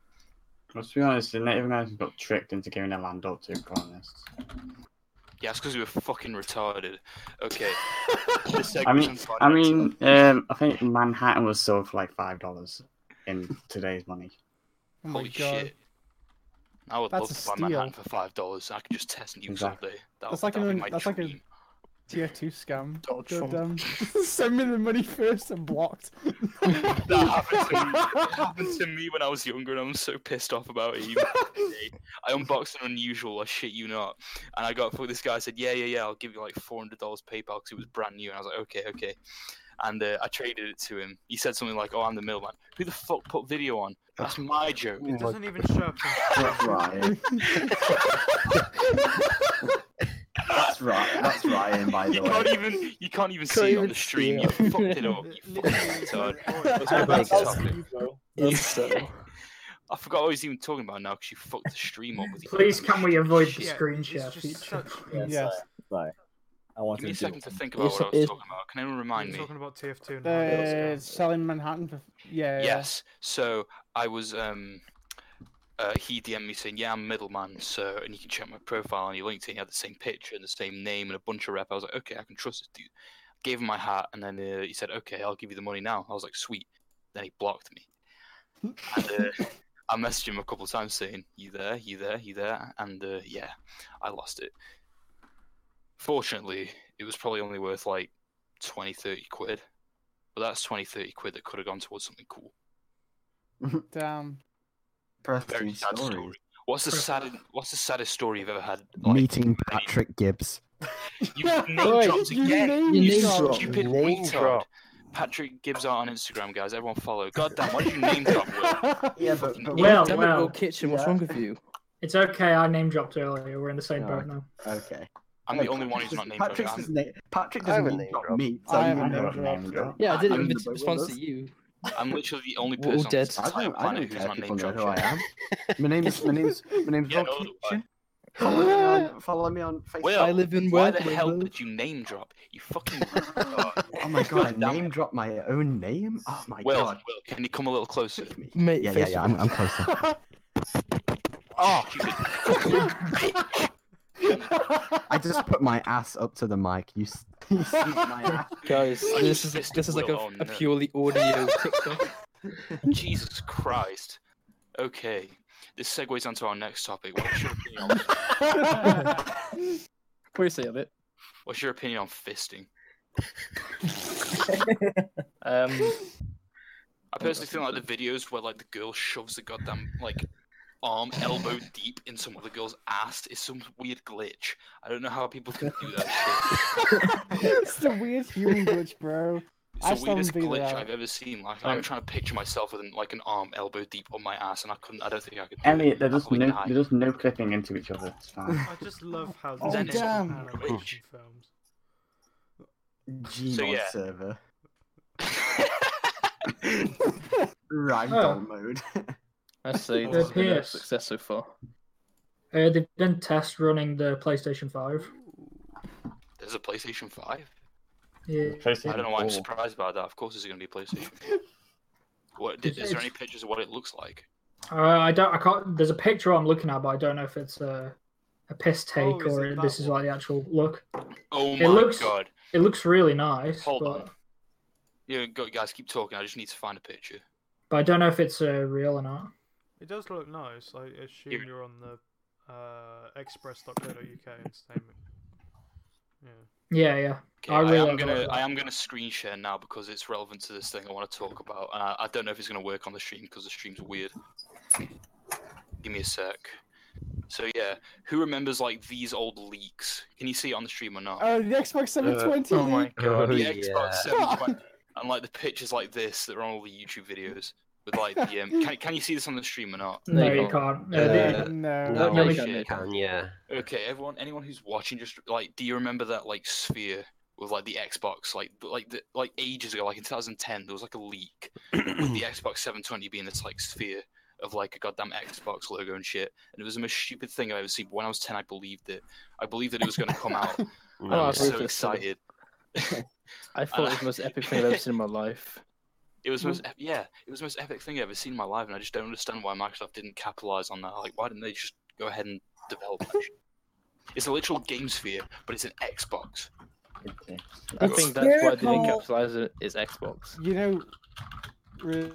[SPEAKER 9] Let's be honest, the Native Americans got tricked into giving their land up to colonists.
[SPEAKER 6] Yeah, it's because we were fucking retarded. Okay. This
[SPEAKER 9] I
[SPEAKER 6] segment's
[SPEAKER 9] mean,
[SPEAKER 6] on fire.
[SPEAKER 9] I mean, um, I think Manhattan was sold for like five dollars in today's money.
[SPEAKER 7] Oh my
[SPEAKER 6] holy
[SPEAKER 7] god.
[SPEAKER 6] shit. I would
[SPEAKER 7] That's
[SPEAKER 6] love
[SPEAKER 7] a
[SPEAKER 6] to buy Manhattan
[SPEAKER 7] steal.
[SPEAKER 6] for five dollars. I could just test nukes
[SPEAKER 9] Exactly.
[SPEAKER 6] all day. That, that's
[SPEAKER 7] That's like
[SPEAKER 6] like
[SPEAKER 7] an-
[SPEAKER 6] my
[SPEAKER 7] that's like a-
[SPEAKER 6] dream.
[SPEAKER 7] Tier two scam.
[SPEAKER 4] Donald Trump.
[SPEAKER 7] Goddamn. Send me the money first and blocked.
[SPEAKER 6] That happened to me. It happened to me when I was younger, and I'm so pissed off about it. even today. I unboxed an unusual. I shit you not. And I got this guy said, "Yeah, yeah, yeah. I'll give you like four hundred dollars PayPal because it was brand new." And I was like, "Okay, okay." And uh, I traded it to him. He said something like, "Oh, I'm the middleman. Who the fuck put video on? That's my joke."
[SPEAKER 2] It doesn't even show up. in-
[SPEAKER 1] That's right. That's right. That's Ryan, by the
[SPEAKER 6] You can't
[SPEAKER 1] way.
[SPEAKER 6] even you can't even
[SPEAKER 4] Can't
[SPEAKER 6] see it on
[SPEAKER 4] even
[SPEAKER 6] the
[SPEAKER 4] see
[SPEAKER 6] stream. You
[SPEAKER 4] it.
[SPEAKER 6] fucked it up.
[SPEAKER 2] It
[SPEAKER 6] You fucking
[SPEAKER 2] literally-
[SPEAKER 6] retard.
[SPEAKER 2] Oh,
[SPEAKER 6] Let's go back to
[SPEAKER 3] That's
[SPEAKER 6] topic.
[SPEAKER 3] you, bro.
[SPEAKER 6] Yeah. I forgot what I was even talking about now because you fucked the stream up with your
[SPEAKER 5] Please, can we avoid the
[SPEAKER 6] Shit,
[SPEAKER 5] screen
[SPEAKER 6] it's
[SPEAKER 5] share
[SPEAKER 6] just
[SPEAKER 5] feature?
[SPEAKER 6] such-
[SPEAKER 7] Yes.
[SPEAKER 3] Sorry. I want
[SPEAKER 6] Give me a
[SPEAKER 3] to do
[SPEAKER 6] second to
[SPEAKER 3] it.
[SPEAKER 6] think about
[SPEAKER 3] It's-
[SPEAKER 6] what I was
[SPEAKER 3] it's-
[SPEAKER 6] talking about. Can anyone remind me?
[SPEAKER 2] Talking about TF2
[SPEAKER 7] Uh,
[SPEAKER 2] and
[SPEAKER 7] selling Manhattan for yeah.
[SPEAKER 6] Yes. So I was um uh, he DM'd me saying, Yeah, I'm middleman, so and you can check my profile on your LinkedIn, he had the same picture and the same name and a bunch of rep. I was like, Okay, I can trust this dude. Gave him my hat and then uh, he said, Okay, I'll give you the money now. I was like, Sweet. Then he blocked me. And uh, I messaged him a couple of times saying, You there, you there, you there and uh, yeah, I lost it. Fortunately, it was probably only worth like 20, 30 quid. But that's 20, 30 quid that could have gone towards something cool.
[SPEAKER 7] Damn.
[SPEAKER 1] Preston
[SPEAKER 6] sad
[SPEAKER 1] story.
[SPEAKER 6] What's the saddest? What's the saddest story you've ever had?
[SPEAKER 1] Meeting Patrick Gibbs.
[SPEAKER 6] You name
[SPEAKER 10] Right,
[SPEAKER 6] dropped
[SPEAKER 10] you
[SPEAKER 6] again.
[SPEAKER 10] name
[SPEAKER 6] you
[SPEAKER 10] drop.
[SPEAKER 6] stupid
[SPEAKER 8] Name
[SPEAKER 6] retard.
[SPEAKER 8] drop.
[SPEAKER 6] Patrick Gibbs out on Instagram, guys. Everyone follow. God damn, why did you name drop? Will?
[SPEAKER 1] Yeah, but, but
[SPEAKER 5] Well,
[SPEAKER 4] Damn it,
[SPEAKER 5] well.
[SPEAKER 4] Will Kitchen, what's
[SPEAKER 1] Yeah.
[SPEAKER 4] wrong with you?
[SPEAKER 5] It's okay. I name dropped earlier. We're in the same
[SPEAKER 1] No.
[SPEAKER 5] boat now.
[SPEAKER 1] okay.
[SPEAKER 6] I'm the only one who's not name dropping.
[SPEAKER 1] Patrick's
[SPEAKER 6] I'm-
[SPEAKER 1] na- Patrick
[SPEAKER 8] I have
[SPEAKER 1] doesn't
[SPEAKER 8] a
[SPEAKER 1] name
[SPEAKER 8] name
[SPEAKER 1] drop
[SPEAKER 8] drop.
[SPEAKER 1] me.
[SPEAKER 7] I
[SPEAKER 1] So
[SPEAKER 7] have
[SPEAKER 1] you
[SPEAKER 7] a
[SPEAKER 1] know.
[SPEAKER 9] Name drop.
[SPEAKER 4] Yeah, I did not
[SPEAKER 1] I'm in
[SPEAKER 4] even
[SPEAKER 1] the boat with
[SPEAKER 4] response
[SPEAKER 1] us.
[SPEAKER 4] to you.
[SPEAKER 6] I'm literally the only
[SPEAKER 4] We're all
[SPEAKER 6] person on this
[SPEAKER 4] dead.
[SPEAKER 1] I
[SPEAKER 6] entire
[SPEAKER 1] don't, I
[SPEAKER 6] planet
[SPEAKER 1] don't
[SPEAKER 6] who's
[SPEAKER 1] care
[SPEAKER 6] not
[SPEAKER 1] if
[SPEAKER 6] name
[SPEAKER 1] people know
[SPEAKER 6] dropping.
[SPEAKER 1] who I am. My name's my name's my name's
[SPEAKER 6] Yeah,
[SPEAKER 1] yeah,
[SPEAKER 6] no,
[SPEAKER 1] Kitchen. Follow me on follow me on Facebook.
[SPEAKER 6] Will,
[SPEAKER 4] I live in
[SPEAKER 6] why
[SPEAKER 4] work,
[SPEAKER 6] the
[SPEAKER 4] my
[SPEAKER 6] hell
[SPEAKER 4] love.
[SPEAKER 6] did you name drop? You fucking. retard.
[SPEAKER 1] Oh my god,
[SPEAKER 6] Damn
[SPEAKER 1] I
[SPEAKER 6] it.
[SPEAKER 1] name dropped my own name? Oh my
[SPEAKER 6] Will,
[SPEAKER 1] god.
[SPEAKER 6] Will, can you come a little closer?
[SPEAKER 4] Mate,
[SPEAKER 1] Yeah, yeah, yeah, I'm, I'm closer.
[SPEAKER 6] Oh, stupid.
[SPEAKER 1] I just put my ass up to the mic. You, s- you see my ass.
[SPEAKER 4] Guys,
[SPEAKER 6] I
[SPEAKER 4] this is
[SPEAKER 6] just
[SPEAKER 4] this is like a,
[SPEAKER 6] will own
[SPEAKER 4] a
[SPEAKER 6] it.
[SPEAKER 4] purely audio TikTok.
[SPEAKER 6] Jesus Christ. Okay. This segues onto our next topic. What's your opinion on,
[SPEAKER 4] What do you say of it?
[SPEAKER 6] what's your opinion on fisting?
[SPEAKER 4] Um,
[SPEAKER 6] I personally think like the videos where like the girl shoves the goddamn like arm elbow deep in some other girl's ass is some weird glitch. I don't know how people can do that shit.
[SPEAKER 7] it's the weird human glitch, bro.
[SPEAKER 6] It's
[SPEAKER 7] I
[SPEAKER 6] the
[SPEAKER 7] still
[SPEAKER 6] weirdest
[SPEAKER 7] haven't figured it
[SPEAKER 6] glitch
[SPEAKER 7] out. Oh.
[SPEAKER 6] I've ever seen. Like I'm trying to picture myself with an, like an arm elbow deep on my ass, and I couldn't. I don't think I could. do
[SPEAKER 9] Elliot,
[SPEAKER 6] it.
[SPEAKER 9] they're
[SPEAKER 6] I'd
[SPEAKER 9] just
[SPEAKER 6] probably
[SPEAKER 9] no,
[SPEAKER 6] die.
[SPEAKER 9] they're just no clipping into each other. It's fine.
[SPEAKER 2] I just love how
[SPEAKER 7] Oh,
[SPEAKER 2] Dennis
[SPEAKER 7] damn.
[SPEAKER 2] and animation films.
[SPEAKER 1] Gmod
[SPEAKER 6] yeah.
[SPEAKER 1] server. Ragdoll mode.
[SPEAKER 4] I say
[SPEAKER 2] Oh,
[SPEAKER 4] this has been a
[SPEAKER 5] yes.
[SPEAKER 4] success so far.
[SPEAKER 5] Uh, they've been test running the PlayStation Five.
[SPEAKER 6] There's a PlayStation Five.
[SPEAKER 5] Yeah.
[SPEAKER 6] I don't know why I'm
[SPEAKER 9] PlayStation 4.
[SPEAKER 6] surprised by that. Of course, it's going to be PlayStation. what did, is there any pictures of what it looks like?
[SPEAKER 5] Uh, I don't. I can't. There's a picture I'm looking at, but I don't know if it's a a piss take
[SPEAKER 2] Oh, is
[SPEAKER 5] or
[SPEAKER 2] it
[SPEAKER 5] this
[SPEAKER 2] that
[SPEAKER 5] is
[SPEAKER 2] one?
[SPEAKER 5] like the actual look.
[SPEAKER 6] Oh
[SPEAKER 5] It
[SPEAKER 6] my
[SPEAKER 5] looks-
[SPEAKER 6] god!
[SPEAKER 5] It looks really nice,
[SPEAKER 6] Hold
[SPEAKER 5] but
[SPEAKER 6] on. Yeah, go, guys, keep talking. I just need to find a picture.
[SPEAKER 5] but I don't know if it's uh, real or not.
[SPEAKER 2] It does look nice. I assume
[SPEAKER 6] Here.
[SPEAKER 2] you're on the uh, express.co.uk entertainment. Yeah.
[SPEAKER 5] Yeah, yeah.
[SPEAKER 6] Okay,
[SPEAKER 5] I
[SPEAKER 6] I,
[SPEAKER 5] really
[SPEAKER 6] am
[SPEAKER 5] like the
[SPEAKER 6] gonna
[SPEAKER 5] look of
[SPEAKER 6] I
[SPEAKER 5] that.
[SPEAKER 6] am gonna screen share now because it's relevant to this thing I want to talk about. And I, I don't know if it's gonna work on the stream because the stream's weird. Give me a sec. So yeah, who remembers like these old leaks? Can you see it on the stream or not?
[SPEAKER 7] Oh, the
[SPEAKER 6] Uh,
[SPEAKER 7] Xbox 720.
[SPEAKER 4] Oh my god.
[SPEAKER 6] the
[SPEAKER 8] yeah.
[SPEAKER 6] Xbox 720, and like the pictures like this that are on all the YouTube videos with like the um, can, can you see this on the stream or not?
[SPEAKER 5] No,
[SPEAKER 4] No.
[SPEAKER 5] you can't. Uh,
[SPEAKER 8] Uh,
[SPEAKER 5] the-
[SPEAKER 7] no.
[SPEAKER 8] No,
[SPEAKER 4] no,
[SPEAKER 8] you
[SPEAKER 6] shit.
[SPEAKER 8] can, yeah.
[SPEAKER 6] Okay, everyone, anyone who's watching, just like, do you remember that like sphere with like the Xbox, like like the, like ages ago, like in 2010, there was like a leak with the Xbox 720 being this like sphere of like a goddamn Xbox logo and shit, and it was the most stupid thing I've ever seen. When I was 10, I believed it. I believed that it was going to come out. and I
[SPEAKER 4] Oh,
[SPEAKER 6] was
[SPEAKER 4] I've
[SPEAKER 6] so
[SPEAKER 4] heard this story.
[SPEAKER 6] excited.
[SPEAKER 4] I thought it was the most epic thing I've ever seen in my life.
[SPEAKER 6] It was the most ep- yeah, it was the most epic thing I've ever seen in my life, and I just don't understand why Microsoft didn't capitalize on that. Like, why didn't they just go ahead and develop that? shit? It's a literal game sphere, but it's an Xbox.
[SPEAKER 9] Okay.
[SPEAKER 4] I
[SPEAKER 6] It's
[SPEAKER 4] think that's why they didn't
[SPEAKER 10] spherical.
[SPEAKER 4] capitalize it. Is Xbox.
[SPEAKER 7] You know, re-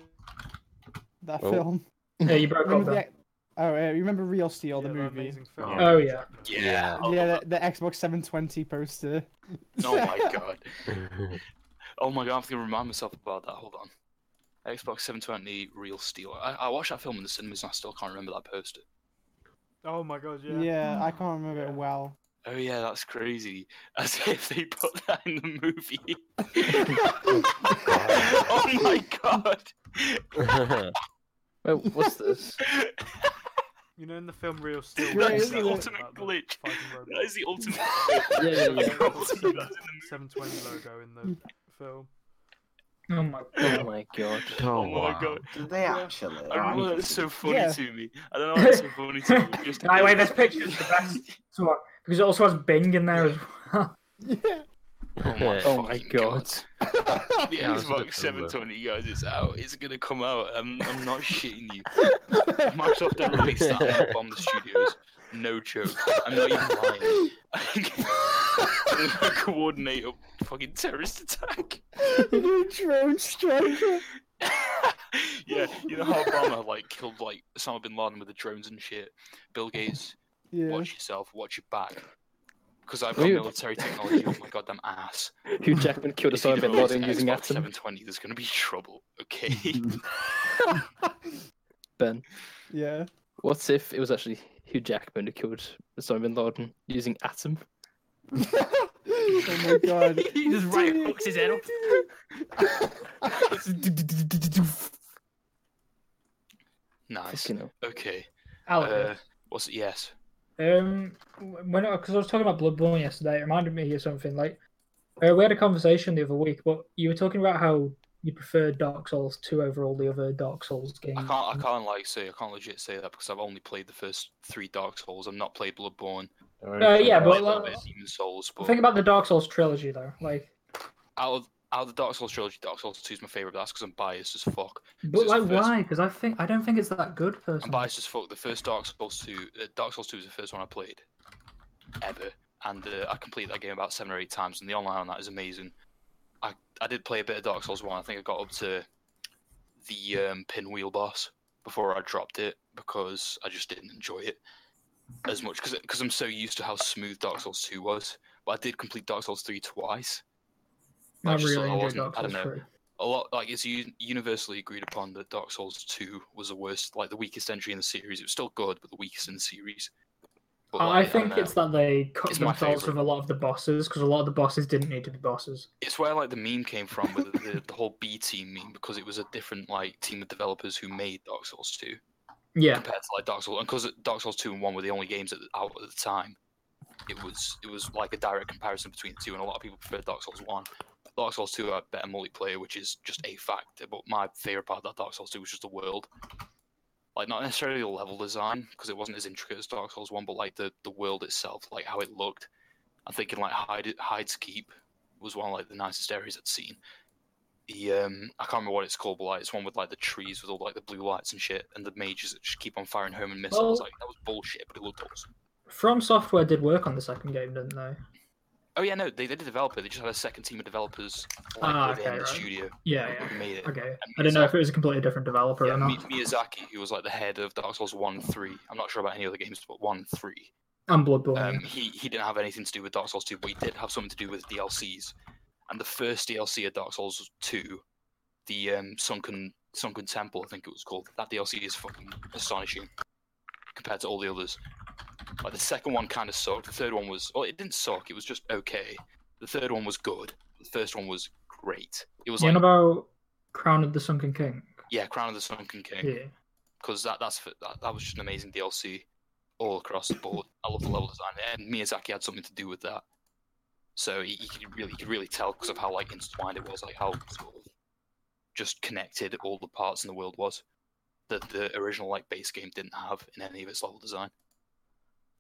[SPEAKER 7] that
[SPEAKER 8] Oh.
[SPEAKER 7] film.
[SPEAKER 5] yeah, you broke up.
[SPEAKER 7] Remember the,
[SPEAKER 5] there.
[SPEAKER 7] X- oh, uh, remember Real Steel,
[SPEAKER 2] Yeah,
[SPEAKER 7] the
[SPEAKER 2] that
[SPEAKER 7] movie?
[SPEAKER 2] amazing film.
[SPEAKER 8] Oh.
[SPEAKER 5] Oh yeah.
[SPEAKER 6] Yeah.
[SPEAKER 7] Yeah, the, the Xbox 720 poster.
[SPEAKER 6] Oh my god. Oh my god, I'm going to remind myself about that. Hold on. Xbox 720 Real Steel. I, I watched that film in the cinemas and I still can't remember that poster.
[SPEAKER 2] Oh my god, yeah.
[SPEAKER 7] Yeah, I can't remember it well.
[SPEAKER 6] Oh yeah, that's crazy. As if they put that in the movie. oh my god.
[SPEAKER 4] Wait, what's this?
[SPEAKER 2] You know, in the film Real Steel,
[SPEAKER 7] That
[SPEAKER 2] they
[SPEAKER 7] is the
[SPEAKER 2] talk
[SPEAKER 6] ultimate
[SPEAKER 2] about the
[SPEAKER 6] glitch.
[SPEAKER 2] fighting
[SPEAKER 6] That is
[SPEAKER 2] robots.
[SPEAKER 6] the ultimate.
[SPEAKER 4] Yeah, yeah, yeah.
[SPEAKER 6] Ultimate-
[SPEAKER 2] 720 logo in the film.
[SPEAKER 5] Oh my
[SPEAKER 4] Oh my god.
[SPEAKER 8] Oh wow.
[SPEAKER 1] Did they actually?
[SPEAKER 6] I don't know why that's so funny
[SPEAKER 5] Yeah.
[SPEAKER 6] to me. I don't know why it's so funny to me. Just
[SPEAKER 5] By the way, this picture's the best one because it also has Bing in there as well.
[SPEAKER 6] Oh my,
[SPEAKER 4] Oh my
[SPEAKER 6] fucking
[SPEAKER 4] god.
[SPEAKER 6] The
[SPEAKER 4] Yeah, I was a
[SPEAKER 6] Xbox
[SPEAKER 4] bit over.
[SPEAKER 6] 720, guys, it's out. It's gonna come out. I'm, I'm not shitting you. Microsoft don't release that. I'm gonna bomb the studios. No joke. I'm not even lying. I'm gonna coordinate a fucking terrorist attack.
[SPEAKER 10] You drone striker.
[SPEAKER 6] Yeah, you know how Obama like killed like Osama bin Laden with the drones and shit. Bill Gates,
[SPEAKER 7] Yeah.
[SPEAKER 6] watch yourself, watch your back, because I've got
[SPEAKER 4] Who-
[SPEAKER 6] military technology on my goddamn ass.
[SPEAKER 4] Hugh Jackman killed
[SPEAKER 6] If you
[SPEAKER 4] Osama bin
[SPEAKER 6] develop
[SPEAKER 4] Laden
[SPEAKER 6] an
[SPEAKER 4] using
[SPEAKER 6] Xbox
[SPEAKER 4] Atom.
[SPEAKER 6] 720. There's gonna be trouble. Okay.
[SPEAKER 4] Ben,
[SPEAKER 7] Yeah.
[SPEAKER 4] what if it was actually Hugh Jackman who killed Osama bin Laden using Atom?
[SPEAKER 7] Oh my god.
[SPEAKER 4] he just right hooks his head off.
[SPEAKER 6] Nice.
[SPEAKER 4] Fucking hell.
[SPEAKER 6] Okay.
[SPEAKER 5] Alex.
[SPEAKER 6] Uh, what's it? Yes.
[SPEAKER 5] Um, when because I was talking about Bloodborne yesterday, it reminded me of something. Like, uh, we had a conversation the other week, but you were talking about how you prefer Dark Souls two over all the other Dark Souls games.
[SPEAKER 6] I can't. I can't like say. I can't legit say that because I've only played the first three Dark Souls. I've not played Bloodborne.
[SPEAKER 5] Uh, yeah, but
[SPEAKER 6] I've played a little
[SPEAKER 5] like-
[SPEAKER 6] bit of Demon Souls. But
[SPEAKER 5] Think about the Dark Souls trilogy though. Like,
[SPEAKER 6] out of out of the Dark Souls trilogy, Dark Souls Two is my favorite. but That's because I'm biased as fuck. 'Cause
[SPEAKER 5] but
[SPEAKER 6] it's the
[SPEAKER 5] like
[SPEAKER 6] first-
[SPEAKER 5] why? Because I think I don't think it's that good.
[SPEAKER 6] I'm
[SPEAKER 5] Personally,
[SPEAKER 6] biased as fuck. The first Dark Souls Two, uh, Dark Souls Two is the first one I played ever, and uh, I completed that game about seven or eight times, and the online on that is amazing. I I did play a bit of Dark Souls One. I think I got up to the um, pinwheel boss before I dropped it because I just didn't enjoy it as much because I'm so used to how smooth Dark Souls Two was. But I did complete Dark Souls Three twice.
[SPEAKER 5] I
[SPEAKER 6] Like, just
[SPEAKER 5] really
[SPEAKER 6] thought
[SPEAKER 5] enjoyed
[SPEAKER 6] wasn't-
[SPEAKER 5] Dark
[SPEAKER 6] I don't
[SPEAKER 5] Souls
[SPEAKER 6] know.
[SPEAKER 5] three.
[SPEAKER 6] A lot like it's u- universally agreed upon that Dark Souls Two was the worst, like the weakest entry in the series. It was still good, but the weakest in the series. But,
[SPEAKER 5] I-
[SPEAKER 6] like,
[SPEAKER 5] I
[SPEAKER 6] don't
[SPEAKER 5] think
[SPEAKER 6] know.
[SPEAKER 5] it's that they cut
[SPEAKER 6] It's my
[SPEAKER 5] themselves
[SPEAKER 6] favourite.
[SPEAKER 5] from a lot of the bosses because a lot of the bosses didn't need to be bosses.
[SPEAKER 6] It's where like the meme came from with the, the, the whole B team meme because it was a different like team of developers who made Dark Souls Two
[SPEAKER 5] Yeah,
[SPEAKER 6] compared to like Dark Souls and because Dark Souls Two and One were the only games that out at the time. It was it was like a direct comparison between the two, and a lot of people preferred Dark Souls One. Dark Souls Two had better multiplayer, which is just a fact. But my favorite part of that Dark Souls Two was just the world, like not necessarily the level design because it wasn't as intricate as Dark Souls One, but like the the world itself, like how it looked. I'm thinking like hide hide's keep was one of like the nicest areas I'd seen. The um, I can't remember what it's called, but like it's one with like the trees with all like the blue lights and shit, and the mages that just keep on firing home and missiles.
[SPEAKER 5] Well-
[SPEAKER 6] like that was bullshit, but it looked awesome.
[SPEAKER 5] From Software did work on the second game, didn't they?
[SPEAKER 6] Oh yeah, no, they did develop it. They just had a second team of developers like,
[SPEAKER 5] Ah,
[SPEAKER 6] within
[SPEAKER 5] okay,
[SPEAKER 6] the
[SPEAKER 5] right.
[SPEAKER 6] studio.
[SPEAKER 5] Yeah,
[SPEAKER 6] who
[SPEAKER 5] yeah.
[SPEAKER 6] made it.
[SPEAKER 5] Okay,
[SPEAKER 6] And
[SPEAKER 5] I didn't know
[SPEAKER 6] Miyazaki-
[SPEAKER 5] if it was a completely different developer
[SPEAKER 6] yeah,
[SPEAKER 5] or
[SPEAKER 6] Mi-
[SPEAKER 5] not.
[SPEAKER 6] Miyazaki, who was like the head of Dark Souls one, and three. I'm not sure about any other games, but one, and three.
[SPEAKER 5] And Bloodborne.
[SPEAKER 6] Um, he he didn't have anything to do with Dark Souls two, but he did have something to do with DLCs. And the first DLC of Dark Souls two, the um, Sunken Sunken Temple, I think it was called. That DLC is fucking astonishing compared to all the others. Like the second one kind of sucked. The third one was well, it didn't suck. It was just okay. The third one was good. The first one was great. It was
[SPEAKER 5] you
[SPEAKER 6] like
[SPEAKER 5] know about Crown of the Sunken King?
[SPEAKER 6] yeah, Crown of the Sunken King.
[SPEAKER 5] Yeah.
[SPEAKER 6] because that that's f- that, that was just an amazing DLC all across the board. I love the level design, and Miyazaki had something to do with that. So you, you could really you could really tell because of how like intertwined it was, like how sort of just connected all the parts in the world was that the original like base game didn't have in any of its level design.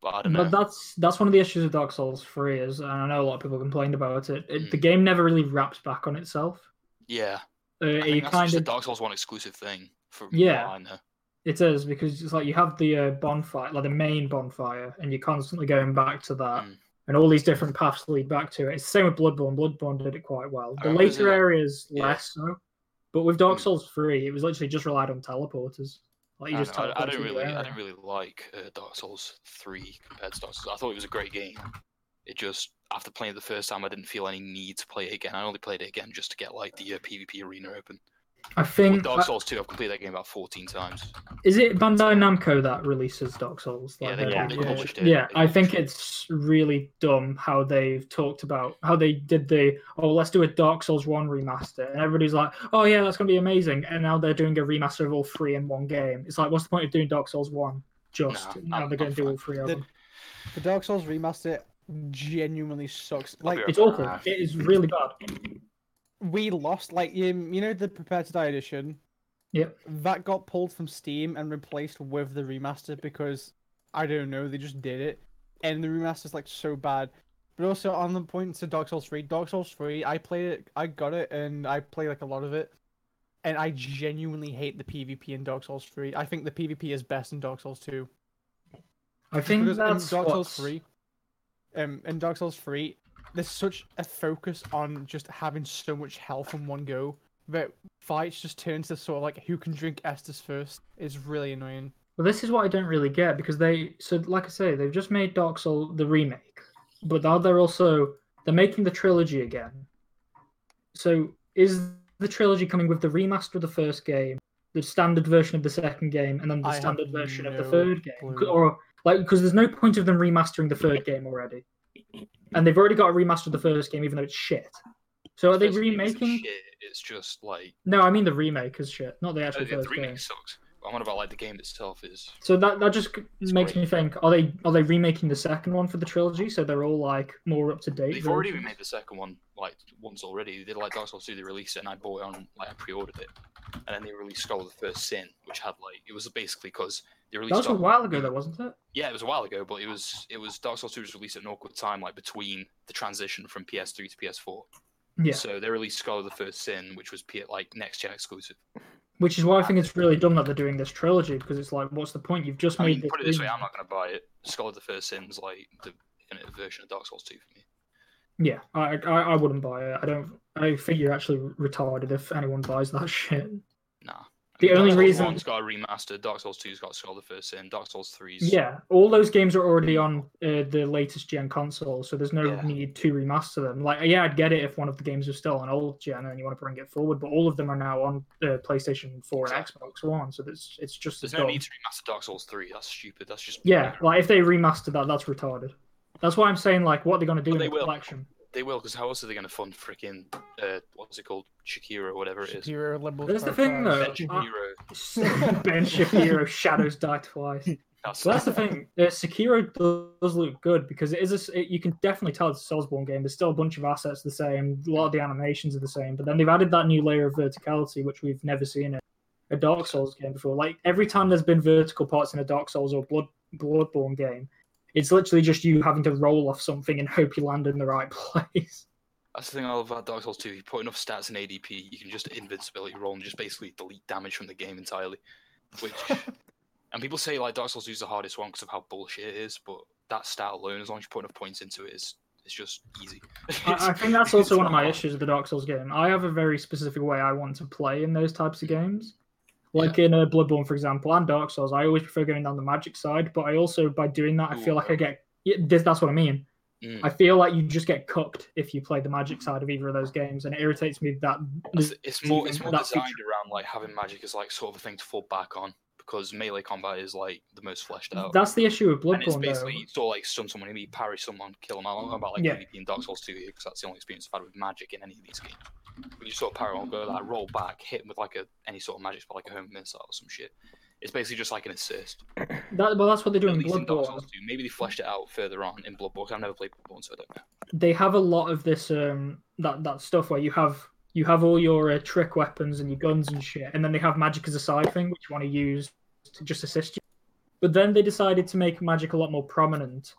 [SPEAKER 6] But I don't know.
[SPEAKER 5] But that's that's one of the issues with Dark Souls 3 is, and I know a lot of people complained about it, it
[SPEAKER 6] Hmm.
[SPEAKER 5] the game never really wraps back on itself.
[SPEAKER 6] Yeah,
[SPEAKER 5] Uh,
[SPEAKER 6] I
[SPEAKER 5] you
[SPEAKER 6] think that's
[SPEAKER 5] kind
[SPEAKER 6] just a
[SPEAKER 5] of
[SPEAKER 6] Dark Souls one exclusive thing for
[SPEAKER 5] Yeah.
[SPEAKER 6] I know.
[SPEAKER 5] It is because it's like you have the uh, bonfire, like the main bonfire, and you're constantly going back to that,
[SPEAKER 6] Hmm.
[SPEAKER 5] and all these different paths lead back to it. It's the same with Bloodborne. Bloodborne did it quite well. The
[SPEAKER 6] remember
[SPEAKER 5] later
[SPEAKER 6] the-
[SPEAKER 5] areas
[SPEAKER 6] yeah. Hmm.
[SPEAKER 5] less so, but with Dark Souls three, it was literally just relied on teleporters. Like you
[SPEAKER 6] I
[SPEAKER 5] just
[SPEAKER 6] don't know, I, I
[SPEAKER 5] teleported
[SPEAKER 6] don't
[SPEAKER 5] to the
[SPEAKER 6] really, I
[SPEAKER 5] area.
[SPEAKER 6] don't really like uh, Dark Souls three compared to Dark Souls. I thought it was a great game. It just after playing it the first time, I didn't feel any need to play it again. I only played it again just to get like the uh, PvP arena open.
[SPEAKER 5] I think
[SPEAKER 6] With Dark
[SPEAKER 5] uh,
[SPEAKER 6] Souls two, I've completed that game about fourteen times.
[SPEAKER 5] is it Bandai Namco that releases Dark Souls?
[SPEAKER 6] Yeah,
[SPEAKER 5] Like,
[SPEAKER 6] they,
[SPEAKER 5] they're-
[SPEAKER 6] they published it.
[SPEAKER 5] Yeah,
[SPEAKER 6] They
[SPEAKER 5] I
[SPEAKER 6] published
[SPEAKER 5] think
[SPEAKER 6] it.
[SPEAKER 5] it's really dumb how they've talked about how they did the oh let's do a Dark Souls one remaster and everybody's like oh yeah that's gonna be amazing and now they're doing a remaster of all three in one game. It's like what's the point of doing Dark Souls one just now they're gonna do all three of
[SPEAKER 7] The,
[SPEAKER 5] them.
[SPEAKER 7] the Dark Souls remaster genuinely sucks. Like
[SPEAKER 5] It's awful. It is really bad.
[SPEAKER 7] we lost like you, you know the Prepared to Die edition.
[SPEAKER 5] Yep.
[SPEAKER 7] That got pulled from Steam and replaced with the remaster because I don't know they just did it, and the remaster's like so bad. But also on the point to Dark Souls 3, Dark Souls 3, I played it, I got it, and I played like a lot of it, and I genuinely hate the PvP in Dark Souls 3. I think the PvP is best in Dark Souls 2.
[SPEAKER 5] I think
[SPEAKER 7] because
[SPEAKER 5] that's
[SPEAKER 7] in Dark Souls
[SPEAKER 5] what's-
[SPEAKER 7] Three, um, in Dark Souls Three, there's such a focus on just having so much health in one go that fights just turn to sort of like who can drink Estus first. It's really annoying.
[SPEAKER 5] Well, this is what I don't really get because they so like I say they've just made Dark Souls the remake, but now they're also they're making the trilogy again. So is the trilogy coming with the remaster of the first game, the standard version of the second game, and then the
[SPEAKER 7] I have
[SPEAKER 5] standard version of the
[SPEAKER 7] no
[SPEAKER 5] third game,
[SPEAKER 7] clue.
[SPEAKER 5] or like because there's no point of them remastering the third game already, and they've already got a remaster of the first game even though it's shit. So are they
[SPEAKER 6] First game isn't
[SPEAKER 5] remaking?
[SPEAKER 6] Shit, it's just like
[SPEAKER 5] No, I mean the remake is shit, not the
[SPEAKER 6] uh,
[SPEAKER 5] actual
[SPEAKER 6] the
[SPEAKER 5] first
[SPEAKER 6] remake
[SPEAKER 5] game.
[SPEAKER 6] sucks. But I'm on about like the game itself is.
[SPEAKER 5] So that that just makes me think: Are they are they remaking the second one for the trilogy? So they're all like more up to date.
[SPEAKER 6] They've already remade the second one like once already. They did like Dark Souls 2, they released it, and I bought it on like I pre-ordered it, and then they released Skull of the First Sin, which had like it was basically because they
[SPEAKER 5] That
[SPEAKER 6] released.
[SPEAKER 5] was a
[SPEAKER 6] Dark-
[SPEAKER 5] while ago, though, wasn't it?
[SPEAKER 6] Yeah, it was a while ago, but it was it was Dark Souls 2 was released at an awkward time, like between the transition from PS3 to PS4.
[SPEAKER 5] Yeah.
[SPEAKER 6] So they released Skull of the First Sin, which was P- like next gen exclusive.
[SPEAKER 5] Which is why I think it's really dumb that they're doing this trilogy because it's like, what's the point? You've just
[SPEAKER 6] I
[SPEAKER 5] made
[SPEAKER 6] mean,
[SPEAKER 5] this.
[SPEAKER 6] put it this way,
[SPEAKER 5] remake.
[SPEAKER 6] I'm not going to buy it. Skull of the First Sin's like the definitive version of Dark Souls 2 for me.
[SPEAKER 5] Yeah, I, I I wouldn't buy it. I don't. I think you're actually retarded if anyone buys that shit.
[SPEAKER 6] Nah.
[SPEAKER 5] The only
[SPEAKER 6] Dark Souls
[SPEAKER 5] reason-
[SPEAKER 6] one's got a remaster. Dark Souls two's got Skull of the First Sin. Dark Souls three's
[SPEAKER 5] Yeah, all those games are already on uh, the latest gen console, so there's no need to remaster them. Like, yeah, I'd get it if one of the games was still on old gen and you want to bring it forward, but all of them are now on uh, PlayStation 4 and Xbox One, so it's it's just as
[SPEAKER 6] There's no
[SPEAKER 5] dumb.
[SPEAKER 6] need to remaster Dark Souls three. That's stupid. That's just
[SPEAKER 5] Yeah, like if they remaster that, that's retarded. That's why I'm saying like, what they're gonna do
[SPEAKER 6] But
[SPEAKER 5] in
[SPEAKER 6] they
[SPEAKER 5] the
[SPEAKER 6] will.
[SPEAKER 5] collection?
[SPEAKER 6] They will, because how else are they going to fund freaking uh, what's it called, Shakira or whatever it is?
[SPEAKER 7] Shakira, Limbo
[SPEAKER 5] That's the thing, though.
[SPEAKER 6] Ben Shapiro.
[SPEAKER 5] ben Shapiro shadows die twice.
[SPEAKER 6] That's,
[SPEAKER 5] so that's the thing. Uh, Sekiro do- does look good because it is a. s- It, you can definitely tell it's a Soulsborne game. There's still a bunch of assets the same. A lot of the animations are the same, but then they've added that new layer of verticality, which we've never seen in a Dark Souls game before. Like every time there's been vertical parts in a Dark Souls or Blood Bloodborne game, it's literally just you having to roll off something and hope you land in the right place.
[SPEAKER 6] That's the thing I love about Dark Souls two. You put enough stats in ADP, you can just invincibility roll and just basically delete damage from the game entirely. Which, and people say like Dark Souls two is the hardest one because of how bullshit it is, but that stat alone, as long as you put enough points into it, is it's just easy.
[SPEAKER 5] I, I think that's also one of my issues with the Dark Souls game. I have a very specific way I want to play in those types of games. Like in uh, Bloodborne, for example, and Dark Souls, I always prefer going down the magic side, but I also, by doing that, I feel like I get. Yeah, this, that's what I mean.
[SPEAKER 6] Mm.
[SPEAKER 5] I feel like you just get cooked if you play the magic side of either of those games, and it irritates me that.
[SPEAKER 6] It's, it's more it's
[SPEAKER 5] that
[SPEAKER 6] more
[SPEAKER 5] feature-
[SPEAKER 6] designed around like having magic as like sort of a thing to fall back on because melee combat is like the most fleshed out.
[SPEAKER 5] That's the issue with
[SPEAKER 6] and it's
[SPEAKER 5] Bloodborne, though.
[SPEAKER 6] basically you sort of like stun someone, you parry someone, kill them. I don't know about like
[SPEAKER 5] Yeah.
[SPEAKER 6] PvP in Dark Souls 2 because that's the only experience I've had with magic in any of these games. But you sort of parry on, go like roll back, hit them with like a any sort of magic spell, like a home missile or some shit. It's basically just like an assist.
[SPEAKER 5] That, well, that's what they do in
[SPEAKER 6] At least in Dark
[SPEAKER 5] Bloodborne.
[SPEAKER 6] Souls 2, maybe they fleshed it out further on in Bloodborne. 'cause I've never played Bloodborne, so I don't know.
[SPEAKER 5] they have a lot of this um that that stuff where you have you have all your uh, trick weapons and your guns and shit, and then they have magic as a side thing which you want to use to just assist you. But then they decided to make magic a lot more prominent,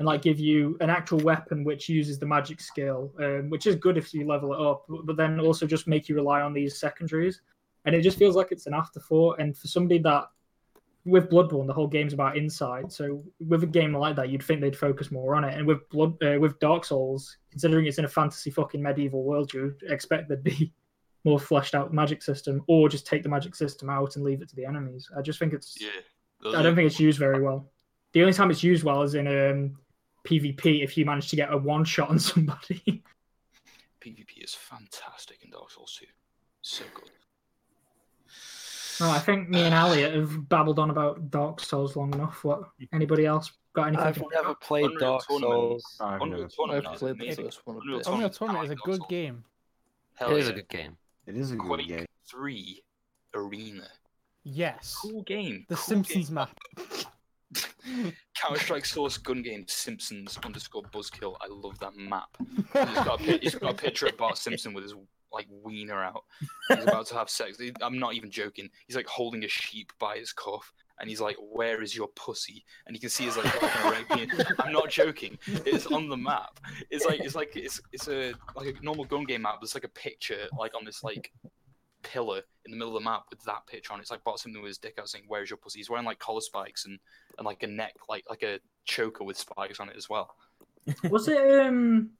[SPEAKER 5] and like give you an actual weapon which uses the magic skill, um, which is good if you level it up. but- But then also just make you rely on these secondaries, and it just feels like it's an afterthought. And for somebody that with Bloodborne, the whole game's about inside. So with a game like that, you'd think they'd focus more on it. And with Blood, uh, with Dark Souls, considering it's in a fantasy fucking medieval world, you'd expect there'd be more fleshed out magic system, or just take the magic system out and leave it to the enemies. I just think it's. I don't think it's used very well. The only time it's used well is in um, PvP if you manage to get a one shot on somebody.
[SPEAKER 6] PvP is fantastic in Dark Souls 2. So good.
[SPEAKER 5] Oh, I think me and Elliot have babbled on about Dark Souls long enough. What anybody else got anything?
[SPEAKER 8] I've
[SPEAKER 5] to-
[SPEAKER 8] never played
[SPEAKER 6] Unreal
[SPEAKER 8] Dark
[SPEAKER 6] Tournament.
[SPEAKER 8] Souls.
[SPEAKER 6] Unreal
[SPEAKER 1] never-
[SPEAKER 6] Tournament
[SPEAKER 4] I've
[SPEAKER 6] is
[SPEAKER 4] played the
[SPEAKER 6] amazing.
[SPEAKER 4] first one of
[SPEAKER 6] Unreal
[SPEAKER 4] those.
[SPEAKER 7] Unreal
[SPEAKER 6] Tournament,
[SPEAKER 7] Tournament is a good game.
[SPEAKER 6] hell
[SPEAKER 8] it is a
[SPEAKER 6] yeah.
[SPEAKER 8] good game.
[SPEAKER 1] It is a good
[SPEAKER 6] Quake
[SPEAKER 1] game.
[SPEAKER 6] 3 Arena.
[SPEAKER 7] Yes.
[SPEAKER 6] Cool game.
[SPEAKER 7] The Simpsons map.
[SPEAKER 6] Counter Strike Source Gun Game Simpsons underscore Buzzkill. I love that map. It's got a, pi- it's got a picture of Bart Simpson with his like wiener out. He's about to have sex. He- I'm not even joking. He's like holding a sheep by his cuff, and he's like, "Where is your pussy?" And you can see his like fucking erecting it. I'm not joking. It's on the map. It's like it's like it's it's a like a normal gun game map. There's like a picture like on this like pillar in the middle of the map with that picture on. it. It's like bought something with his dick out saying, "Where's your pussy?" He's wearing like collar spikes and and like a neck like like a choker with spikes on it as well.
[SPEAKER 5] Was it um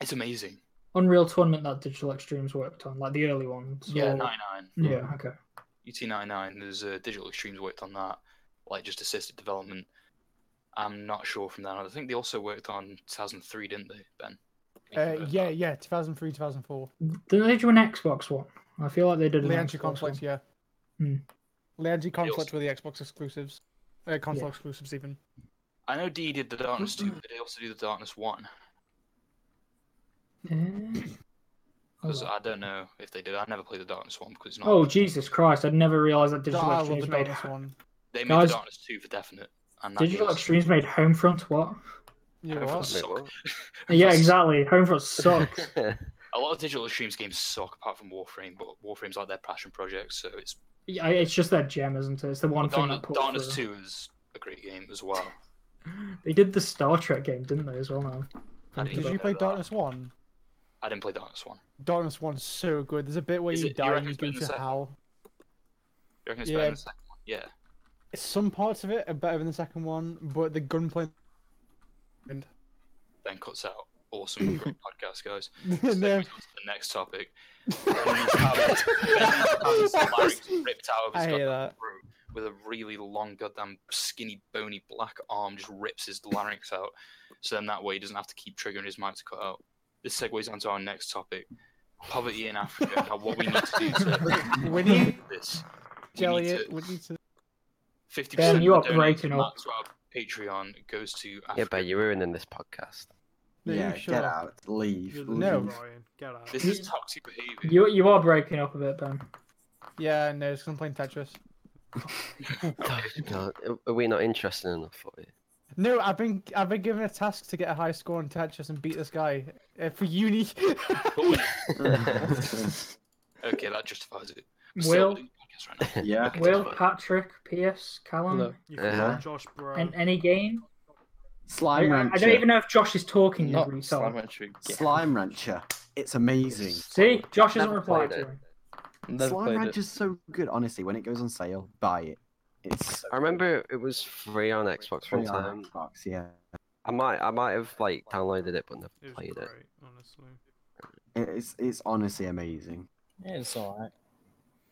[SPEAKER 6] It's amazing.
[SPEAKER 5] Unreal Tournament that Digital Extremes worked on, like the early ones?
[SPEAKER 6] Yeah,
[SPEAKER 5] or-
[SPEAKER 6] 99.
[SPEAKER 7] Hmm.
[SPEAKER 5] Yeah, okay.
[SPEAKER 6] UT99, there's uh, Digital Extremes worked on that, like just assisted development. I'm not sure from that. I think they also worked on 2003, didn't they, Ben?
[SPEAKER 7] Uh, yeah, yeah, 2003, 2004.
[SPEAKER 5] Didn't they do an Xbox one? I feel like they did an
[SPEAKER 7] Leandry
[SPEAKER 5] Xbox
[SPEAKER 7] Conflict, yeah.
[SPEAKER 5] Hmm.
[SPEAKER 7] Leandry Conflict were the Xbox exclusives. Uh, console exclusives, even.
[SPEAKER 6] I know D did the Darkness
[SPEAKER 5] Mm-hmm.
[SPEAKER 6] 2, but they also did the Darkness 1.
[SPEAKER 5] one. Eh?
[SPEAKER 6] Because I don't know if they did. I never played the Darkness 1 because it's not.
[SPEAKER 5] Oh Jesus Christ! I'd never realised that
[SPEAKER 7] Oh,
[SPEAKER 5] Digital
[SPEAKER 7] I love
[SPEAKER 5] Extremes
[SPEAKER 7] the
[SPEAKER 5] made
[SPEAKER 7] Darkness one.
[SPEAKER 6] They made
[SPEAKER 5] Guys,
[SPEAKER 6] the Darkness 2 for definite. And that
[SPEAKER 5] Digital
[SPEAKER 6] was-
[SPEAKER 5] Extremes made Homefront what?
[SPEAKER 7] Yeah,
[SPEAKER 6] Homefront
[SPEAKER 7] what?
[SPEAKER 6] suck.
[SPEAKER 5] Yeah, exactly. Homefront sucks.
[SPEAKER 6] A lot of Digital Extremes games suck apart from Warframe, but Warframe's like their passion project, so it's.
[SPEAKER 5] yeah, it's just that gem, isn't it? It's the one thing
[SPEAKER 6] Darkness,
[SPEAKER 5] that pulls
[SPEAKER 6] Darkness
[SPEAKER 5] through.
[SPEAKER 6] 2 is a great game as well.
[SPEAKER 5] They did the Star Trek game, didn't they? As well now.
[SPEAKER 6] I didn't
[SPEAKER 7] Did you
[SPEAKER 6] know
[SPEAKER 7] play
[SPEAKER 6] that.
[SPEAKER 7] Darkness 1?
[SPEAKER 6] I didn't play Darkness 1.
[SPEAKER 7] Darkness 1's so good. There's a bit where
[SPEAKER 6] Is
[SPEAKER 7] you
[SPEAKER 6] it- you
[SPEAKER 7] die
[SPEAKER 6] reckon
[SPEAKER 7] and you
[SPEAKER 6] it's better
[SPEAKER 7] go
[SPEAKER 6] than the
[SPEAKER 7] to
[SPEAKER 6] second
[SPEAKER 7] hell.
[SPEAKER 6] You reckon it's
[SPEAKER 7] Yeah.
[SPEAKER 6] better than the second one? Yeah.
[SPEAKER 7] Some parts of it are better than the second one, but the gunplay. And
[SPEAKER 6] Ben cuts out. Awesome great podcast, guys.
[SPEAKER 7] no,
[SPEAKER 6] Let's go to the next topic. Ben needs to have his- Ben needs to have his larynx ripped out of his
[SPEAKER 7] I hear
[SPEAKER 6] goddamn
[SPEAKER 7] that.
[SPEAKER 6] throat with a really long, goddamn skinny, bony black arm just rips his larynx out. So then that way he doesn't have to keep triggering his mic to cut out. This segues onto our next topic: poverty in Africa. and how what we need to do to
[SPEAKER 7] We need
[SPEAKER 6] this.
[SPEAKER 7] jelly
[SPEAKER 6] to-
[SPEAKER 7] it. We need to.
[SPEAKER 6] Fifty
[SPEAKER 5] Ben,
[SPEAKER 6] percent
[SPEAKER 5] you are
[SPEAKER 6] of the donated
[SPEAKER 5] breaking up.
[SPEAKER 6] amounts to our Patreon goes to Africa.
[SPEAKER 8] Yeah, but you're ruining this podcast.
[SPEAKER 7] No,
[SPEAKER 1] yeah,
[SPEAKER 7] you shut
[SPEAKER 1] get
[SPEAKER 7] up.
[SPEAKER 1] out. Leave.
[SPEAKER 2] You're
[SPEAKER 1] leave.
[SPEAKER 7] No.
[SPEAKER 2] Brian, get out.
[SPEAKER 6] This is toxic behavior.
[SPEAKER 5] You you are breaking up a bit, Ben.
[SPEAKER 7] Yeah, no, it's 'cause I'm playing Tetris.
[SPEAKER 8] No, are we not interested enough for you?
[SPEAKER 7] No, I've been I've been given a task to get a high score on Tetris and beat this guy uh, for uni. Oh,
[SPEAKER 6] Okay, that justifies it. We're
[SPEAKER 5] Will
[SPEAKER 6] still doing podcasts right now.
[SPEAKER 1] yeah.
[SPEAKER 5] Will Patrick P.S. Callum.
[SPEAKER 4] Look,
[SPEAKER 2] You can
[SPEAKER 8] Uh-huh.
[SPEAKER 2] call Josh Bro.
[SPEAKER 5] And any game? I,
[SPEAKER 1] Slime
[SPEAKER 5] I- I
[SPEAKER 1] Rancher.
[SPEAKER 5] don't even know if Josh is talking
[SPEAKER 4] not
[SPEAKER 5] every
[SPEAKER 4] Slime
[SPEAKER 5] time.
[SPEAKER 4] Rancher again.
[SPEAKER 1] Slime Rancher. It's amazing.
[SPEAKER 5] See, Josh isn't
[SPEAKER 8] Never
[SPEAKER 5] replying
[SPEAKER 8] played
[SPEAKER 5] to
[SPEAKER 8] it.
[SPEAKER 5] me.
[SPEAKER 4] Never
[SPEAKER 1] Slime
[SPEAKER 4] played it.
[SPEAKER 1] Rancher's so good. Honestly, when it goes on sale, buy it. It's so
[SPEAKER 8] I remember it was free on Xbox one
[SPEAKER 1] free
[SPEAKER 8] time.
[SPEAKER 1] on Xbox, yeah.
[SPEAKER 8] I might, I might have like downloaded it but never
[SPEAKER 2] It was
[SPEAKER 8] played
[SPEAKER 2] great,
[SPEAKER 8] it.
[SPEAKER 2] honestly.
[SPEAKER 1] It's it's honestly amazing.
[SPEAKER 3] Yeah, it's alright.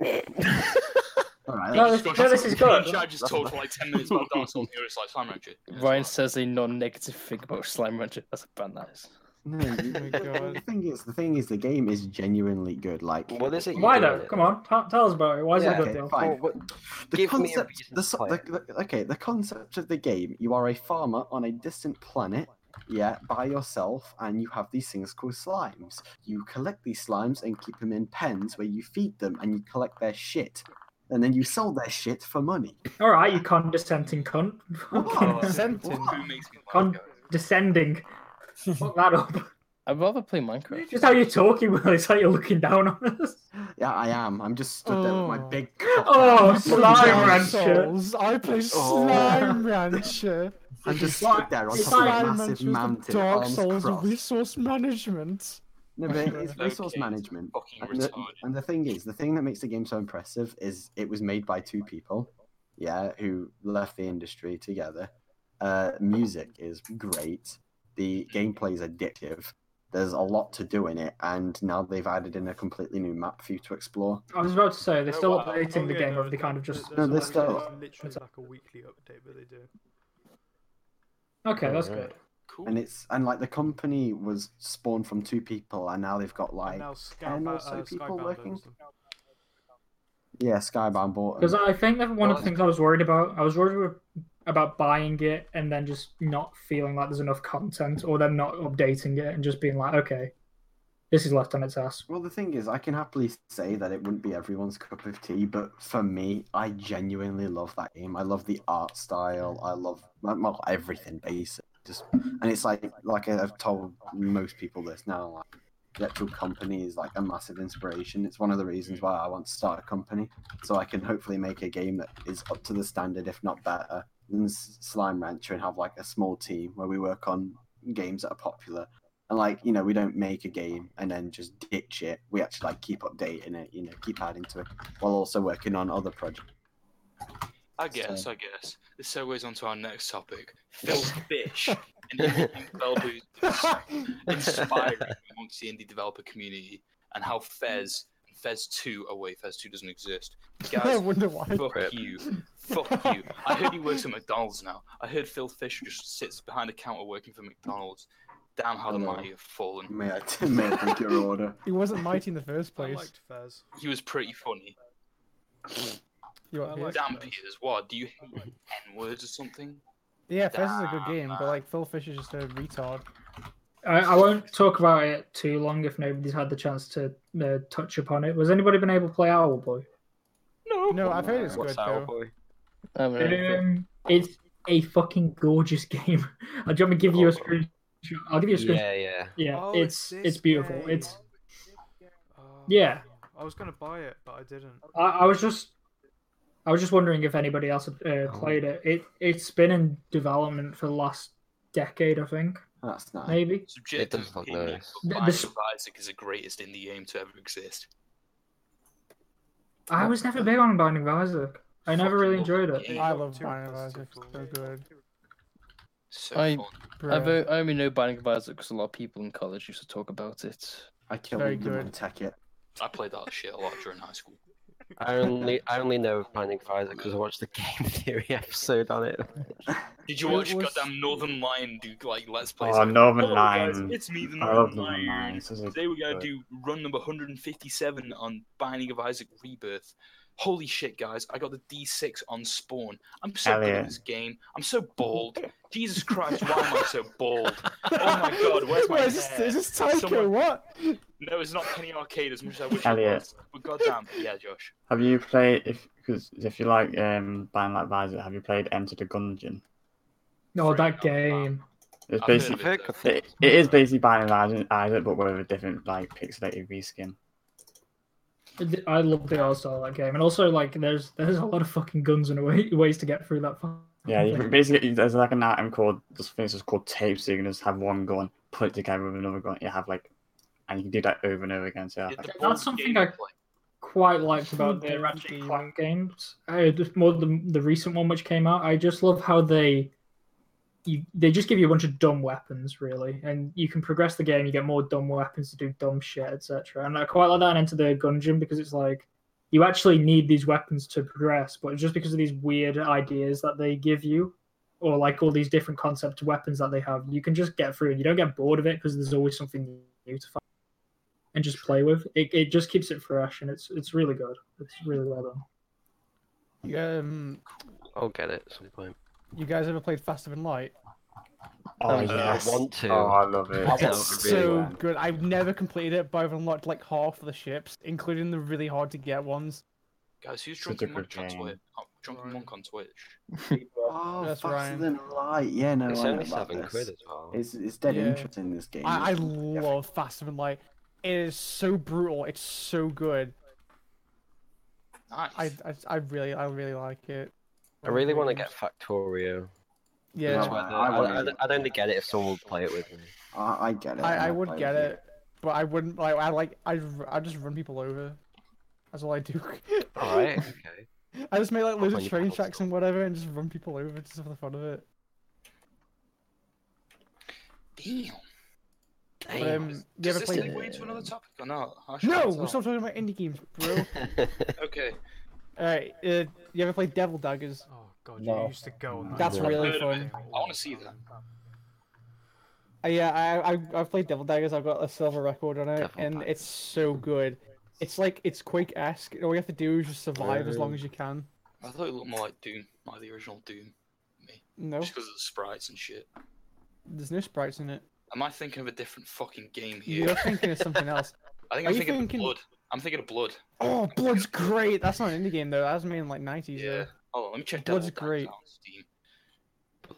[SPEAKER 1] All right.
[SPEAKER 5] No, this,
[SPEAKER 6] Josh,
[SPEAKER 5] no, this is
[SPEAKER 6] Josh,
[SPEAKER 5] good.
[SPEAKER 6] I just talked for like 10 minutes about Dark Souls and Heroes like Slime Rancher.
[SPEAKER 4] Ryan says a non-negative thing about Slime Rancher. That's a bad nice.
[SPEAKER 1] No, you-
[SPEAKER 7] my
[SPEAKER 1] the,
[SPEAKER 7] God.
[SPEAKER 1] thing is, the thing is, the game is genuinely good. Like
[SPEAKER 8] What is it?
[SPEAKER 5] Why though? Come on, tell, tell us about it. Why is it
[SPEAKER 8] Yeah,
[SPEAKER 5] a good
[SPEAKER 1] okay,
[SPEAKER 5] deal?
[SPEAKER 1] fine. the
[SPEAKER 8] Give me a
[SPEAKER 1] concept,
[SPEAKER 8] reason
[SPEAKER 1] the,
[SPEAKER 8] to
[SPEAKER 1] so-
[SPEAKER 8] play
[SPEAKER 1] the, the- okay, the concept of the game. You are a farmer on a distant planet, yeah, by yourself, and you have these things called slimes. You collect these slimes and keep them in pens where you feed them and you collect their shit, and then you sell their shit for money.
[SPEAKER 5] All right, you condescending cunt.
[SPEAKER 1] Wow.
[SPEAKER 7] Sentin.
[SPEAKER 6] Who makes me laugh,
[SPEAKER 5] Con-
[SPEAKER 6] guys?
[SPEAKER 5] Descending. Fuck that up.
[SPEAKER 4] I'd rather play Minecraft.
[SPEAKER 5] Just how you're talking, Will. It's like you're looking down on us.
[SPEAKER 1] Yeah, I am. I'm just stood there with my
[SPEAKER 7] Oh.
[SPEAKER 1] big.
[SPEAKER 5] Oh, slime
[SPEAKER 7] Dark
[SPEAKER 5] rancher.
[SPEAKER 7] Souls. I play
[SPEAKER 1] Oh.
[SPEAKER 7] Slime Rancher.
[SPEAKER 1] I'm just stood there on
[SPEAKER 5] It's
[SPEAKER 1] top of
[SPEAKER 5] like-
[SPEAKER 1] a
[SPEAKER 7] Rancher's
[SPEAKER 1] massive
[SPEAKER 7] the
[SPEAKER 1] mountain,
[SPEAKER 7] Dark
[SPEAKER 1] arms
[SPEAKER 7] Souls
[SPEAKER 1] crossed.
[SPEAKER 7] resource management.
[SPEAKER 1] No, but it's
[SPEAKER 6] Okay,
[SPEAKER 1] resource
[SPEAKER 6] it's
[SPEAKER 1] management.
[SPEAKER 6] fucking
[SPEAKER 1] And the,
[SPEAKER 6] retarded.
[SPEAKER 1] and the thing is, the thing that makes the game so impressive is it was made by two people, yeah, who left the industry together. Uh, music is great. The gameplay is addictive. There's a lot to do in it, and now they've added in a completely new map for you to explore.
[SPEAKER 5] I was about to say, they're still
[SPEAKER 6] Oh, wow.
[SPEAKER 5] updating the game,
[SPEAKER 2] yeah, there
[SPEAKER 5] or have they
[SPEAKER 2] is-
[SPEAKER 5] kind of
[SPEAKER 2] there-
[SPEAKER 5] just.
[SPEAKER 2] there's
[SPEAKER 1] No, they
[SPEAKER 2] like-
[SPEAKER 1] still-
[SPEAKER 2] there's Literally like a weekly update, but they do.
[SPEAKER 5] Okay, that's
[SPEAKER 3] Alright.
[SPEAKER 5] good.
[SPEAKER 6] Cool.
[SPEAKER 1] And it's and like the company was spawned from two people, and now they've got
[SPEAKER 2] And
[SPEAKER 1] like
[SPEAKER 2] now Scout,
[SPEAKER 1] ten
[SPEAKER 2] uh,
[SPEAKER 1] or
[SPEAKER 2] uh,
[SPEAKER 1] so people
[SPEAKER 2] Skybound
[SPEAKER 1] working?
[SPEAKER 2] owns them.
[SPEAKER 1] yeah, Skybound bought
[SPEAKER 5] Because
[SPEAKER 1] them.
[SPEAKER 5] I think that one of
[SPEAKER 6] Well-
[SPEAKER 5] the things I was worried about, I was worried ab- about buying it and then just not feeling like there's enough content, or them not updating it and just being like, okay, this is left on its ass.
[SPEAKER 1] Well, the thing is, I can happily say that it wouldn't be everyone's cup of tea, but for me, I genuinely love that game. I love the art style. I love well, well, everything basic. Just and it's like like I've told most people this now. Like the actual company is like a massive inspiration. It's one of the reasons why I want to start a company, so I can hopefully make a game that is up to the standard, if not better, than S- Slime Rancher, and have like a small team where we work on games that are popular. And like you know, we don't make a game and then just ditch it. We actually like keep updating it, you know, keep adding to it, while also working on other projects.
[SPEAKER 6] I guess, I guess. This segues on to our next topic. Phil Fish, an indie developer who's inspiring amongst the indie developer community, and how Fez and Fez 2, oh wait, Fez 2 doesn't exist. Guys,
[SPEAKER 7] I wonder why.
[SPEAKER 6] fuck you. Fuck you. I heard he works at McDonald's now. I heard Phil Fish just sits behind a counter working for McDonald's. Damn how the
[SPEAKER 1] Hello.
[SPEAKER 6] mighty have fallen.
[SPEAKER 1] May I, may I take your order?
[SPEAKER 7] He wasn't mighty in the first
[SPEAKER 2] I
[SPEAKER 7] place.
[SPEAKER 2] liked Fez.
[SPEAKER 6] He was pretty funny.
[SPEAKER 7] You want
[SPEAKER 2] I
[SPEAKER 7] Fez?
[SPEAKER 2] liked
[SPEAKER 6] Damn
[SPEAKER 2] Fez.
[SPEAKER 6] Peters, what? Do you hate like, N words or something?
[SPEAKER 7] yeah, Fez is a good
[SPEAKER 6] Damn,
[SPEAKER 7] game, but
[SPEAKER 6] man.
[SPEAKER 7] like Phil Fish is just a retard.
[SPEAKER 5] I, I won't talk about it too long if nobody's had the chance to uh, touch upon it. Was anybody been able to play Owlboy?
[SPEAKER 7] No, I've heard it's
[SPEAKER 8] What's
[SPEAKER 7] good
[SPEAKER 8] that, old
[SPEAKER 7] though.
[SPEAKER 8] boy?
[SPEAKER 4] I haven't heard of it.
[SPEAKER 5] Um, it's a fucking gorgeous game. Uh, Do you want me to give
[SPEAKER 1] Oh.
[SPEAKER 5] you a screenshot? I'll give you a screenshot.
[SPEAKER 8] Yeah, yeah.
[SPEAKER 5] Yeah,
[SPEAKER 2] Oh,
[SPEAKER 5] it's
[SPEAKER 2] it's
[SPEAKER 5] it's,
[SPEAKER 2] this
[SPEAKER 5] beautiful.
[SPEAKER 2] game.
[SPEAKER 5] It's
[SPEAKER 2] Oh,
[SPEAKER 5] Yeah.
[SPEAKER 2] I was gonna buy it, but I didn't.
[SPEAKER 5] I, I was just I was just wondering if anybody else
[SPEAKER 1] Oh.
[SPEAKER 5] had uh, played it. It it's been in development for the last decade, I think,
[SPEAKER 1] That's nice.
[SPEAKER 5] maybe.
[SPEAKER 6] Subjective
[SPEAKER 8] does look
[SPEAKER 6] opinion,
[SPEAKER 8] nice.
[SPEAKER 6] but
[SPEAKER 5] The-
[SPEAKER 6] Binding
[SPEAKER 5] the-
[SPEAKER 6] of Isaac is the greatest indie game to ever exist.
[SPEAKER 5] I was never big on Binding of Isaac. I never really enjoyed it.
[SPEAKER 6] Fucking
[SPEAKER 7] I
[SPEAKER 2] Not
[SPEAKER 7] love
[SPEAKER 2] too
[SPEAKER 7] Binding of Isaac.
[SPEAKER 2] impressive
[SPEAKER 7] It's
[SPEAKER 2] for
[SPEAKER 7] so
[SPEAKER 2] me.
[SPEAKER 7] good.
[SPEAKER 6] So
[SPEAKER 4] I-
[SPEAKER 6] fun.
[SPEAKER 4] I've,
[SPEAKER 7] Bruh.
[SPEAKER 4] o- I only know Binding of Isaac because a lot of people in college used to talk about it.
[SPEAKER 1] I killed
[SPEAKER 7] Very
[SPEAKER 1] him and
[SPEAKER 7] good.
[SPEAKER 1] tech it.
[SPEAKER 6] I played that shit a lot during high school.
[SPEAKER 8] I only I only know Binding of Isaac because I watched the Game Theory episode on it.
[SPEAKER 6] Did you
[SPEAKER 7] It
[SPEAKER 6] watch
[SPEAKER 7] was-
[SPEAKER 6] goddamn Northern Lion do like let's play?
[SPEAKER 9] Oh, Northern
[SPEAKER 6] Hello, guys,
[SPEAKER 9] Lion.
[SPEAKER 6] It's me, the
[SPEAKER 9] I love
[SPEAKER 6] Northern
[SPEAKER 9] Northern Lion.
[SPEAKER 6] Lion.
[SPEAKER 9] This is a
[SPEAKER 6] Today we're gonna
[SPEAKER 9] good-
[SPEAKER 6] do run number 157 on Binding of Isaac Rebirth. Holy shit, guys! I got the D6 on Spawn. I'm so good
[SPEAKER 9] Elliot.
[SPEAKER 6] at this game. I'm so bald. Jesus Christ, why am I so bald? Oh my God, where's my
[SPEAKER 7] Wait, is this,
[SPEAKER 6] hair?
[SPEAKER 7] is this Tycho?
[SPEAKER 6] Someone-
[SPEAKER 7] What?
[SPEAKER 6] No, it's not Penny Arcade as much as I wish it
[SPEAKER 9] Elliot.
[SPEAKER 6] was. But goddamn, yeah, Josh.
[SPEAKER 9] Have you played if because if you like um Binding of Isaac, have you played Enter the Gungeon?
[SPEAKER 5] No, that
[SPEAKER 6] Fair enough.
[SPEAKER 5] game.
[SPEAKER 9] It's
[SPEAKER 6] I've heard
[SPEAKER 9] basically
[SPEAKER 6] of it, though.
[SPEAKER 9] it, it is basically Binding of Isaac, Isaac, but with a different like pixelated reskin.
[SPEAKER 5] I love the art style of that game, and also like there's there's a lot of fucking guns and way, ways to get through that. fucking
[SPEAKER 9] Yeah, you
[SPEAKER 5] thing.
[SPEAKER 9] can basically there's like an item called this thing that's called tape, so you can just have one gun, put it together with another gun, you have like, and you can do that over and over again. So
[SPEAKER 6] It's
[SPEAKER 9] like,
[SPEAKER 6] the
[SPEAKER 5] That's
[SPEAKER 6] board
[SPEAKER 5] something
[SPEAKER 6] game
[SPEAKER 5] I-
[SPEAKER 6] you play.
[SPEAKER 5] quite liked about
[SPEAKER 7] Food
[SPEAKER 5] the
[SPEAKER 7] game,
[SPEAKER 5] Ratchet
[SPEAKER 7] game.
[SPEAKER 5] and Clank games. I just more the the recent one which came out. I just love how they you, they just give you a bunch of dumb weapons, really, and you can progress the game. You get more dumb weapons to do dumb shit, etc. And I quite like that in Enter the Gungeon because it's like you actually need these weapons to progress, but just because of these weird ideas that they give you, or like all these different concept weapons that they have, you can just get through. You don't get bored of it because there's always something new to find and just play with. It, it just keeps it fresh and it's it's really good. It's really well done.
[SPEAKER 7] Um,
[SPEAKER 8] I'll get it at some point.
[SPEAKER 7] you guys ever played Faster Than Light?
[SPEAKER 9] oh
[SPEAKER 8] Uh,
[SPEAKER 9] yes,
[SPEAKER 8] want to.
[SPEAKER 9] oh I love it.
[SPEAKER 8] I want
[SPEAKER 7] It's Um, so good. I've never completed it, but I've unlocked like half of the ships, including the really hard to get ones.
[SPEAKER 6] Guys, who's
[SPEAKER 9] Such a
[SPEAKER 6] Drunken Monk
[SPEAKER 9] good
[SPEAKER 6] on
[SPEAKER 9] game.
[SPEAKER 6] Twitch? Oh, Drunken Monk on Twitch.
[SPEAKER 1] Oh,
[SPEAKER 7] That's
[SPEAKER 1] faster
[SPEAKER 7] Ryan.
[SPEAKER 1] than light. Uh, Yeah, no,
[SPEAKER 8] it's
[SPEAKER 1] I know
[SPEAKER 8] only
[SPEAKER 1] about
[SPEAKER 8] seven
[SPEAKER 1] this.
[SPEAKER 8] quid as well.
[SPEAKER 1] It's it's dead
[SPEAKER 7] Yeah.
[SPEAKER 1] interesting this game.
[SPEAKER 7] I, I
[SPEAKER 1] It's different.
[SPEAKER 7] love Faster Than Light. It is so brutal. It's so good.
[SPEAKER 6] Nice.
[SPEAKER 7] I, I, I really I really like it.
[SPEAKER 8] I really want to get Factorio.
[SPEAKER 7] Yeah,
[SPEAKER 8] It's
[SPEAKER 1] No,
[SPEAKER 8] whether-
[SPEAKER 1] I- I
[SPEAKER 8] I-
[SPEAKER 1] wanna-
[SPEAKER 8] I'd- I'd only get it if someone would play it with me.
[SPEAKER 1] I, I get it.
[SPEAKER 7] I, I
[SPEAKER 1] I'll
[SPEAKER 7] would
[SPEAKER 1] play
[SPEAKER 7] get
[SPEAKER 1] with you.
[SPEAKER 7] it, but I wouldn't like I like I I just run people over. That's all I do.
[SPEAKER 8] All right, okay.
[SPEAKER 7] I just make like loads of
[SPEAKER 8] Run your
[SPEAKER 7] train
[SPEAKER 8] pedals.
[SPEAKER 7] tracks and whatever, and just run people over just for the fun of it.
[SPEAKER 6] Damn.
[SPEAKER 7] But, um, you
[SPEAKER 6] Does
[SPEAKER 7] ever
[SPEAKER 6] this
[SPEAKER 7] played?
[SPEAKER 6] segue into another topic or not? I should
[SPEAKER 7] No,
[SPEAKER 6] not
[SPEAKER 7] we're
[SPEAKER 6] tell.
[SPEAKER 7] still talking about indie games, bro.
[SPEAKER 6] Okay.
[SPEAKER 7] Alright, uh, you ever played Devil Daggers?
[SPEAKER 2] Oh god,
[SPEAKER 3] No.
[SPEAKER 2] you used to go on that.
[SPEAKER 7] That's
[SPEAKER 8] Yeah.
[SPEAKER 7] really
[SPEAKER 6] Heard of
[SPEAKER 7] fun.
[SPEAKER 6] it. I want to see that.
[SPEAKER 7] Uh, yeah, I, I I've played Devil Daggers. I've got a silver record on it,
[SPEAKER 8] Devil
[SPEAKER 7] and it's so good. It's like it's Quake-esque. and All you have to do is just survive as long as you can.
[SPEAKER 6] I thought it looked more like Doom, like the original Doom.
[SPEAKER 7] No,
[SPEAKER 6] Just because of the sprites and shit.
[SPEAKER 7] there's no sprites in it.
[SPEAKER 6] Am I thinking of a different fucking game here?
[SPEAKER 7] You're thinking of something else.
[SPEAKER 6] I think
[SPEAKER 7] Are
[SPEAKER 6] I'm
[SPEAKER 7] you
[SPEAKER 6] thinking,
[SPEAKER 7] thinking-
[SPEAKER 6] of Blood. I'm thinking of Blood.
[SPEAKER 7] Oh, Blood's great. That's not an indie game though. That was made in like '90s.
[SPEAKER 6] Yeah.
[SPEAKER 7] though.
[SPEAKER 6] Hold on, let me check
[SPEAKER 7] Blood's
[SPEAKER 6] Devil Dies
[SPEAKER 7] great.
[SPEAKER 6] on Steam.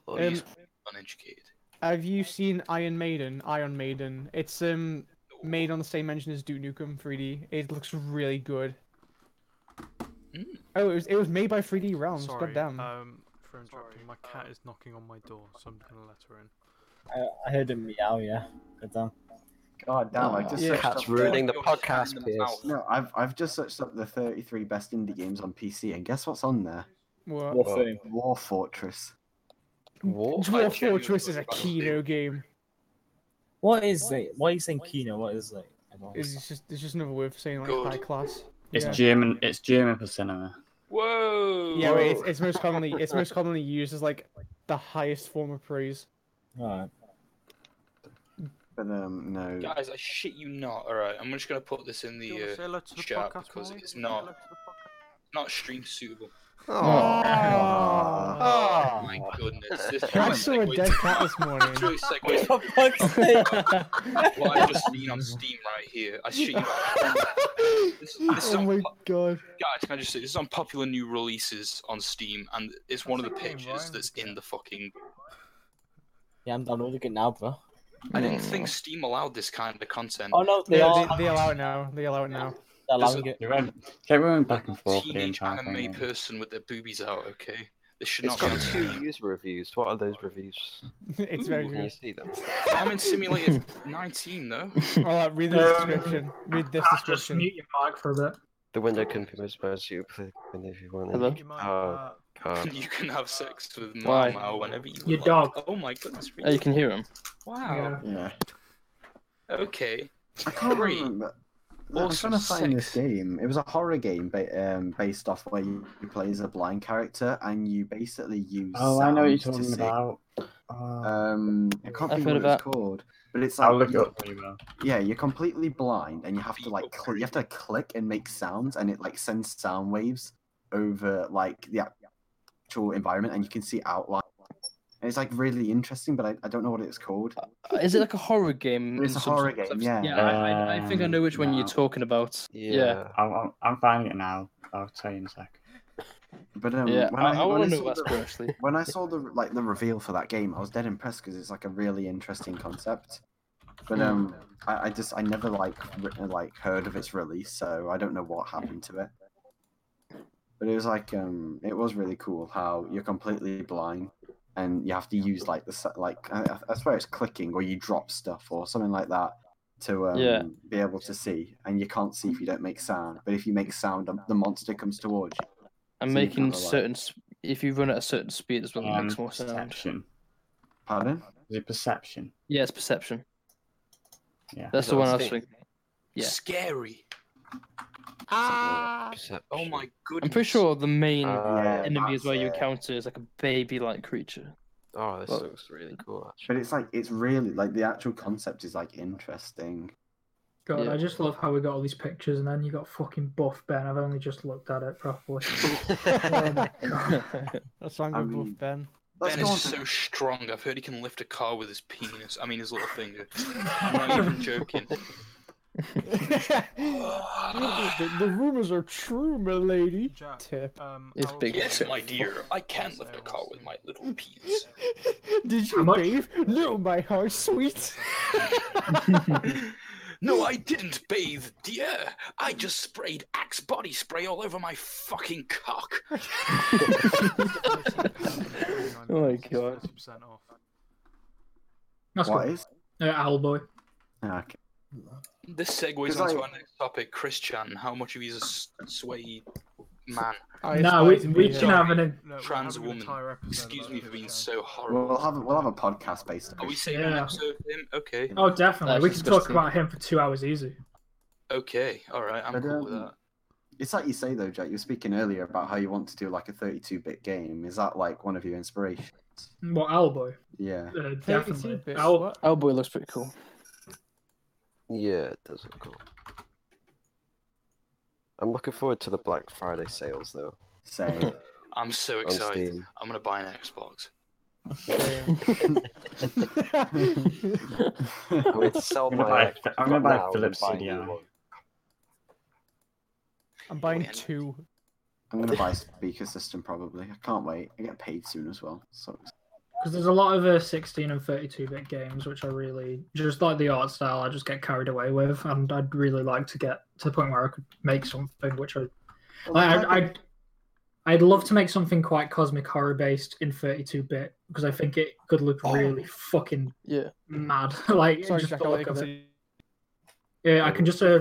[SPEAKER 8] Blood.
[SPEAKER 6] Please,
[SPEAKER 7] Um,
[SPEAKER 6] uneducated.
[SPEAKER 7] Have you seen Iron Maiden? Iron Maiden. It's um, made on the same engine as Duke Nukem 3D. It looks really good.
[SPEAKER 6] Hmm.
[SPEAKER 7] Oh, it was it was made by 3D Realms.
[SPEAKER 2] Sorry,
[SPEAKER 7] Goddamn.
[SPEAKER 2] um, for interrupting. My cat is knocking on my door, so I'm gonna let her in.
[SPEAKER 3] I, I heard him meow. Yeah, good damn.
[SPEAKER 1] God damn! I just
[SPEAKER 3] Yeah.
[SPEAKER 1] searched
[SPEAKER 3] Cat's
[SPEAKER 1] up
[SPEAKER 3] ruining
[SPEAKER 8] Oh, the podcast, Piers.
[SPEAKER 1] No, I've I've just searched up the 33 best indie games on PC, and guess what's on there?
[SPEAKER 7] What?
[SPEAKER 1] War Fortress.
[SPEAKER 8] War
[SPEAKER 7] Dwarf Fortress is a Kino game.
[SPEAKER 3] What is it? Why are you saying Kino? What is it? I don't
[SPEAKER 7] It's it's just it's just another word for saying like
[SPEAKER 6] Good.
[SPEAKER 7] high class.
[SPEAKER 9] It's
[SPEAKER 7] yeah.
[SPEAKER 9] German. It's German for cinema.
[SPEAKER 6] Whoa!
[SPEAKER 7] Yeah, wait, it's, it's most commonly it's most commonly used as like the highest form of praise.
[SPEAKER 3] Alright.
[SPEAKER 1] But um, no.
[SPEAKER 6] Guys, I shit you not. All right, I'm just gonna put this in
[SPEAKER 2] you wanna
[SPEAKER 6] the
[SPEAKER 2] say hello to
[SPEAKER 6] uh,
[SPEAKER 2] the
[SPEAKER 6] chat
[SPEAKER 2] podcast,
[SPEAKER 6] because
[SPEAKER 2] Molly?
[SPEAKER 6] it's
[SPEAKER 2] Say hello
[SPEAKER 6] not not stream suitable.
[SPEAKER 1] Aw.
[SPEAKER 6] Oh, my goodness! This
[SPEAKER 7] I
[SPEAKER 6] really
[SPEAKER 7] saw a
[SPEAKER 6] segues-
[SPEAKER 7] dead cat this morning.
[SPEAKER 6] this really segues
[SPEAKER 3] For fuck's sake.
[SPEAKER 6] what I've just seen on Steam right here. I shit you not. This, this is
[SPEAKER 7] Oh
[SPEAKER 6] on,
[SPEAKER 7] my
[SPEAKER 6] guys,
[SPEAKER 7] god.
[SPEAKER 6] can I just say this is on popular new releases on Steam, and it's one of the pictures that's in the fucking.
[SPEAKER 3] Yeah, I'm downloading it now, bro.
[SPEAKER 6] I didn't think Steam allowed this kind of content.
[SPEAKER 3] Oh no, they
[SPEAKER 7] Yeah,
[SPEAKER 3] are.
[SPEAKER 7] Mm. they, they allow it now. They allow it now.
[SPEAKER 3] They're
[SPEAKER 6] There's
[SPEAKER 3] allowing
[SPEAKER 6] a-
[SPEAKER 3] it.
[SPEAKER 9] You went, okay, we went back and forth the
[SPEAKER 6] teenage
[SPEAKER 9] entire
[SPEAKER 6] anime
[SPEAKER 9] thing.
[SPEAKER 6] person with their boobies out. Okay, this should
[SPEAKER 8] It's
[SPEAKER 6] not be
[SPEAKER 8] got
[SPEAKER 6] on
[SPEAKER 8] two
[SPEAKER 6] Steam.
[SPEAKER 8] user reviews. What are those reviews?
[SPEAKER 7] it's very
[SPEAKER 8] Can you
[SPEAKER 7] good.
[SPEAKER 8] see them?
[SPEAKER 6] Farming Simulator 19 though.
[SPEAKER 7] Alright, uh, read the
[SPEAKER 5] Um,
[SPEAKER 7] description. Read this
[SPEAKER 5] Ah, just
[SPEAKER 7] description.
[SPEAKER 5] mute your mic for a bit.
[SPEAKER 8] The window can be most as you click in if you want.
[SPEAKER 4] Hello?
[SPEAKER 2] You might,
[SPEAKER 8] Oh,
[SPEAKER 2] uh,
[SPEAKER 8] God.
[SPEAKER 6] you can have sex with
[SPEAKER 4] Why?
[SPEAKER 6] Mama whenever you
[SPEAKER 5] Your
[SPEAKER 6] like.
[SPEAKER 5] dog.
[SPEAKER 6] Oh my goodness.
[SPEAKER 4] Oh,
[SPEAKER 6] Really?
[SPEAKER 4] you can hear him.
[SPEAKER 6] Wow.
[SPEAKER 1] Yeah.
[SPEAKER 6] Okay.
[SPEAKER 1] I can't
[SPEAKER 6] Three.
[SPEAKER 1] remember. I was
[SPEAKER 6] Awesome
[SPEAKER 1] trying to find this
[SPEAKER 6] sex.
[SPEAKER 1] game. It was a horror game ba- um, based off where you you play as a blind character and you basically use.
[SPEAKER 9] Oh, I know what you're
[SPEAKER 1] sound
[SPEAKER 9] talking
[SPEAKER 1] to see-
[SPEAKER 9] about. Uh,
[SPEAKER 1] Um, I can't
[SPEAKER 4] I've
[SPEAKER 1] think
[SPEAKER 4] heard of
[SPEAKER 1] what it was
[SPEAKER 4] that.
[SPEAKER 1] called, but it's like
[SPEAKER 9] I'll look it up for you, bro.
[SPEAKER 1] yeah, you're completely blind and you have to like
[SPEAKER 6] People.
[SPEAKER 1] cl- you have to click and make sounds, and it like sends sound waves over like the actual environment, and you can see outline. And it's like really interesting, but I, I don't know what it's called.
[SPEAKER 4] Uh, Is it like a horror game?
[SPEAKER 1] It's
[SPEAKER 4] in
[SPEAKER 1] a
[SPEAKER 4] some
[SPEAKER 1] horror
[SPEAKER 4] sort of-
[SPEAKER 1] game, yeah.
[SPEAKER 4] Yeah, I, I, I think I know which one you're
[SPEAKER 9] Um,
[SPEAKER 4] talking about.
[SPEAKER 8] Yeah.
[SPEAKER 9] I'm, I'm, I'm finding it now. I'll tell you in a sec.
[SPEAKER 1] But um,
[SPEAKER 4] Yeah,
[SPEAKER 1] when
[SPEAKER 4] I,
[SPEAKER 1] I,
[SPEAKER 4] I,
[SPEAKER 1] when
[SPEAKER 4] want
[SPEAKER 1] I
[SPEAKER 4] to know
[SPEAKER 1] saw
[SPEAKER 4] what
[SPEAKER 1] the-
[SPEAKER 4] that's for actually.
[SPEAKER 1] when I saw the like the reveal for that game, I was dead impressed because it's like a really interesting concept. But
[SPEAKER 4] Hmm.
[SPEAKER 1] um, I, I just I never like re- like heard of its release, so I don't know what happened to it. But it was like um, it was really cool how you're completely blind and you have to use like the se- like I, I swear it's clicking or you drop stuff or something like that to um,
[SPEAKER 4] Yeah.
[SPEAKER 1] be able to see, and you can't see if you don't make sound. But if you make sound, um, the monster comes towards you.
[SPEAKER 4] I'm
[SPEAKER 1] so you
[SPEAKER 4] making
[SPEAKER 1] kinda like-
[SPEAKER 4] certain. Sp- if you run at a certain speed, that's what
[SPEAKER 9] Um,
[SPEAKER 4] makes more sound.
[SPEAKER 9] perception.
[SPEAKER 1] Pardon?
[SPEAKER 9] Is it perception?
[SPEAKER 4] Yeah, it's perception.
[SPEAKER 9] Yeah.
[SPEAKER 4] That's
[SPEAKER 8] Is
[SPEAKER 4] the
[SPEAKER 8] that
[SPEAKER 4] one
[SPEAKER 8] a
[SPEAKER 4] I was
[SPEAKER 8] thing?
[SPEAKER 4] thinking. Yeah.
[SPEAKER 6] Scary. Oh
[SPEAKER 4] Ah!
[SPEAKER 8] Perception.
[SPEAKER 6] my goodness.
[SPEAKER 4] I'm pretty sure the main
[SPEAKER 8] Uh,
[SPEAKER 1] yeah,
[SPEAKER 4] enemy as
[SPEAKER 1] that's
[SPEAKER 4] well you
[SPEAKER 1] it.
[SPEAKER 4] encounter is like a baby-like creature.
[SPEAKER 8] Oh, this
[SPEAKER 4] Well-
[SPEAKER 8] looks really cool, actually.
[SPEAKER 1] But it's like it's really like the actual concept is like interesting.
[SPEAKER 5] God,
[SPEAKER 4] Yeah.
[SPEAKER 5] I just love how we got all these pictures and then you got fucking buff Ben. I've only just looked at it properly. Oh
[SPEAKER 7] That's why I'm
[SPEAKER 1] I
[SPEAKER 7] going
[SPEAKER 1] mean-
[SPEAKER 7] with Ben.
[SPEAKER 1] Let's
[SPEAKER 6] Ben
[SPEAKER 1] go on
[SPEAKER 6] is
[SPEAKER 1] to-
[SPEAKER 6] so strong. I've heard he can lift a car with his penis. I mean, his little finger. I'm not even joking.
[SPEAKER 7] the, the rumors are true, milady.
[SPEAKER 2] Jack,
[SPEAKER 7] Tip.
[SPEAKER 2] um,
[SPEAKER 4] It's
[SPEAKER 2] how-
[SPEAKER 4] big.
[SPEAKER 6] Yes, my dear. I can lift a car with my little penis.
[SPEAKER 7] Did
[SPEAKER 5] How
[SPEAKER 7] you
[SPEAKER 5] much?
[SPEAKER 7] bathe? No, my heart, sweet.
[SPEAKER 6] No, I didn't bathe, dear. I just sprayed Axe body spray all over my fucking cock.
[SPEAKER 4] Oh my
[SPEAKER 2] It's
[SPEAKER 4] God.
[SPEAKER 2] 30% off.
[SPEAKER 5] That's
[SPEAKER 1] what
[SPEAKER 5] good.
[SPEAKER 1] is? Ah,
[SPEAKER 5] Uh, Owlboy.
[SPEAKER 1] Okay.
[SPEAKER 6] This segues
[SPEAKER 1] Because
[SPEAKER 6] onto
[SPEAKER 1] I-
[SPEAKER 6] our next topic, Chris Chan. How much of he's a s- sway man?
[SPEAKER 7] I
[SPEAKER 5] no, we,
[SPEAKER 7] aspire to
[SPEAKER 5] we
[SPEAKER 7] be
[SPEAKER 5] can
[SPEAKER 7] a-
[SPEAKER 5] have an.
[SPEAKER 2] No, we're
[SPEAKER 6] Trans
[SPEAKER 2] having an
[SPEAKER 6] woman.
[SPEAKER 2] entire episode
[SPEAKER 6] Excuse
[SPEAKER 2] about
[SPEAKER 6] me
[SPEAKER 2] Chris
[SPEAKER 6] for being
[SPEAKER 2] Chan.
[SPEAKER 6] so
[SPEAKER 1] Well,
[SPEAKER 6] horrible.
[SPEAKER 1] we'll have we'll have a podcast based. on
[SPEAKER 6] Are we
[SPEAKER 1] it.
[SPEAKER 6] saving an
[SPEAKER 5] Yeah.
[SPEAKER 6] episode of him? Okay.
[SPEAKER 5] Oh, definitely.
[SPEAKER 4] That's
[SPEAKER 5] we can talk
[SPEAKER 4] disgusting.
[SPEAKER 5] about him for two hours easy.
[SPEAKER 6] Okay. All right. I'm
[SPEAKER 1] But,
[SPEAKER 6] cool with
[SPEAKER 1] um,
[SPEAKER 6] that.
[SPEAKER 1] It's like you say though, Jack. You were speaking earlier about how you want to do like a 32-bit game. Is that like one of your inspirations?
[SPEAKER 5] What, Owlboy?
[SPEAKER 1] Yeah.
[SPEAKER 5] Uh,
[SPEAKER 7] 32
[SPEAKER 5] definitely.
[SPEAKER 7] bits.
[SPEAKER 5] Owl,
[SPEAKER 7] What?
[SPEAKER 4] Oh boy, looks pretty cool.
[SPEAKER 8] Yeah, it does look cool. I'm looking forward to the Black Friday sales, though.
[SPEAKER 1] Say.
[SPEAKER 6] I'm so
[SPEAKER 8] On
[SPEAKER 6] excited.
[SPEAKER 8] Steam.
[SPEAKER 6] I'm gonna buy an Xbox.
[SPEAKER 8] I'm going to sell
[SPEAKER 9] I'm gonna
[SPEAKER 8] my
[SPEAKER 9] buy-
[SPEAKER 8] Xbox
[SPEAKER 9] I'm gonna buy
[SPEAKER 8] now and
[SPEAKER 9] Philips
[SPEAKER 8] buy a new
[SPEAKER 9] CDI.
[SPEAKER 8] one.
[SPEAKER 7] I'm buying
[SPEAKER 6] Yeah.
[SPEAKER 7] two.
[SPEAKER 1] I'm gonna buy a speaker system probably. I can't wait. I get paid soon as well. So
[SPEAKER 5] because there's a lot of uh, 16 and 32 bit games which I really just like the art style. I just get carried away with, and I'd really like to get to the point where I could make something which I, like, I'd, I'd, I'd love to make something quite cosmic horror based in 32 bit because I think it could look really fucking
[SPEAKER 4] yeah
[SPEAKER 5] mad. like
[SPEAKER 7] Sorry,
[SPEAKER 5] just
[SPEAKER 7] Jack,
[SPEAKER 5] the
[SPEAKER 7] I'll
[SPEAKER 5] look
[SPEAKER 7] let you
[SPEAKER 5] of it.
[SPEAKER 7] continue.
[SPEAKER 5] Yeah, I can just uh,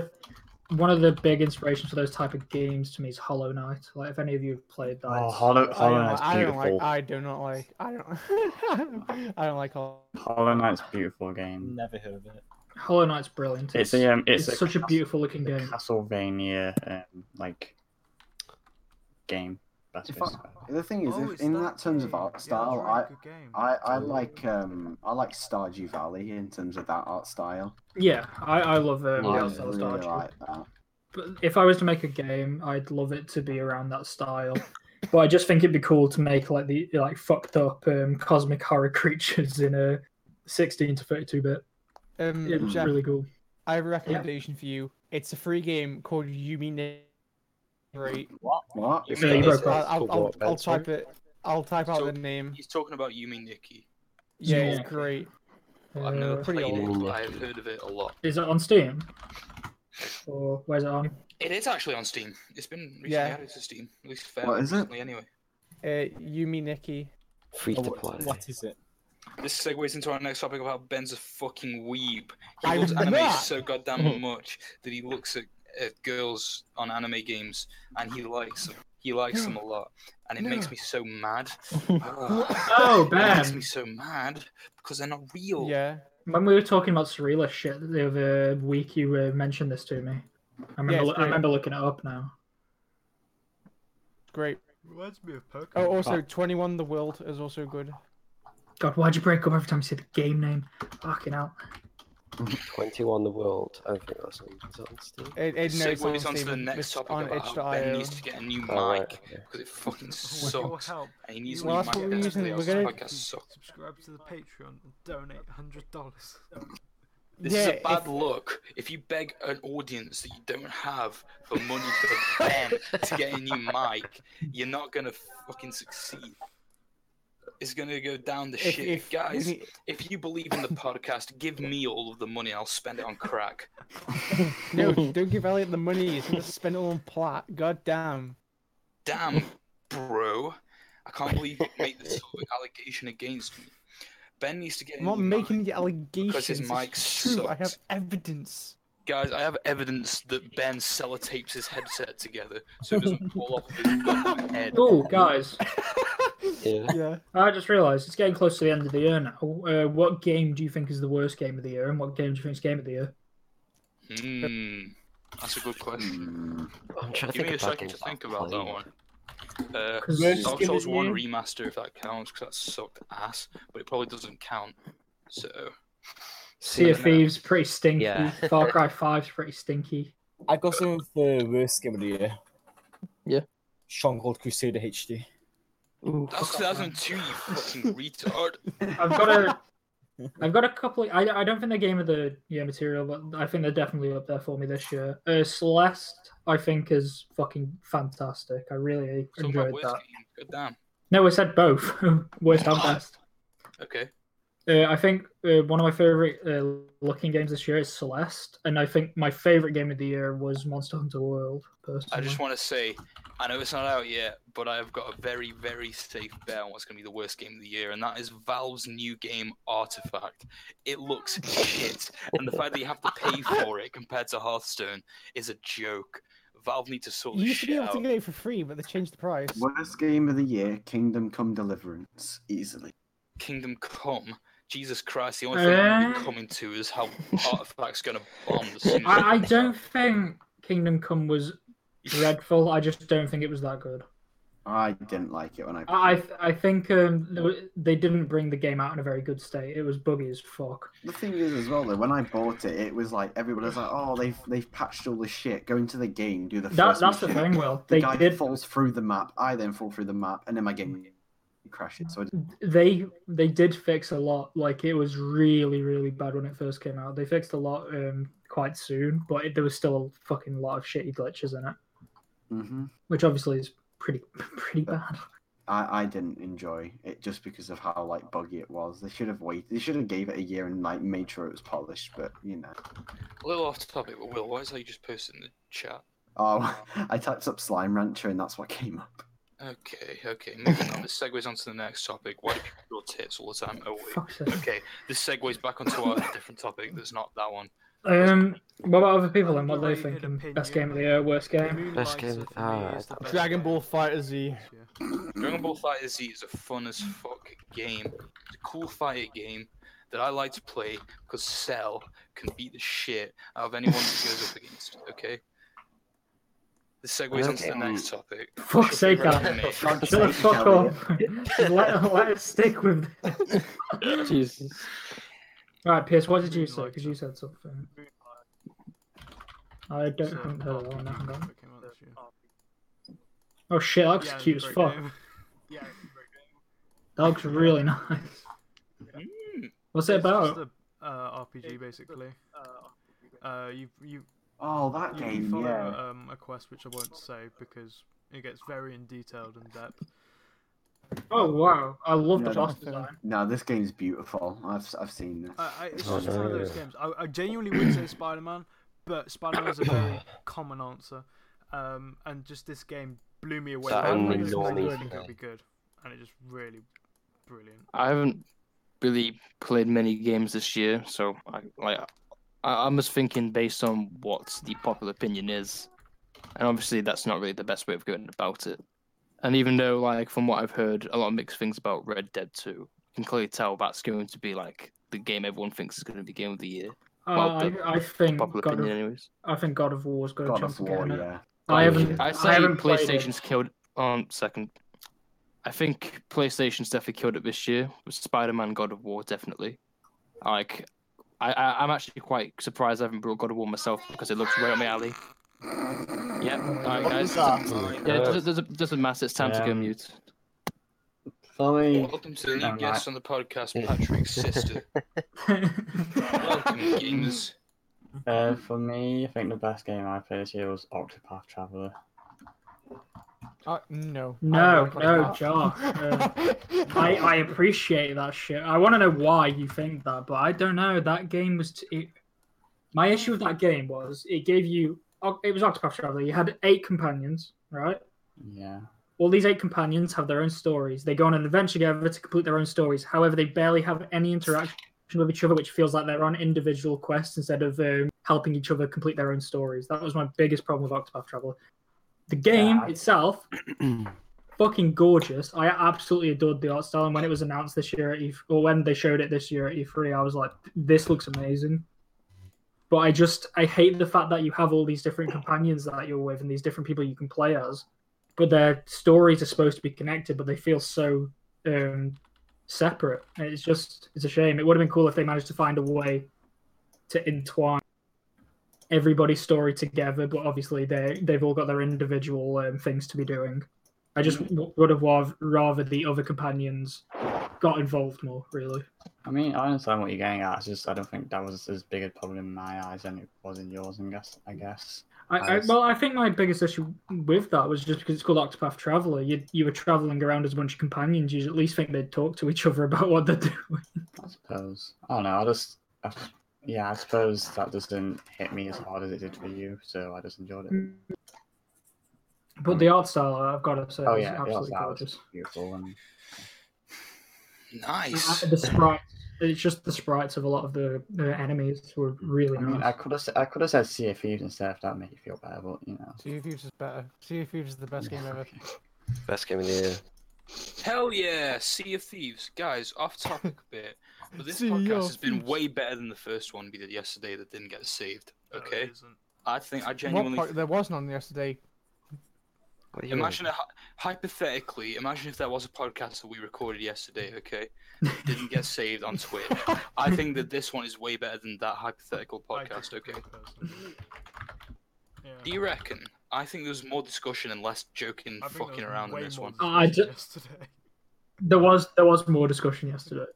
[SPEAKER 5] one of the big inspirations for those type of games to me is Hollow Knight. Like if any of you have played that,
[SPEAKER 9] Oh,
[SPEAKER 5] it's-
[SPEAKER 9] Hollow,
[SPEAKER 7] I
[SPEAKER 9] Hollow
[SPEAKER 7] don't, like,
[SPEAKER 9] Knight's
[SPEAKER 7] I don't
[SPEAKER 9] beautiful.
[SPEAKER 7] like. I do not like. I don't. I don't like all.
[SPEAKER 9] Hollow Knight's a beautiful game.
[SPEAKER 3] Never heard of it.
[SPEAKER 5] Hollow Knight's brilliant.
[SPEAKER 9] It's a, um, it's a
[SPEAKER 5] such a
[SPEAKER 9] cas-
[SPEAKER 5] beautiful looking game.
[SPEAKER 9] Castlevania um, like game. That's
[SPEAKER 1] If I-
[SPEAKER 9] basically it.
[SPEAKER 1] The thing is,
[SPEAKER 2] Oh,
[SPEAKER 1] if,
[SPEAKER 2] it's
[SPEAKER 1] in
[SPEAKER 2] that
[SPEAKER 1] that terms of
[SPEAKER 2] game. Yeah,
[SPEAKER 1] art
[SPEAKER 2] that's a
[SPEAKER 1] style,
[SPEAKER 2] really
[SPEAKER 1] I,
[SPEAKER 2] good game.
[SPEAKER 1] I, I like um I like Stardew Valley in terms of that art style.
[SPEAKER 5] Yeah, I, I love uh,
[SPEAKER 1] I
[SPEAKER 5] Mario
[SPEAKER 1] really
[SPEAKER 5] Stars Stardew.
[SPEAKER 1] like that.
[SPEAKER 5] But if I was to make a game, I'd love it to be around that style. but I just think it'd be cool to make like the like fucked up um, cosmic horror creatures in a 16 to 32 bit.
[SPEAKER 7] Um,
[SPEAKER 5] It'd be
[SPEAKER 7] Jack,
[SPEAKER 5] really cool.
[SPEAKER 7] I have a recommendation for you. It's a free game called You Mean It. Right.
[SPEAKER 1] What?
[SPEAKER 6] You
[SPEAKER 5] So
[SPEAKER 6] mean
[SPEAKER 5] you
[SPEAKER 6] it's-
[SPEAKER 5] broke up.
[SPEAKER 7] I'll, I'll, I'll,
[SPEAKER 8] what,
[SPEAKER 7] I'll
[SPEAKER 8] Ben, sorry?
[SPEAKER 7] type it. I'll type out
[SPEAKER 6] So-
[SPEAKER 7] the name.
[SPEAKER 6] He's talking about Yumi Nikki.
[SPEAKER 7] Yeah,
[SPEAKER 5] Yeah.
[SPEAKER 7] it's great.
[SPEAKER 6] I've never
[SPEAKER 5] Uh,
[SPEAKER 7] pretty
[SPEAKER 6] played it,
[SPEAKER 8] old.
[SPEAKER 6] but I've heard of it a lot.
[SPEAKER 5] is it on Steam? Or where's it on?
[SPEAKER 6] It is actually on Steam. It's been recently
[SPEAKER 7] Yeah.
[SPEAKER 6] added to Steam. At least fairly
[SPEAKER 1] What is it?
[SPEAKER 6] recently, anyway.
[SPEAKER 7] Uh, Yumi Nikki.
[SPEAKER 8] Free
[SPEAKER 3] Oh,
[SPEAKER 8] to
[SPEAKER 3] what-
[SPEAKER 8] play.
[SPEAKER 3] what is it?
[SPEAKER 6] This segues into our next topic of how Ben's a fucking weeb. He
[SPEAKER 7] I'm
[SPEAKER 6] loves anime
[SPEAKER 7] not.
[SPEAKER 6] so goddamn much that he looks at, at girls on anime games and he likes them. He likes them a lot, and it makes me so mad.
[SPEAKER 5] Oh,
[SPEAKER 6] oh, It makes
[SPEAKER 5] Ben.
[SPEAKER 6] me so mad because they're not real.
[SPEAKER 7] Yeah.
[SPEAKER 5] When we were talking about surrealist shit the other week, you uh, mentioned this to me. I remember,
[SPEAKER 7] Yeah, it's
[SPEAKER 5] loo- I
[SPEAKER 7] great.
[SPEAKER 5] remember looking it up now.
[SPEAKER 7] Great.
[SPEAKER 2] Reminds me of Pokemon.
[SPEAKER 7] Oh, also,
[SPEAKER 8] Ah.
[SPEAKER 7] 21 The World is also good.
[SPEAKER 5] God, why'd you break up every time you said the game name? Fucking hell.
[SPEAKER 8] 21 the world. I think that's on, is that on Steam.
[SPEAKER 7] It, it, no,
[SPEAKER 6] segues
[SPEAKER 7] it's on,
[SPEAKER 6] onto the
[SPEAKER 7] Steam.
[SPEAKER 6] next
[SPEAKER 7] It's
[SPEAKER 6] topic
[SPEAKER 7] on
[SPEAKER 6] about how Ben
[SPEAKER 7] itch.io.
[SPEAKER 6] needs to get a new mic
[SPEAKER 8] Oh, right, okay.
[SPEAKER 6] because it fucking
[SPEAKER 2] With your
[SPEAKER 6] sucks.
[SPEAKER 2] help,
[SPEAKER 6] And he needs
[SPEAKER 2] you
[SPEAKER 7] Well,
[SPEAKER 6] a
[SPEAKER 7] that's
[SPEAKER 6] new
[SPEAKER 7] what
[SPEAKER 6] mic.
[SPEAKER 7] we're
[SPEAKER 6] That's
[SPEAKER 7] using.
[SPEAKER 6] what else
[SPEAKER 7] We're
[SPEAKER 6] the
[SPEAKER 7] gonna-
[SPEAKER 6] podcast sucks.
[SPEAKER 2] subscribe to the Patreon and donate hundred dollars.
[SPEAKER 6] This
[SPEAKER 7] yeah,
[SPEAKER 6] is a bad
[SPEAKER 7] if-
[SPEAKER 6] look if you beg an audience that you don't have for money for Ben to get a new mic, you're not gonna fucking succeed. It's gonna go down the
[SPEAKER 7] If,
[SPEAKER 6] shit,
[SPEAKER 7] if,
[SPEAKER 6] guys.
[SPEAKER 7] we-
[SPEAKER 6] If you believe in the podcast, give me all of the money. I'll spend it on crack.
[SPEAKER 7] no, don't give Elliot the money. He's going to spend it on plat. God damn.
[SPEAKER 6] Damn, bro, I can't believe you made this sort of allegation against me. Ben needs to get. a
[SPEAKER 7] I'm not
[SPEAKER 6] new mic.
[SPEAKER 7] making the allegations.
[SPEAKER 6] mic
[SPEAKER 7] it's true. I have
[SPEAKER 6] sucked.
[SPEAKER 7] evidence.
[SPEAKER 6] Guys, I have evidence that Ben sellotapes his headset together so it doesn't fall off his fucking head.
[SPEAKER 5] Oh, guys,
[SPEAKER 8] Yeah.
[SPEAKER 7] Yeah.
[SPEAKER 5] I just realised it's getting close to the end of the year now. Uh, what game do you think is the worst game of the year, and what game do you think is game of the year?
[SPEAKER 6] Hmm, that's a good question.
[SPEAKER 8] Hmm. I'm trying to
[SPEAKER 6] Give
[SPEAKER 8] think
[SPEAKER 6] me a
[SPEAKER 8] of bad
[SPEAKER 6] second
[SPEAKER 8] games
[SPEAKER 6] to
[SPEAKER 8] that I've
[SPEAKER 6] think about that
[SPEAKER 8] played.
[SPEAKER 6] one. Uh,
[SPEAKER 5] Because
[SPEAKER 7] Versus
[SPEAKER 6] Dark
[SPEAKER 7] Give
[SPEAKER 6] Souls
[SPEAKER 7] it
[SPEAKER 6] 1
[SPEAKER 7] you.
[SPEAKER 6] remaster, if that counts, because that sucked ass, but it probably doesn't count. So,
[SPEAKER 5] Sea of
[SPEAKER 6] Yeah.
[SPEAKER 5] Thieves pretty stinky.
[SPEAKER 8] Yeah.
[SPEAKER 5] Far Cry 5's pretty stinky.
[SPEAKER 3] I got some of the worst game of the year.
[SPEAKER 4] Yeah.
[SPEAKER 3] Stronghold Crusader HD.
[SPEAKER 4] Ooh.
[SPEAKER 6] that's 2002, you fucking retard.
[SPEAKER 5] I've got a, I've got a couple. Of, I I don't think the game of the year material, but I think they're definitely up there for me this year. Uh, Celeste, I think, is fucking fantastic. I really
[SPEAKER 6] So, my
[SPEAKER 5] enjoyed
[SPEAKER 6] worst
[SPEAKER 5] that.
[SPEAKER 6] game. Oh. God damn.
[SPEAKER 5] No, I said both. worst and best.
[SPEAKER 6] Okay.
[SPEAKER 5] Uh, I think uh, one of my favorite uh, looking games this year is Celeste, and I think my favorite game of the year was Monster Hunter World.
[SPEAKER 6] I
[SPEAKER 5] Personally,
[SPEAKER 6] just want to say, I know it's not out yet, but I've got a very, very safe bet on what's going to be the worst game of the year, and that is Valve's new game, Artifact. It looks shit, and the fact that you have to pay for it compared to Hearthstone is a joke. Valve need to sort
[SPEAKER 7] You
[SPEAKER 6] this
[SPEAKER 7] used to be
[SPEAKER 6] shit
[SPEAKER 7] able
[SPEAKER 6] out.
[SPEAKER 7] to get it for free, but they changed the price.
[SPEAKER 1] Worst game of the year: Kingdom Come Deliverance, easily.
[SPEAKER 6] Kingdom Come. Jesus Christ, the only thing I'm
[SPEAKER 5] Eh?
[SPEAKER 7] Uh.
[SPEAKER 6] really coming to is how Artifact's going to bomb. as soon as it
[SPEAKER 5] I, I
[SPEAKER 6] comes
[SPEAKER 5] don't think Kingdom Come was dreadful. I just don't think it was that good.
[SPEAKER 1] I didn't like it when I.
[SPEAKER 5] I I th- I think um, there wa- they didn't bring the game out in a very good state. It was buggy as fuck.
[SPEAKER 1] The thing is, as well, though, when I bought it, it was like everyone was like, "Oh, they've they've patched all the shit. Go into the game, do the
[SPEAKER 5] That,
[SPEAKER 1] first
[SPEAKER 5] that's the
[SPEAKER 1] mission."
[SPEAKER 5] thing. Well,
[SPEAKER 1] The
[SPEAKER 5] they
[SPEAKER 1] guy
[SPEAKER 5] did.
[SPEAKER 1] falls through the map. I then fall through the map, and then my game crashes. So I didn't-
[SPEAKER 5] They they did fix a lot. Like it was really really bad when it first came out. They fixed a lot um, quite soon, but it, there was still a fucking lot of shitty glitches in it.
[SPEAKER 1] Mhm.
[SPEAKER 5] which obviously is pretty pretty bad.
[SPEAKER 1] I, I didn't enjoy it just because of how like buggy it was. They should have waited. They should have gave it a year and like made sure it was polished. But you know,
[SPEAKER 6] A little off topic, but Will, why is that you just posted in the chat?
[SPEAKER 1] oh, I typed up Slime Rancher and that's what came up.
[SPEAKER 6] Okay, okay, moving on. This segues on to the next topic. Why do people grow tits all the time? Oh, wait. Okay, this segues back onto a different topic that's not that one.
[SPEAKER 5] Um, what about other people then? What do they think? Best game of the year, worst game.
[SPEAKER 8] Best game. Ah,
[SPEAKER 7] Dragon Ball Fighter Z.
[SPEAKER 6] Dragon Ball Fighter Z is a fun as fuck game. It's a cool fighter game that I like to play because Cell can beat the shit out of anyone he goes up against. Okay. This segues onto the next topic.
[SPEAKER 5] Fuck's sake,
[SPEAKER 6] Favorite
[SPEAKER 5] Adam.
[SPEAKER 6] anime.
[SPEAKER 5] Shut the fuck up. Just let, let us stick with this.
[SPEAKER 4] Jesus.
[SPEAKER 5] Right, Pierce, what did you say? Because you said something. I don't think there was one. hang on. Oh shit, that looks
[SPEAKER 2] Yeah,
[SPEAKER 5] cute as
[SPEAKER 2] great
[SPEAKER 5] fuck.
[SPEAKER 2] game.
[SPEAKER 5] That looks really nice. What's it
[SPEAKER 2] It's just
[SPEAKER 5] about?
[SPEAKER 2] a, uh, RPG basically. Uh, you you
[SPEAKER 1] Oh, that
[SPEAKER 2] you
[SPEAKER 1] game,
[SPEAKER 2] follow
[SPEAKER 1] yeah.
[SPEAKER 2] um, a quest which I won't say because it gets very in detailed and depth.
[SPEAKER 5] Oh wow, I love
[SPEAKER 1] Yeah,
[SPEAKER 5] the boss
[SPEAKER 1] that's-
[SPEAKER 5] design.
[SPEAKER 1] No, this game's beautiful. I've I've seen this.
[SPEAKER 2] I, I, it's
[SPEAKER 8] Oh,
[SPEAKER 2] just one of those
[SPEAKER 8] no.
[SPEAKER 2] games. I, I genuinely would say Spider Man, but Spider Man is a very common answer. Um, and just this game blew me away.
[SPEAKER 8] That
[SPEAKER 2] I
[SPEAKER 8] only
[SPEAKER 2] didn't
[SPEAKER 8] normally
[SPEAKER 2] think it
[SPEAKER 8] thing.
[SPEAKER 2] would be good, and it just really brilliant.
[SPEAKER 4] I haven't really played many games this year, so I like I, I'm just thinking based on what the popular opinion is, and obviously that's not really the best way of going about it. And even though, like from what I've heard, a lot of mixed things about Red Dead Two, I can clearly tell that's going to be like the game everyone thinks is going to be game of the year.
[SPEAKER 5] Uh,
[SPEAKER 4] the-
[SPEAKER 5] I, I think
[SPEAKER 4] Popular
[SPEAKER 5] God
[SPEAKER 4] opinion,
[SPEAKER 5] of,
[SPEAKER 4] anyways.
[SPEAKER 5] I think God of War's got a
[SPEAKER 1] God
[SPEAKER 5] chance
[SPEAKER 1] of
[SPEAKER 5] of
[SPEAKER 1] War,
[SPEAKER 5] getting it.
[SPEAKER 1] yeah.
[SPEAKER 5] I haven't.
[SPEAKER 4] I
[SPEAKER 5] I,
[SPEAKER 4] say
[SPEAKER 5] haven't played it.
[SPEAKER 4] PlayStation's killed. On second, I think PlayStation's definitely killed it this year with Spider-Man, God of War, definitely. Like, I, I I'm actually quite surprised I haven't brought God of War myself because it looks right up my alley. Yep. All right, guys. Yeah, it doesn't- doesn't doesn't matter. It's time to go
[SPEAKER 3] Um,
[SPEAKER 4] mute.
[SPEAKER 1] Sorry.
[SPEAKER 6] Welcome to the new
[SPEAKER 9] Alright.
[SPEAKER 6] guest on the podcast, Patrick's sister. Welcome, gamers.
[SPEAKER 9] Uh, for me, I think the best game I played this year was Octopath Traveler.
[SPEAKER 7] Uh, no.
[SPEAKER 5] No,
[SPEAKER 7] I
[SPEAKER 5] no,
[SPEAKER 7] like
[SPEAKER 5] Josh. Uh,
[SPEAKER 7] that.
[SPEAKER 5] I, I appreciate that shit. I want to know why you think that, but I don't know. That game was. T- it, my issue with that game was it gave you. oh, It was Octopath Traveler. You had eight companions, right?
[SPEAKER 9] Yeah.
[SPEAKER 5] All these eight companions have their own stories. They go on an adventure together to complete their own stories. However, they barely have any interaction with each other, which feels like they're on individual quests instead of um, helping each other complete their own stories. That was my biggest problem with Octopath Traveler. The game
[SPEAKER 9] Yeah.
[SPEAKER 5] itself, fucking gorgeous. I absolutely adored the art style. And when it was announced this year at E3, or when they showed it this year at E3, I was like, this looks amazing. But I just, I hate the fact that you have all these different companions that you're with and these different people you can play as but their stories are supposed to be connected, but they feel so um, separate. And It's just it's a shame. It would have been cool if they managed to find a way to entwine everybody's story together, but obviously they they've all got their individual um, things to be doing. I just w- would have wa- rather the other companions got involved more, really.
[SPEAKER 9] I mean, I understand what you're getting at. It's just I don't think that was as big a problem in my eyes than it was in yours. I guess. I guess.
[SPEAKER 5] I, I,
[SPEAKER 9] Nice.
[SPEAKER 5] well, I think my biggest issue with that was just because it's called Octopath Traveler. You you were traveling around as a bunch of companions. You at least think they'd talk to each other about what they're doing.
[SPEAKER 9] I suppose. I don't know. I just. I, yeah, I suppose that doesn't hit me as hard as it did for you, so I just enjoyed
[SPEAKER 5] Mm,
[SPEAKER 9] it.
[SPEAKER 5] But the art style, I've got to say,
[SPEAKER 9] Hmm. Oh
[SPEAKER 5] is
[SPEAKER 9] yeah, it was,
[SPEAKER 5] absolutely
[SPEAKER 9] that
[SPEAKER 5] gorgeous.
[SPEAKER 9] was beautiful and
[SPEAKER 6] Nice.
[SPEAKER 5] Uh, The sprites, it's just the sprites of a lot of the, the enemies were really
[SPEAKER 9] I mean, I
[SPEAKER 5] nice.
[SPEAKER 9] could have I could have said Sea of Thieves instead if that make you feel better, but you know.
[SPEAKER 7] Sea of Thieves is better. Sea of Thieves is the best game ever.
[SPEAKER 8] Best game of the year.
[SPEAKER 6] Hell yeah, Sea of Thieves. Guys, off topic a bit. But this
[SPEAKER 7] Sea
[SPEAKER 6] podcast
[SPEAKER 7] of
[SPEAKER 6] has been
[SPEAKER 7] Thieves.
[SPEAKER 6] way better than the first one we did yesterday that didn't get saved.
[SPEAKER 2] No, it
[SPEAKER 6] Okay?
[SPEAKER 2] isn't.
[SPEAKER 6] I think I
[SPEAKER 7] What
[SPEAKER 6] genuinely
[SPEAKER 7] part, there was none yesterday.
[SPEAKER 8] What do you mean?
[SPEAKER 6] Imagine, a, hy- hypothetically, imagine if there was a podcast that we recorded yesterday, okay, that didn't get saved on Twitch. I think that this one is way better than that hypothetical
[SPEAKER 2] I
[SPEAKER 6] podcast,
[SPEAKER 2] disagree
[SPEAKER 6] okay?
[SPEAKER 2] personally. Yeah.
[SPEAKER 6] Do you reckon? I think there was more discussion and less joking
[SPEAKER 2] I think there
[SPEAKER 6] fucking
[SPEAKER 2] was
[SPEAKER 6] around in
[SPEAKER 2] way
[SPEAKER 6] this
[SPEAKER 2] more
[SPEAKER 6] one.
[SPEAKER 2] discussion
[SPEAKER 5] I ju-
[SPEAKER 2] yesterday.
[SPEAKER 5] There was there was more discussion yesterday.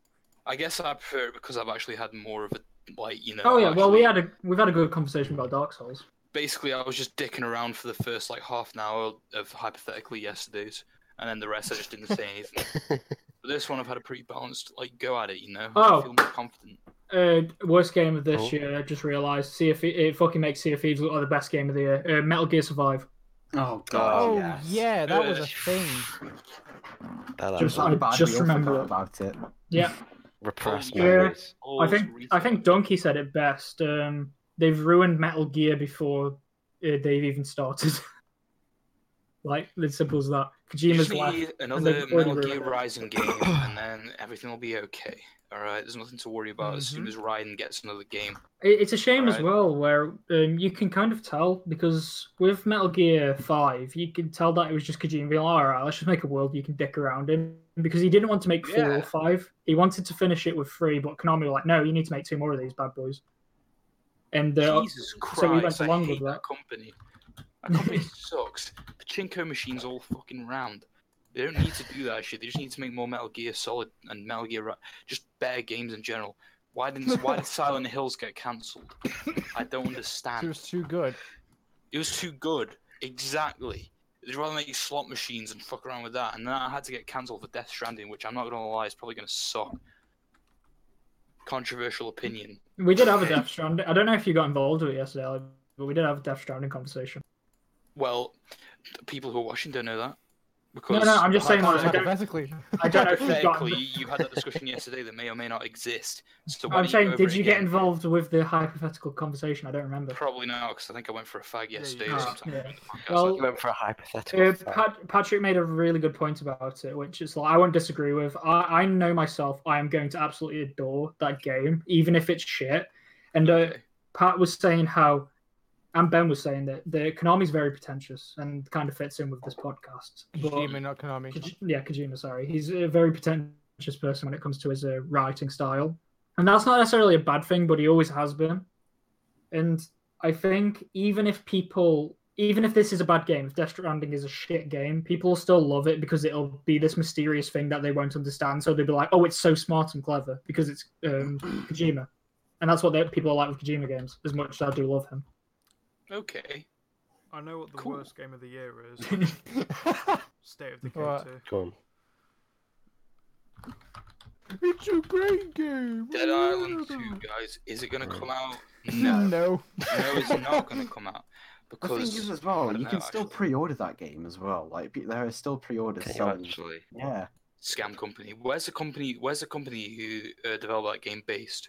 [SPEAKER 6] I guess I prefer it because I've actually had more of a, like, you know.
[SPEAKER 5] Oh yeah, well we
[SPEAKER 6] actually-
[SPEAKER 5] had a we've had a good conversation about Dark Souls.
[SPEAKER 6] Basically, I was just dicking around for the first, like, half an hour of hypothetically yesterday's. and then the rest I just didn't say anything. but this one I've had a pretty balanced like go at it, you know.
[SPEAKER 5] Oh.
[SPEAKER 6] I feel more confident.
[SPEAKER 5] Uh, worst game of this
[SPEAKER 6] Cool.
[SPEAKER 5] year. I just realised. See if it fucking makes Sea of Thieves look like the best game of the year. Uh, Metal Gear Survive.
[SPEAKER 1] Oh
[SPEAKER 7] Oh,
[SPEAKER 1] yes.
[SPEAKER 7] yeah, that was a
[SPEAKER 1] Uh,
[SPEAKER 7] thing.
[SPEAKER 5] Just-
[SPEAKER 1] Not
[SPEAKER 5] I
[SPEAKER 1] bad,
[SPEAKER 5] just
[SPEAKER 1] we all
[SPEAKER 5] remember
[SPEAKER 1] forgot
[SPEAKER 5] it.
[SPEAKER 1] about it.
[SPEAKER 5] Yeah.
[SPEAKER 8] Repressed
[SPEAKER 5] Yeah,
[SPEAKER 8] memories.
[SPEAKER 5] I think I think Donkey said it best. Um, they've ruined Metal Gear before uh, they've even started. like it's simple as that.
[SPEAKER 6] You
[SPEAKER 5] Kojima's
[SPEAKER 6] just
[SPEAKER 5] left.
[SPEAKER 6] need
[SPEAKER 5] and
[SPEAKER 6] another
[SPEAKER 5] they've already
[SPEAKER 6] Metal
[SPEAKER 5] ruined
[SPEAKER 6] Gear
[SPEAKER 5] it.
[SPEAKER 6] Rising game, and then everything will be okay. All right, there's nothing to worry about as soon
[SPEAKER 5] Mhm.
[SPEAKER 6] as Raiden gets another game.
[SPEAKER 5] It- It's a shame as
[SPEAKER 6] Alright.
[SPEAKER 5] well, where um, you can kind of tell because with Metal Gear Five, you can tell that it was just Kojima being like, "All right, let's just make a world you can dick around in," because he didn't want to make four
[SPEAKER 6] Yeah.
[SPEAKER 5] or five. He wanted to finish it with three, but Konami were like, "No, you need to make two more of these bad boys." And uh,
[SPEAKER 6] Jesus Christ!
[SPEAKER 5] so we went
[SPEAKER 6] I
[SPEAKER 5] along
[SPEAKER 6] hate
[SPEAKER 5] with
[SPEAKER 6] that
[SPEAKER 5] that.
[SPEAKER 6] company. That company sucks. Pachinko machines all fucking round. They don't need to do that shit. They just need to make more Metal Gear Solid and Metal Gear, Ri- just better games in general. Why didn't Why did Silent Hills get cancelled? I don't understand.
[SPEAKER 7] It was too good.
[SPEAKER 6] It was too good. Exactly. They'd rather make slot machines and fuck around with that. And then I had to get cancelled for Death Stranding, which I'm not gonna lie is probably gonna suck. Controversial opinion.
[SPEAKER 5] We did have a Death Stranding. I don't know if you got involved with it yesterday, Ali, but we did have a Death Stranding conversation.
[SPEAKER 6] Well, the people who are watching don't know that.
[SPEAKER 5] No,
[SPEAKER 6] Because
[SPEAKER 5] no, I'm just saying. Like, I don't,
[SPEAKER 7] Hypothetically.
[SPEAKER 5] I don't know if you got.
[SPEAKER 6] hypothetically, you had that discussion yesterday that may or may not exist. So why
[SPEAKER 5] I'm
[SPEAKER 6] don't go
[SPEAKER 5] saying,
[SPEAKER 6] over
[SPEAKER 5] did
[SPEAKER 6] it
[SPEAKER 5] you get
[SPEAKER 6] again?
[SPEAKER 5] involved with the hypothetical conversation? I don't remember.
[SPEAKER 6] Probably not, because I think I went for a fag yesterday or
[SPEAKER 5] did.
[SPEAKER 6] something.
[SPEAKER 5] Yeah.
[SPEAKER 6] Well,
[SPEAKER 5] You went
[SPEAKER 8] for a hypothetical.
[SPEAKER 5] Uh, Pat- Patrick made a really good point about it, which is like I won't disagree with. I, I know myself; I am going to absolutely adore that game, even if it's shit. And uh, Pat was saying how, and Ben was saying that the Konami's very pretentious and kind of fits in with this podcast. But-
[SPEAKER 7] Kojima, not Konami.
[SPEAKER 5] Koj- yeah, Kojima. Sorry, he's a very pretentious person when it comes to his uh, writing style, and that's not necessarily a bad thing, but he always has been. And I think even if people, even if this is a bad game, if Death Stranding is a shit game, people will still love it because it'll be this mysterious thing that they won't understand. So they'll be like, "Oh, it's so smart and clever," because it's um, Kojima, and that's what they, people are like with Kojima games. As much as I do love him,
[SPEAKER 6] Okay.
[SPEAKER 2] I know what the worst game of the year is. State of Decay
[SPEAKER 7] Right.
[SPEAKER 2] 2.
[SPEAKER 8] Go on.
[SPEAKER 7] It's a great game.
[SPEAKER 6] Dead Island 2, guys, is it going to come out?
[SPEAKER 7] No. no.
[SPEAKER 6] No, it's not going to come out.
[SPEAKER 1] The thing
[SPEAKER 6] Because
[SPEAKER 1] is, as
[SPEAKER 6] I
[SPEAKER 1] well,
[SPEAKER 6] don't
[SPEAKER 1] you
[SPEAKER 6] know,
[SPEAKER 1] can still pre-order that game as well. Like pe- there are still pre-orders.
[SPEAKER 8] Can you
[SPEAKER 1] selling.
[SPEAKER 8] actually?
[SPEAKER 1] Yeah.
[SPEAKER 6] scam company. Where's the company? Where's the company who uh, developed that game based?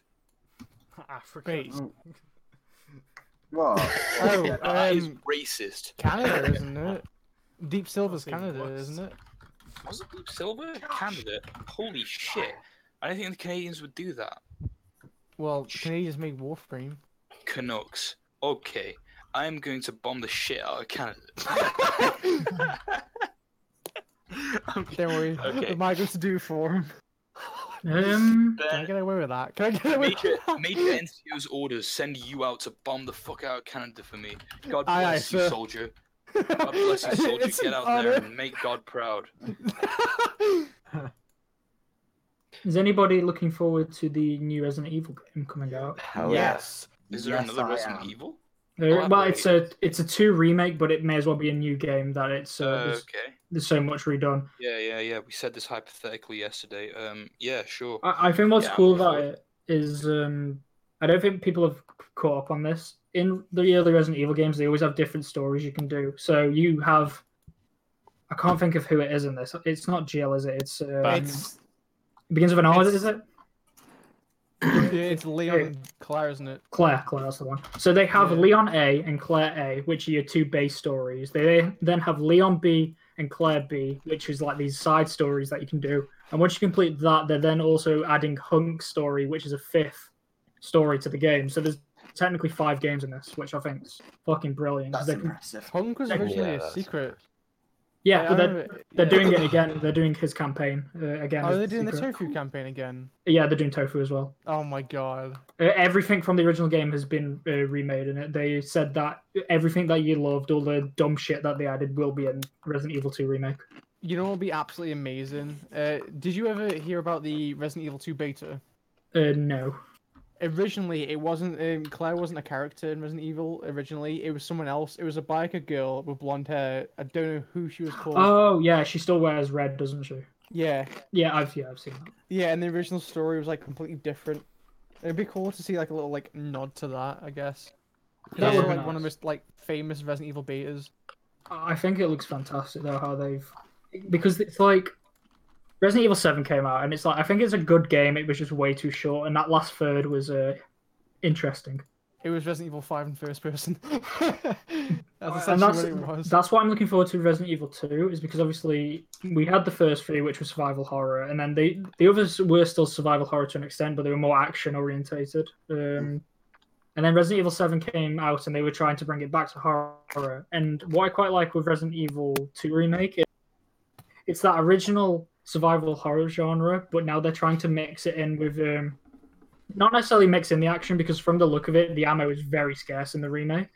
[SPEAKER 7] Ah,
[SPEAKER 2] Africa.
[SPEAKER 1] What?
[SPEAKER 7] Oh,
[SPEAKER 6] That is
[SPEAKER 7] um,
[SPEAKER 6] racist.
[SPEAKER 7] Canada, isn't it? Deep Silver's Canada, isn't it?
[SPEAKER 6] Was it Deep Silver? Canada? Holy shit! I don't think the Canadians would do that.
[SPEAKER 7] Well, Canadians make Warframe.
[SPEAKER 6] Canucks. Okay, I am going to bomb the shit out of Canada.
[SPEAKER 7] Don't worry.
[SPEAKER 6] Okay.
[SPEAKER 7] The migrants do for 'em.
[SPEAKER 5] um,
[SPEAKER 7] Can I get away with that? Can I get away with
[SPEAKER 6] Major,
[SPEAKER 7] that?
[SPEAKER 6] major NCO's orders send you out to bomb the fuck out of Canada for me. God
[SPEAKER 7] Aye, aye,
[SPEAKER 6] bless you,
[SPEAKER 7] sir.
[SPEAKER 6] soldier. God bless you, soldier.
[SPEAKER 7] It's
[SPEAKER 6] Get
[SPEAKER 7] an
[SPEAKER 6] out
[SPEAKER 7] honor.
[SPEAKER 6] there and make God proud.
[SPEAKER 5] is anybody looking forward to the new Resident Evil game coming out?
[SPEAKER 8] Hell
[SPEAKER 6] Is there
[SPEAKER 1] Yes,
[SPEAKER 6] another
[SPEAKER 1] I
[SPEAKER 6] Resident
[SPEAKER 1] am.
[SPEAKER 6] Evil?
[SPEAKER 5] Uh, well, it's a it's a two remake, but it may as well be a new game. That it's uh, there's,
[SPEAKER 6] okay.
[SPEAKER 5] there's so much redone.
[SPEAKER 6] Yeah, yeah, yeah. We said this hypothetically yesterday. Um, yeah, sure.
[SPEAKER 5] I, I think what's
[SPEAKER 6] Yeah,
[SPEAKER 5] cool
[SPEAKER 6] I'm
[SPEAKER 5] about
[SPEAKER 6] for it.
[SPEAKER 5] it is um, I don't think people have caught up on this. In the early Resident Evil games, they always have different stories you can do. So you have, I can't think of who it is in this. It's not Jill, is it? It's uh,
[SPEAKER 7] It's,
[SPEAKER 5] it begins with an R,
[SPEAKER 7] it's-
[SPEAKER 5] is it?
[SPEAKER 7] yeah, it's Leon and Claire, isn't it?
[SPEAKER 5] Claire, Claire, that's the one. So they have
[SPEAKER 7] Yeah.
[SPEAKER 5] Leon A and Claire A, which are your two base stories. They then have Leon B and Claire B, which is like these side stories that you can do. And once you complete that, they're then also adding Hunk's story, which is a fifth story to the game. So there's technically five games in this, which I think is fucking brilliant. 'cause
[SPEAKER 1] That's
[SPEAKER 5] they can-
[SPEAKER 1] impressive.
[SPEAKER 7] Hunk was
[SPEAKER 5] Yeah,
[SPEAKER 7] originally a
[SPEAKER 8] that's-
[SPEAKER 7] secret.
[SPEAKER 5] yeah,
[SPEAKER 7] I
[SPEAKER 5] but they're,
[SPEAKER 7] remember-
[SPEAKER 5] they're
[SPEAKER 7] yeah.
[SPEAKER 5] doing it again. They're doing his campaign uh, again.
[SPEAKER 7] Oh,
[SPEAKER 5] as
[SPEAKER 7] they're doing the
[SPEAKER 5] secret.
[SPEAKER 7] Tofu campaign again.
[SPEAKER 5] Yeah, they're doing Tofu as well.
[SPEAKER 7] Oh my god.
[SPEAKER 5] Uh, everything from the original game has been uh, remade in it. They said that everything that you loved, all the dumb shit that they added, will be in Resident Evil 2 remake.
[SPEAKER 7] You know what would be absolutely amazing? Uh, did you ever hear about the Resident Evil 2 beta?
[SPEAKER 5] Uh, no,
[SPEAKER 7] originally it wasn't um, Claire wasn't a character in Resident Evil. Originally, it was someone else. It was a biker girl with blonde hair. I don't know who she was called.
[SPEAKER 5] Oh yeah, she still wears red, doesn't she?
[SPEAKER 7] Yeah,
[SPEAKER 5] Yeah, I've yeah, I've seen that.
[SPEAKER 7] yeah. And the original story was like completely different. It'd be cool to see like a little like nod to that, I guess. That
[SPEAKER 5] Yeah.
[SPEAKER 7] was like one of the most like famous Resident Evil betas.
[SPEAKER 5] I think it looks fantastic though how they've because it's like Resident Evil Seven came out and it's like I think it's a good game. It was just way too short, and that last third was uh, interesting.
[SPEAKER 7] It was Resident Evil Five in first person. that's
[SPEAKER 5] and
[SPEAKER 7] essentially
[SPEAKER 5] that's
[SPEAKER 7] what it was.
[SPEAKER 5] that's what I'm looking forward to Resident Evil Two is because obviously we had the first three which was survival horror, and then they the others were still survival horror to an extent, but they were more action orientated. Um, and then Resident Evil Seven came out, and they were trying to bring it back to horror. And what I quite like with Resident Evil Two remake is it's that original survival horror genre, but now they're trying to mix it in with um, not necessarily mix in the action because from the look of it, the ammo is very scarce in the remake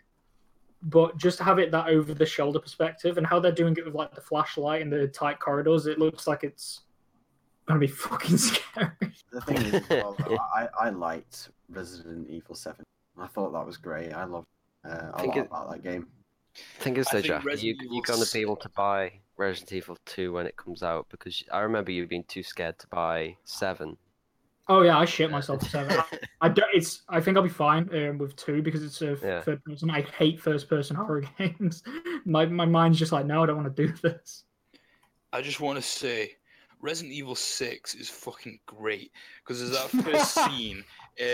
[SPEAKER 5] but just have it that over the shoulder perspective and how they're doing it with like the flashlight and the tight corridors, it looks like it's gonna be fucking scary.
[SPEAKER 1] The thing is, as well, though, I, I liked Resident Evil 7. I thought that was great. I loved uh, a
[SPEAKER 8] Think
[SPEAKER 1] lot
[SPEAKER 8] it-
[SPEAKER 1] about that game.
[SPEAKER 8] Thing is,
[SPEAKER 1] I
[SPEAKER 8] though,
[SPEAKER 1] think
[SPEAKER 8] Jack, you,
[SPEAKER 1] Resident
[SPEAKER 8] you're
[SPEAKER 1] Evil
[SPEAKER 8] going to
[SPEAKER 1] s-
[SPEAKER 8] be able to buy Resident Evil 2 when it comes out because I remember you being too scared to buy 7.
[SPEAKER 5] Oh yeah, I shit myself. for Seven. I, I don't, it's. I think I'll be fine um, with two because it's a
[SPEAKER 8] Yeah.
[SPEAKER 5] third person. I hate first person horror games. my my mind's just like, no, I don't want to do this.
[SPEAKER 6] I just want to say, Resident Evil Six is fucking great because there's that first scene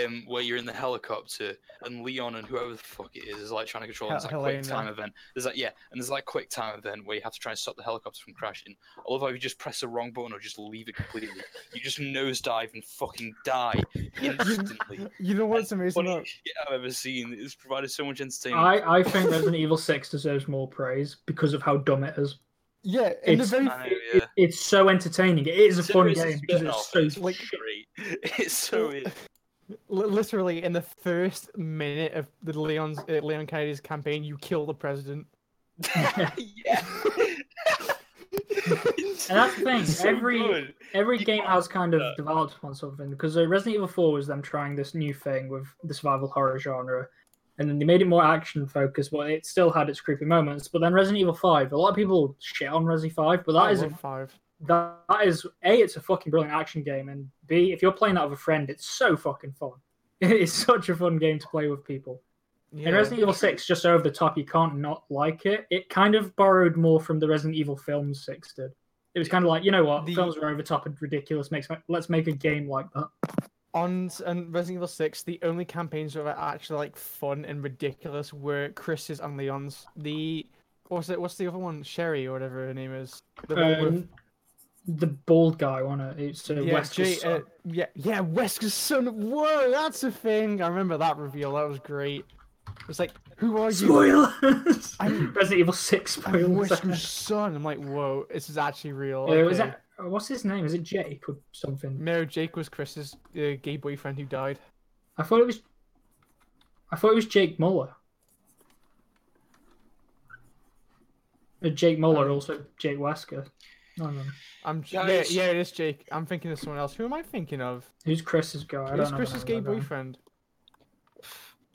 [SPEAKER 6] um, where you're in the helicopter and Leon and whoever the fuck it is is like trying to control. it. There's that quick
[SPEAKER 7] Helena.
[SPEAKER 6] time event. There's that yeah, and there's that quick time event where you have to try and stop the helicopter from crashing. Although if you just press the wrong button or just leave it completely, you just nosedive and fucking die instantly.
[SPEAKER 7] You know what's amazing? About...
[SPEAKER 6] yeah, I've ever seen. It's provided so much entertainment.
[SPEAKER 5] I I think Resident Evil Six deserves more praise because of how dumb it is.
[SPEAKER 7] Yeah, in the
[SPEAKER 5] It's-
[SPEAKER 7] very
[SPEAKER 6] I know, yeah.
[SPEAKER 5] It's so entertaining. It is a fun
[SPEAKER 6] Serious
[SPEAKER 5] game because
[SPEAKER 6] spin-off,
[SPEAKER 5] it's so
[SPEAKER 6] it's great. It's so weird.
[SPEAKER 7] Li- literally in the first minute of the Leon's uh, Leon Kennedy's campaign, you kill the president.
[SPEAKER 5] And that's the thing.
[SPEAKER 7] So
[SPEAKER 5] every
[SPEAKER 7] good.
[SPEAKER 5] every game has kind of developed one sort of thing because uh, Resident Evil Four was them trying this new thing with the survival horror genre, and then they made it more action focused, but it still had its creepy moments. But then Resident Evil Five, a lot of people shit on Resi Five, but
[SPEAKER 7] I
[SPEAKER 5] that is
[SPEAKER 7] love five.
[SPEAKER 5] that, that is a it's a fucking brilliant action game, and b if you're playing that with a friend, it's so fucking fun. It's such a fun game to play with people.
[SPEAKER 7] Yeah.
[SPEAKER 5] And Resident Evil 6, just over the top, you can't not like it. It kind of borrowed more from the Resident Evil films 6 did. It was kind of like, you know what, films were over the top and ridiculous. Makes let's make a game like that.
[SPEAKER 7] On and Resident Evil Six, the only campaigns that were actually like fun and ridiculous were Chris's and Leon's. The what's it? What's the other one? Sherry or whatever her name is. The one with-
[SPEAKER 5] Um, the bald guy on it. It's uh,
[SPEAKER 7] yeah,
[SPEAKER 5] Wesker's
[SPEAKER 7] Jay-
[SPEAKER 5] son.
[SPEAKER 7] uh, yeah, yeah, Wesker's son. Whoa, that's a thing. I remember that reveal. That was great. It's like, who are you?
[SPEAKER 5] Spoilers. Resident Evil Six
[SPEAKER 7] I'm
[SPEAKER 5] spoilers.
[SPEAKER 7] Wesker's son. I'm like, whoa, this is actually real.
[SPEAKER 5] Yeah, was
[SPEAKER 7] okay.
[SPEAKER 5] that, what's his name? Is it Jake or something?
[SPEAKER 7] No, Jake was Chris's uh, gay boyfriend who died.
[SPEAKER 5] I thought it was. I thought it was Jake Muller. Uh, Jake Muller,
[SPEAKER 7] Um,
[SPEAKER 5] also Jake Wesker. No, no.
[SPEAKER 7] I'm
[SPEAKER 5] Yeah,
[SPEAKER 7] yeah, yeah,
[SPEAKER 5] it's-
[SPEAKER 7] it is Jake. I'm thinking of someone else. Who am I thinking of?
[SPEAKER 5] Who's Chris's guy? I
[SPEAKER 7] Who's
[SPEAKER 5] don't know the
[SPEAKER 7] Chris's
[SPEAKER 5] name
[SPEAKER 7] gay
[SPEAKER 5] of that guy.
[SPEAKER 7] boyfriend?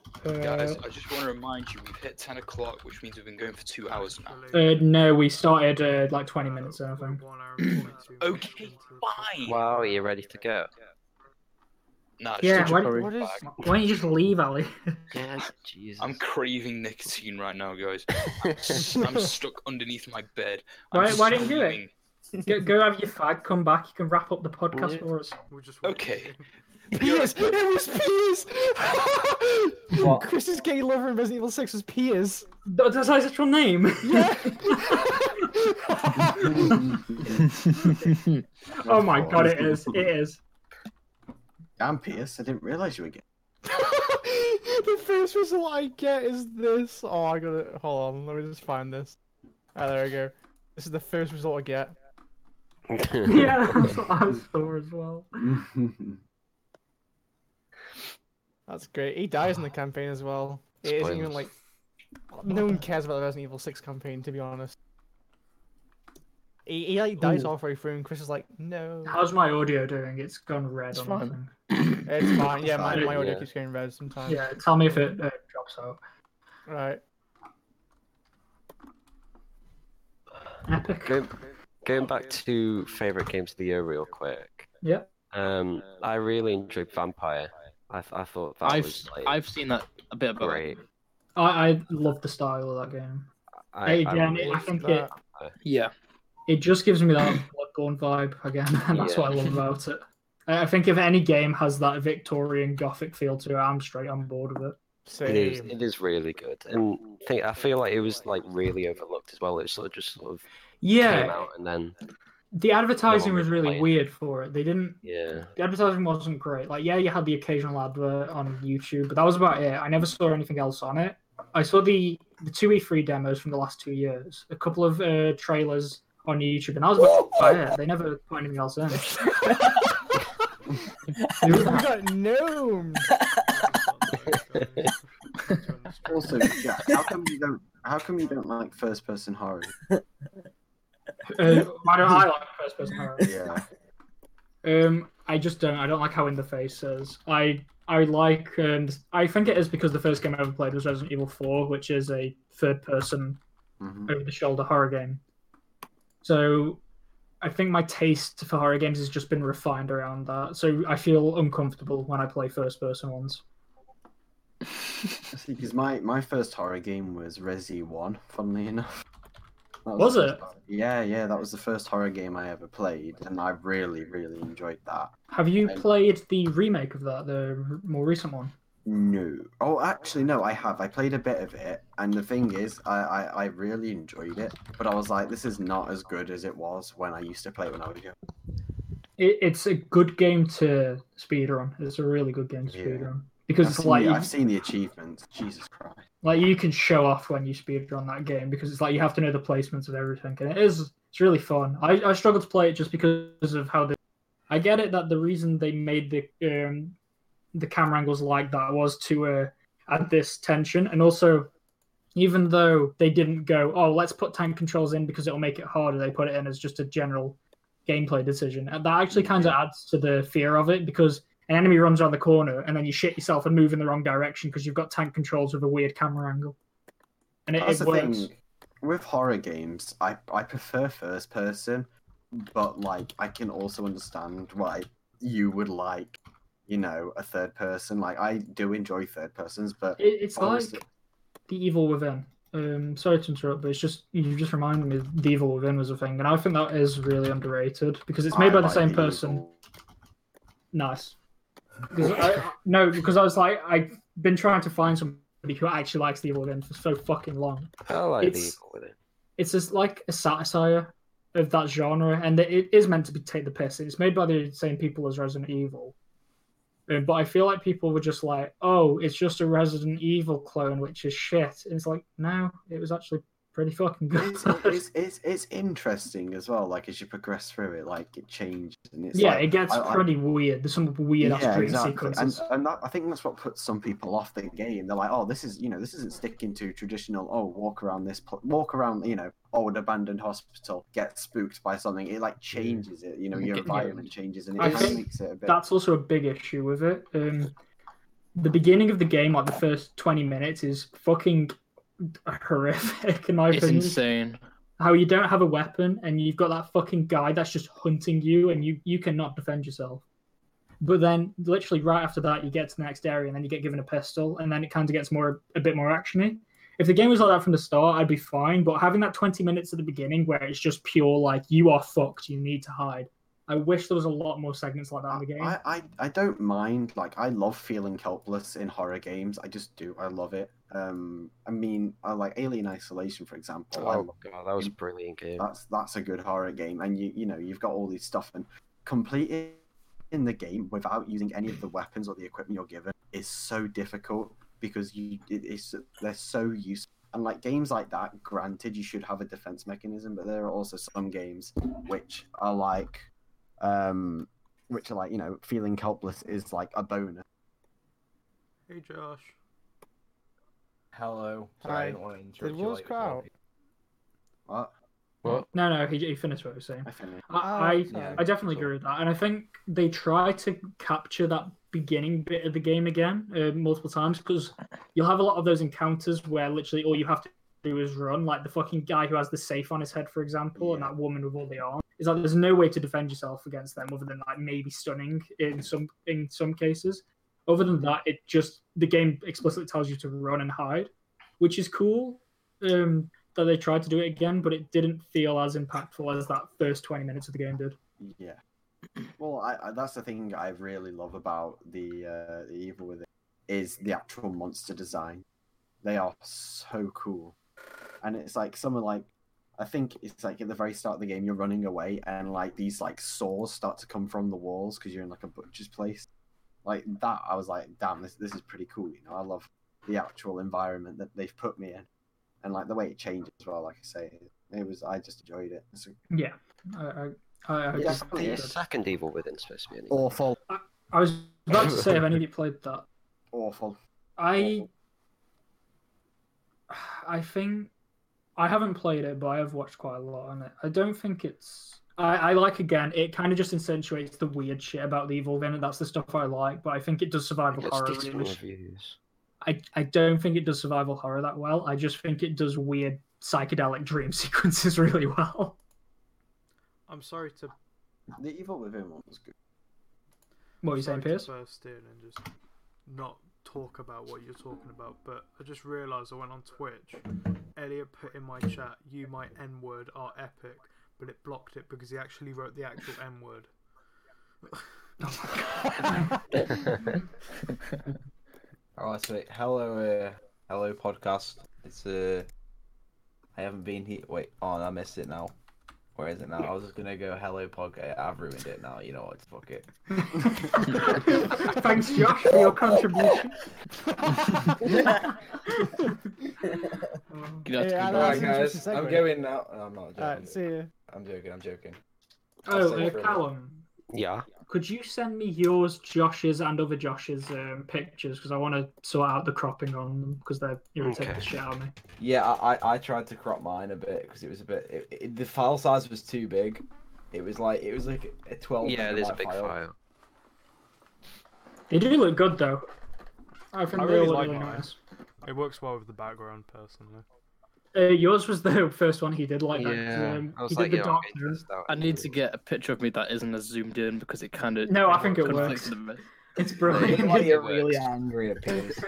[SPEAKER 5] uh,
[SPEAKER 6] Guys, I just want to remind you, we've hit 10 o'clock, which means we've been going for two hours now.
[SPEAKER 5] Uh, no, we started uh, like 20 minutes in, I think.
[SPEAKER 6] okay, fine.
[SPEAKER 8] Wow, are you ready to go?
[SPEAKER 6] Nah,
[SPEAKER 5] Yeah,
[SPEAKER 6] just-
[SPEAKER 5] why, what is, why don't you just leave, Ali?
[SPEAKER 8] Yeah, Jesus.
[SPEAKER 6] I'm craving nicotine right now, guys. I'm, s- I'm stuck underneath my bed. I'm
[SPEAKER 5] Why, why didn't you do
[SPEAKER 6] screaming.
[SPEAKER 5] it? Go, go have your fag, come back, you can wrap up the podcast for us.
[SPEAKER 6] Okay.
[SPEAKER 7] Piers! It was Piers!
[SPEAKER 5] What?
[SPEAKER 7] Chris's gay lover in Resident Evil 6 was Piers.
[SPEAKER 5] Th- That's his actual name. oh my god, it is. It is.
[SPEAKER 1] Damn, Pierce, I didn't realise you were gay.
[SPEAKER 7] the first result I get is this. Oh, I gotta hold on. Let me just find this. Ah, there we go. This is the first result I get.
[SPEAKER 5] Yeah, that's what I saw as well.
[SPEAKER 7] That's great. He dies in the campaign as well. It isn't even
[SPEAKER 8] Spoilers.
[SPEAKER 7] like no one cares about the Resident Evil Six campaign, to be honest. He, he like dies
[SPEAKER 5] Ooh.
[SPEAKER 7] halfway through, and Chris is like, "No."
[SPEAKER 5] How's my audio doing? It's gone red
[SPEAKER 7] It's
[SPEAKER 5] on
[SPEAKER 7] fine.
[SPEAKER 5] the thing.
[SPEAKER 7] It's fine. Yeah, my, my audio
[SPEAKER 5] Yeah.
[SPEAKER 7] keeps getting red sometimes.
[SPEAKER 5] Yeah, tell me if it uh, drops out.
[SPEAKER 7] Right.
[SPEAKER 8] Go, going back to favorite games of the year, real quick.
[SPEAKER 5] Yeah.
[SPEAKER 8] Um, I really enjoyed Vampire. I, th- I thought that
[SPEAKER 4] I've
[SPEAKER 8] was like,
[SPEAKER 4] I've seen that a bit about
[SPEAKER 8] great.
[SPEAKER 5] I, I love the style of that game.
[SPEAKER 8] I-
[SPEAKER 5] Again,
[SPEAKER 8] I
[SPEAKER 5] I,
[SPEAKER 8] really
[SPEAKER 5] think
[SPEAKER 8] like
[SPEAKER 5] it,
[SPEAKER 8] that.
[SPEAKER 4] Yeah.
[SPEAKER 5] it just gives me that Bloodborne vibe again, and that's what I
[SPEAKER 8] Yeah.
[SPEAKER 5] love about it. I I think if any game has that Victorian Gothic feel to it, I'm straight on board with it.
[SPEAKER 8] It is, it is really good, and think I feel like it was like really overlooked as well. It sort of just sort of came
[SPEAKER 5] Yeah,
[SPEAKER 8] out and then
[SPEAKER 5] the advertising was really
[SPEAKER 8] played it.
[SPEAKER 5] weird for it. They didn't.
[SPEAKER 8] yeah,
[SPEAKER 5] The advertising wasn't great. Like, yeah, you had the occasional advert on YouTube, but that was about it. I never saw anything else on it. I saw the the two E three demos from the last two years, a couple of uh, trailers on YouTube, and I was about it. They never put anything else in.
[SPEAKER 7] we got gnomes.
[SPEAKER 1] Also, Jack, how come you don't? How come you don't like first-person horror?
[SPEAKER 5] Uh, why don't I like first person horror?
[SPEAKER 1] Yeah.
[SPEAKER 5] Um, I just don't. I don't like how in the face is. I I like. Um, I think it is because the first game I ever played was Resident Evil Four, which is a third person
[SPEAKER 1] Mhm.
[SPEAKER 5] over the shoulder horror game. So, I think my taste for horror games has just been refined around that. So I feel uncomfortable when I play first person ones.
[SPEAKER 1] See, because my, my first horror game was Resi One. Funnily enough, That
[SPEAKER 5] Was it?
[SPEAKER 1] Yeah, yeah, that was the first horror game I ever played, and I really, really enjoyed that.
[SPEAKER 5] Have you
[SPEAKER 1] I-
[SPEAKER 5] played the remake of that, the r- more recent one?
[SPEAKER 1] No. Oh, actually, no, I have. I played a bit of it, and the thing is, I, I, I really enjoyed it, but I was like, this is not as good as it was when I used to play it when I was young.
[SPEAKER 5] It, it's a good game to speedrun. It's a really good game to
[SPEAKER 1] Yeah.
[SPEAKER 5] speedrun because
[SPEAKER 1] I've
[SPEAKER 5] it's
[SPEAKER 1] seen
[SPEAKER 5] like
[SPEAKER 1] the-
[SPEAKER 5] you-
[SPEAKER 1] I've seen the achievements. Jesus Christ.
[SPEAKER 5] like you can show off when you speedrun that game because it's like you have to know the placements of everything and it is it's really fun i, I struggle to play it just because of how the i get it that the reason they made the um the camera angles like that was to uh, add this tension and also even though they didn't go oh let's put time controls in because it'll make it harder they put it in as just a general gameplay decision and that actually kind of adds to the fear of it because an enemy runs around the corner and then you shit yourself and move in the wrong direction because you've got tank controls with a weird camera angle. And it,
[SPEAKER 1] That's
[SPEAKER 5] it
[SPEAKER 1] the
[SPEAKER 5] works.
[SPEAKER 1] thing. With horror games, I, I prefer first person, but like I can also understand why you would like, you know, a third person. Like I do enjoy third persons, but
[SPEAKER 5] It, it's
[SPEAKER 1] obviously-
[SPEAKER 5] like The Evil Within. Um, sorry to interrupt, but it's just you just reminded me The Evil Within was a thing, and I think that is really underrated because it's made
[SPEAKER 1] I
[SPEAKER 5] by the
[SPEAKER 1] like
[SPEAKER 5] same
[SPEAKER 1] The
[SPEAKER 5] person.
[SPEAKER 1] Evil.
[SPEAKER 5] Nice. 'Cause I- no, because I was like, I've been trying to find somebody who actually likes The Evil Within for so fucking long.
[SPEAKER 8] I like the
[SPEAKER 5] It's-
[SPEAKER 8] evil with it.
[SPEAKER 5] it's just like a satire of that genre, and it- it is meant to be take the piss. It's made by the same people as Resident Evil, Um, but I feel like people were just like, "Oh, it's just a Resident Evil clone, which is shit." And it's like, no, it was actually pretty fucking good.
[SPEAKER 1] It's, it's, it's, it's interesting as well. Like as you progress through it, like it changes and it's
[SPEAKER 5] yeah,
[SPEAKER 1] like,
[SPEAKER 5] it gets
[SPEAKER 1] I- I-
[SPEAKER 5] pretty weird. There's some weird ass dream
[SPEAKER 1] And,
[SPEAKER 5] sequences.
[SPEAKER 1] and that, I think that's what puts some people off the game. They're like, oh, this is you know, this isn't sticking to traditional. Oh, walk around this, pl- walk around you know, old abandoned hospital, get spooked by something. It like changes it. You know, your
[SPEAKER 4] Yeah.
[SPEAKER 1] environment changes, and it
[SPEAKER 5] I
[SPEAKER 1] kind of
[SPEAKER 5] think
[SPEAKER 1] makes it a bit.
[SPEAKER 5] That's also a big issue with it. Um, the beginning of the game, like the first 20 minutes, is fucking horrific in my
[SPEAKER 4] It's
[SPEAKER 5] opinion.
[SPEAKER 4] insane.
[SPEAKER 5] how you don't have a weapon and you've got that fucking guy that's just hunting you and you you cannot defend yourself but then literally right after that you get to the next area and then you get given a pistol and then it kind of gets more a bit more actiony if the game was like that from the start i'd be fine but having that 20 minutes at the beginning where it's just pure like you are fucked you need to hide i wish there was a lot more segments like that in the game
[SPEAKER 1] I, I I don't mind. Like I love feeling helpless in horror games. I just do. I love it. Um, I mean, I like Alien Isolation, for example. I
[SPEAKER 8] Oh
[SPEAKER 1] love
[SPEAKER 8] god, that was a brilliant game.
[SPEAKER 1] that's that's a good horror game and you you know you've got all these stuff and completing the game without using any of the weapons or the equipment you're given is so difficult because you it, it's they're so useful and like games like that granted you should have a defense mechanism but there are also some games which are like um which are like you know feeling helpless is like a bonus
[SPEAKER 2] Hey Josh.
[SPEAKER 3] Hello.
[SPEAKER 7] Hi.
[SPEAKER 3] Sorry, I didn't want to interrupt
[SPEAKER 7] Did
[SPEAKER 3] you.
[SPEAKER 7] Will's
[SPEAKER 3] like-
[SPEAKER 7] cry out?
[SPEAKER 1] what
[SPEAKER 5] no no he, he finished what he was saying
[SPEAKER 1] i finished
[SPEAKER 5] I, I,
[SPEAKER 7] sorry.
[SPEAKER 5] I definitely agree with that, and I think they try to capture that beginning bit of the game again uh, multiple times because you'll have a lot of those encounters where literally all you have to do is run. Like the fucking guy who has the safe on his head, for example, and that woman with all the arms. Is like there's no way to defend yourself against them other than like maybe stunning in some in some cases. Other than that, it just the game explicitly tells you to run and hide, which is cool. Um, that they tried to do it again, but it didn't feel as impactful as that first 20 minutes of the game did.
[SPEAKER 1] Yeah. Well, I, I, that's the thing I really love about the uh, the evil within is the actual monster design. They are so cool, and it's like some are like I think it's like at the very start of the game you're running away and like these like saws start to come from the walls because you're in like a butcher's place. Like that, I was like, damn, this this is pretty cool. You know, I love the actual environment that they've put me in, and like the way it changes as well. Like I say, it was I just enjoyed it. It's
[SPEAKER 5] Yeah, I, I, I, I
[SPEAKER 8] Is
[SPEAKER 5] agree.
[SPEAKER 8] the second Evil Within supposed to be anything?
[SPEAKER 1] awful.
[SPEAKER 5] I was about to say, have any of you played that?
[SPEAKER 1] Awful.
[SPEAKER 5] I, I think I haven't played it, but I have watched quite a lot on it. I don't think it's. I, I like again. It kind of just accentuates the weird shit about the evil within, and that's the stuff I like. But I think it does survival
[SPEAKER 8] It's
[SPEAKER 5] horror.
[SPEAKER 8] decent
[SPEAKER 5] really s-
[SPEAKER 8] reviews.
[SPEAKER 5] I, I don't think it does survival horror that well. I just think it does weird psychedelic dream sequences really well.
[SPEAKER 2] I'm sorry to.
[SPEAKER 1] The Evil Within one was good.
[SPEAKER 5] What are you saying,
[SPEAKER 2] sorry to
[SPEAKER 5] Piers?
[SPEAKER 2] burst in and just not talk about what you're talking about, but I just realised I went on Twitch. Elliot put in my chat, "You my N word are epic," but it blocked it because he actually wrote the actual N word.
[SPEAKER 11] All right, sweet. Hello, uh, hello, podcast. It's uh, I haven't been here. Wait, oh, I missed it now. Where is it now? I was just gonna go hello podcast. I've ruined it now. You know what? Fuck it.
[SPEAKER 5] Thanks, Josh, for your contribution.
[SPEAKER 4] You'd have to
[SPEAKER 7] Yeah,
[SPEAKER 4] keep
[SPEAKER 7] no,
[SPEAKER 4] going.
[SPEAKER 7] that's
[SPEAKER 11] Alright, guys,
[SPEAKER 7] interesting
[SPEAKER 11] I'm
[SPEAKER 7] segue.
[SPEAKER 11] going now. No, I'm not joking.
[SPEAKER 7] Alright, see ya.
[SPEAKER 11] I'm joking. I'm joking. I'll
[SPEAKER 5] Oh,
[SPEAKER 11] save it
[SPEAKER 5] uh,
[SPEAKER 11] for a bit.
[SPEAKER 5] Callum,
[SPEAKER 8] Yeah.
[SPEAKER 5] could you send me yours, Josh's, and other Josh's um, pictures because I want to sort out the cropping on them because they're irritating
[SPEAKER 11] Okay.
[SPEAKER 5] the shit out of me.
[SPEAKER 11] Yeah, I, I, I tried to crop mine a bit because it was a bit. It, it- the file size was too big. It was like it was like a twelve.
[SPEAKER 8] Yeah, it is a
[SPEAKER 11] gigabyte
[SPEAKER 8] big file.
[SPEAKER 5] They do look good though. I think
[SPEAKER 2] I
[SPEAKER 5] they
[SPEAKER 2] really
[SPEAKER 5] look
[SPEAKER 2] like
[SPEAKER 5] really
[SPEAKER 2] mine.
[SPEAKER 5] nice.
[SPEAKER 2] It works well with the background, personally.
[SPEAKER 5] Uh, yours was the first one he did like that. 'cause, um, he did the dark zone.
[SPEAKER 4] I need to get a picture of me that isn't as zoomed in because it kind of
[SPEAKER 5] No, I think it works. It's brilliant.
[SPEAKER 11] Like you're really angry at Piers.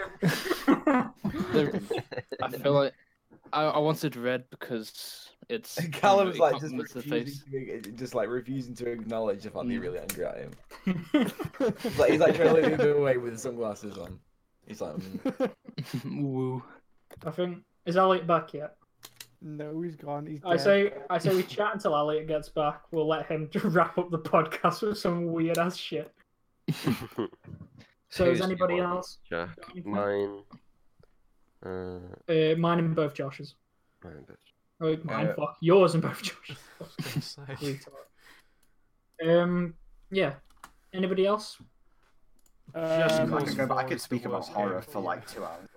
[SPEAKER 4] I feel like I, I wanted red because it's
[SPEAKER 11] Callum's
[SPEAKER 4] it
[SPEAKER 11] like just
[SPEAKER 4] complements the
[SPEAKER 11] refusing,
[SPEAKER 4] face.
[SPEAKER 11] to, eh, just like refusing to acknowledge the fact that you're really angry at him.
[SPEAKER 5] It's
[SPEAKER 11] like he's like trying to lead the way with his sunglasses on. He's like, mm.
[SPEAKER 4] Woo.
[SPEAKER 5] I think is Elliot back yet?
[SPEAKER 7] No, he's gone. He's
[SPEAKER 5] I
[SPEAKER 7] dead.
[SPEAKER 5] say I say we chat until Elliot gets back. We'll let him wrap up the podcast with some weird ass shit. So
[SPEAKER 8] Who's
[SPEAKER 5] is
[SPEAKER 8] the
[SPEAKER 5] anybody
[SPEAKER 8] one?
[SPEAKER 5] else?
[SPEAKER 8] Jack,
[SPEAKER 5] anything?
[SPEAKER 8] mine. Uh,
[SPEAKER 5] Uh, mine and both Josh's.
[SPEAKER 8] mine, bitch.
[SPEAKER 5] Oh, mine,
[SPEAKER 11] Uh,
[SPEAKER 5] fuck. Yours and both Josh's.
[SPEAKER 2] Say.
[SPEAKER 5] um, yeah. Anybody else?
[SPEAKER 1] Uh, I
[SPEAKER 7] Um,
[SPEAKER 1] could, go, but I
[SPEAKER 2] Four
[SPEAKER 1] could
[SPEAKER 2] is the
[SPEAKER 1] speak about
[SPEAKER 2] worst
[SPEAKER 1] horror
[SPEAKER 2] game.
[SPEAKER 1] for like two hours.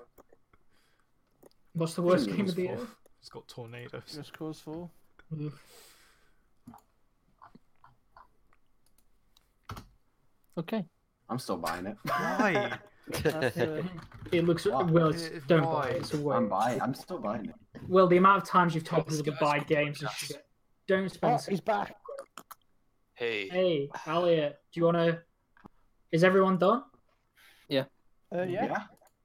[SPEAKER 5] What's the worst game of
[SPEAKER 2] It's
[SPEAKER 5] the
[SPEAKER 2] got-
[SPEAKER 5] year?
[SPEAKER 2] It's got tornadoes.
[SPEAKER 7] Just cause four.
[SPEAKER 5] Mm.
[SPEAKER 4] Okay.
[SPEAKER 1] I'm still buying it.
[SPEAKER 2] Why?
[SPEAKER 7] That's, uh,
[SPEAKER 5] It looks
[SPEAKER 1] Why?
[SPEAKER 5] well. It's,
[SPEAKER 2] If
[SPEAKER 5] don't
[SPEAKER 2] why?
[SPEAKER 5] buy it. It's a
[SPEAKER 1] I'm
[SPEAKER 5] waste.
[SPEAKER 1] buying. I'm still buying it.
[SPEAKER 5] Well, the amount of times you've told
[SPEAKER 6] This
[SPEAKER 5] people to
[SPEAKER 6] guy's
[SPEAKER 5] buy
[SPEAKER 6] got
[SPEAKER 5] games is
[SPEAKER 6] podcasts.
[SPEAKER 5] shit. Don't
[SPEAKER 10] Oh,
[SPEAKER 5] spend.
[SPEAKER 10] he's back.
[SPEAKER 6] Hey,
[SPEAKER 5] Hey, Elliot, do you want to? Is everyone done?
[SPEAKER 7] uh, yeah.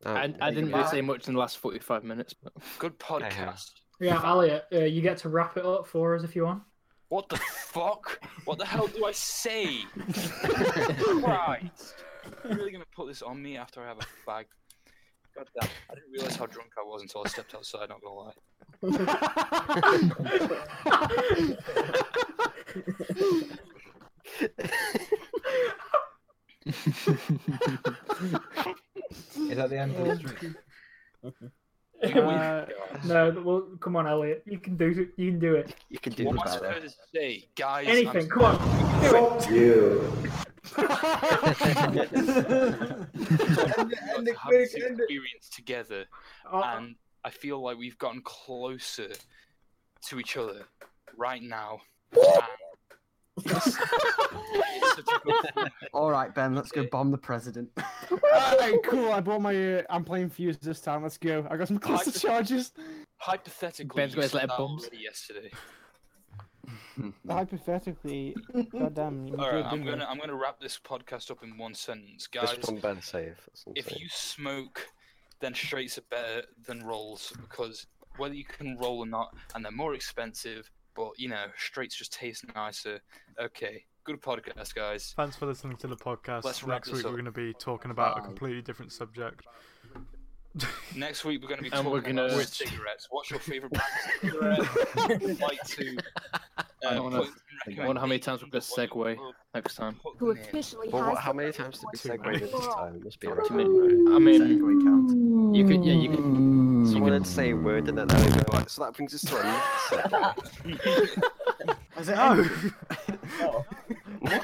[SPEAKER 8] Oh,
[SPEAKER 4] I, I didn't
[SPEAKER 8] yeah.
[SPEAKER 4] really say much in the last 45 minutes. But...
[SPEAKER 6] good podcast.
[SPEAKER 5] Yeah, Elliot, uh, you get to wrap it up for us if you want.
[SPEAKER 6] What the fuck? What the hell do I say? Christ. You're really gonna put this on me after I have a fag. God damn. I didn't realise how drunk I was until I stepped outside, not gonna lie.
[SPEAKER 11] is that the end of the stream?
[SPEAKER 7] Uh,
[SPEAKER 5] no, but well, come on, Elliot, you can do it. You can do it.
[SPEAKER 8] You can do
[SPEAKER 6] What am I
[SPEAKER 8] better.
[SPEAKER 6] supposed to say? Guys, I'm
[SPEAKER 5] Anything, come on, do it.
[SPEAKER 6] starting to have this experience together
[SPEAKER 5] I'll,
[SPEAKER 6] and I feel like we've gotten closer to each other right now. And it's, it's such a good feeling.
[SPEAKER 1] All right, Ben, let's go bomb the president.
[SPEAKER 7] Alright, cool. I bought my. Uh, I'm playing Fuse this time. Let's go. I got some cluster
[SPEAKER 6] Hypoth-
[SPEAKER 7] charges.
[SPEAKER 6] Hypothetically,
[SPEAKER 7] Ben's
[SPEAKER 6] you
[SPEAKER 7] got his
[SPEAKER 6] said
[SPEAKER 7] lead
[SPEAKER 6] that
[SPEAKER 7] bombs.
[SPEAKER 6] already yesterday.
[SPEAKER 7] Hypothetically, goddamn.
[SPEAKER 6] All right, I'm gonna I'm gonna wrap this podcast up in one sentence, guys.
[SPEAKER 8] Just one Ben save. That's
[SPEAKER 6] If
[SPEAKER 8] insane.
[SPEAKER 6] you smoke, then straights are better than rolls because whether you can roll or not, and they're more expensive, but you know straights just taste nicer. Okay, good podcast, guys.
[SPEAKER 2] Thanks for listening to the podcast.
[SPEAKER 6] Let's wrap
[SPEAKER 2] Next
[SPEAKER 6] this
[SPEAKER 2] week we're
[SPEAKER 6] up.
[SPEAKER 2] going to be talking about a
[SPEAKER 6] Bye.
[SPEAKER 2] completely different subject.
[SPEAKER 6] Next week we're going to be
[SPEAKER 2] And
[SPEAKER 6] talking
[SPEAKER 2] we're gonna-
[SPEAKER 6] about cigarettes. What's your favorite brand of cigarette? like to.
[SPEAKER 4] I
[SPEAKER 6] uh,
[SPEAKER 4] don't wanna-
[SPEAKER 6] put
[SPEAKER 4] I
[SPEAKER 6] in
[SPEAKER 4] don't know how many times we've got segue next time.
[SPEAKER 12] Who officially
[SPEAKER 8] Well, what,
[SPEAKER 12] has
[SPEAKER 8] how
[SPEAKER 12] the
[SPEAKER 8] many times did we
[SPEAKER 12] Two
[SPEAKER 8] segue this
[SPEAKER 12] minutes.
[SPEAKER 8] time? It must be
[SPEAKER 4] Not
[SPEAKER 8] around
[SPEAKER 4] too
[SPEAKER 8] two
[SPEAKER 4] many. I mean, you could, yeah, you could.
[SPEAKER 8] Someone had to say a word and then they would go like, so that brings us to our next segment."
[SPEAKER 1] Is it? No.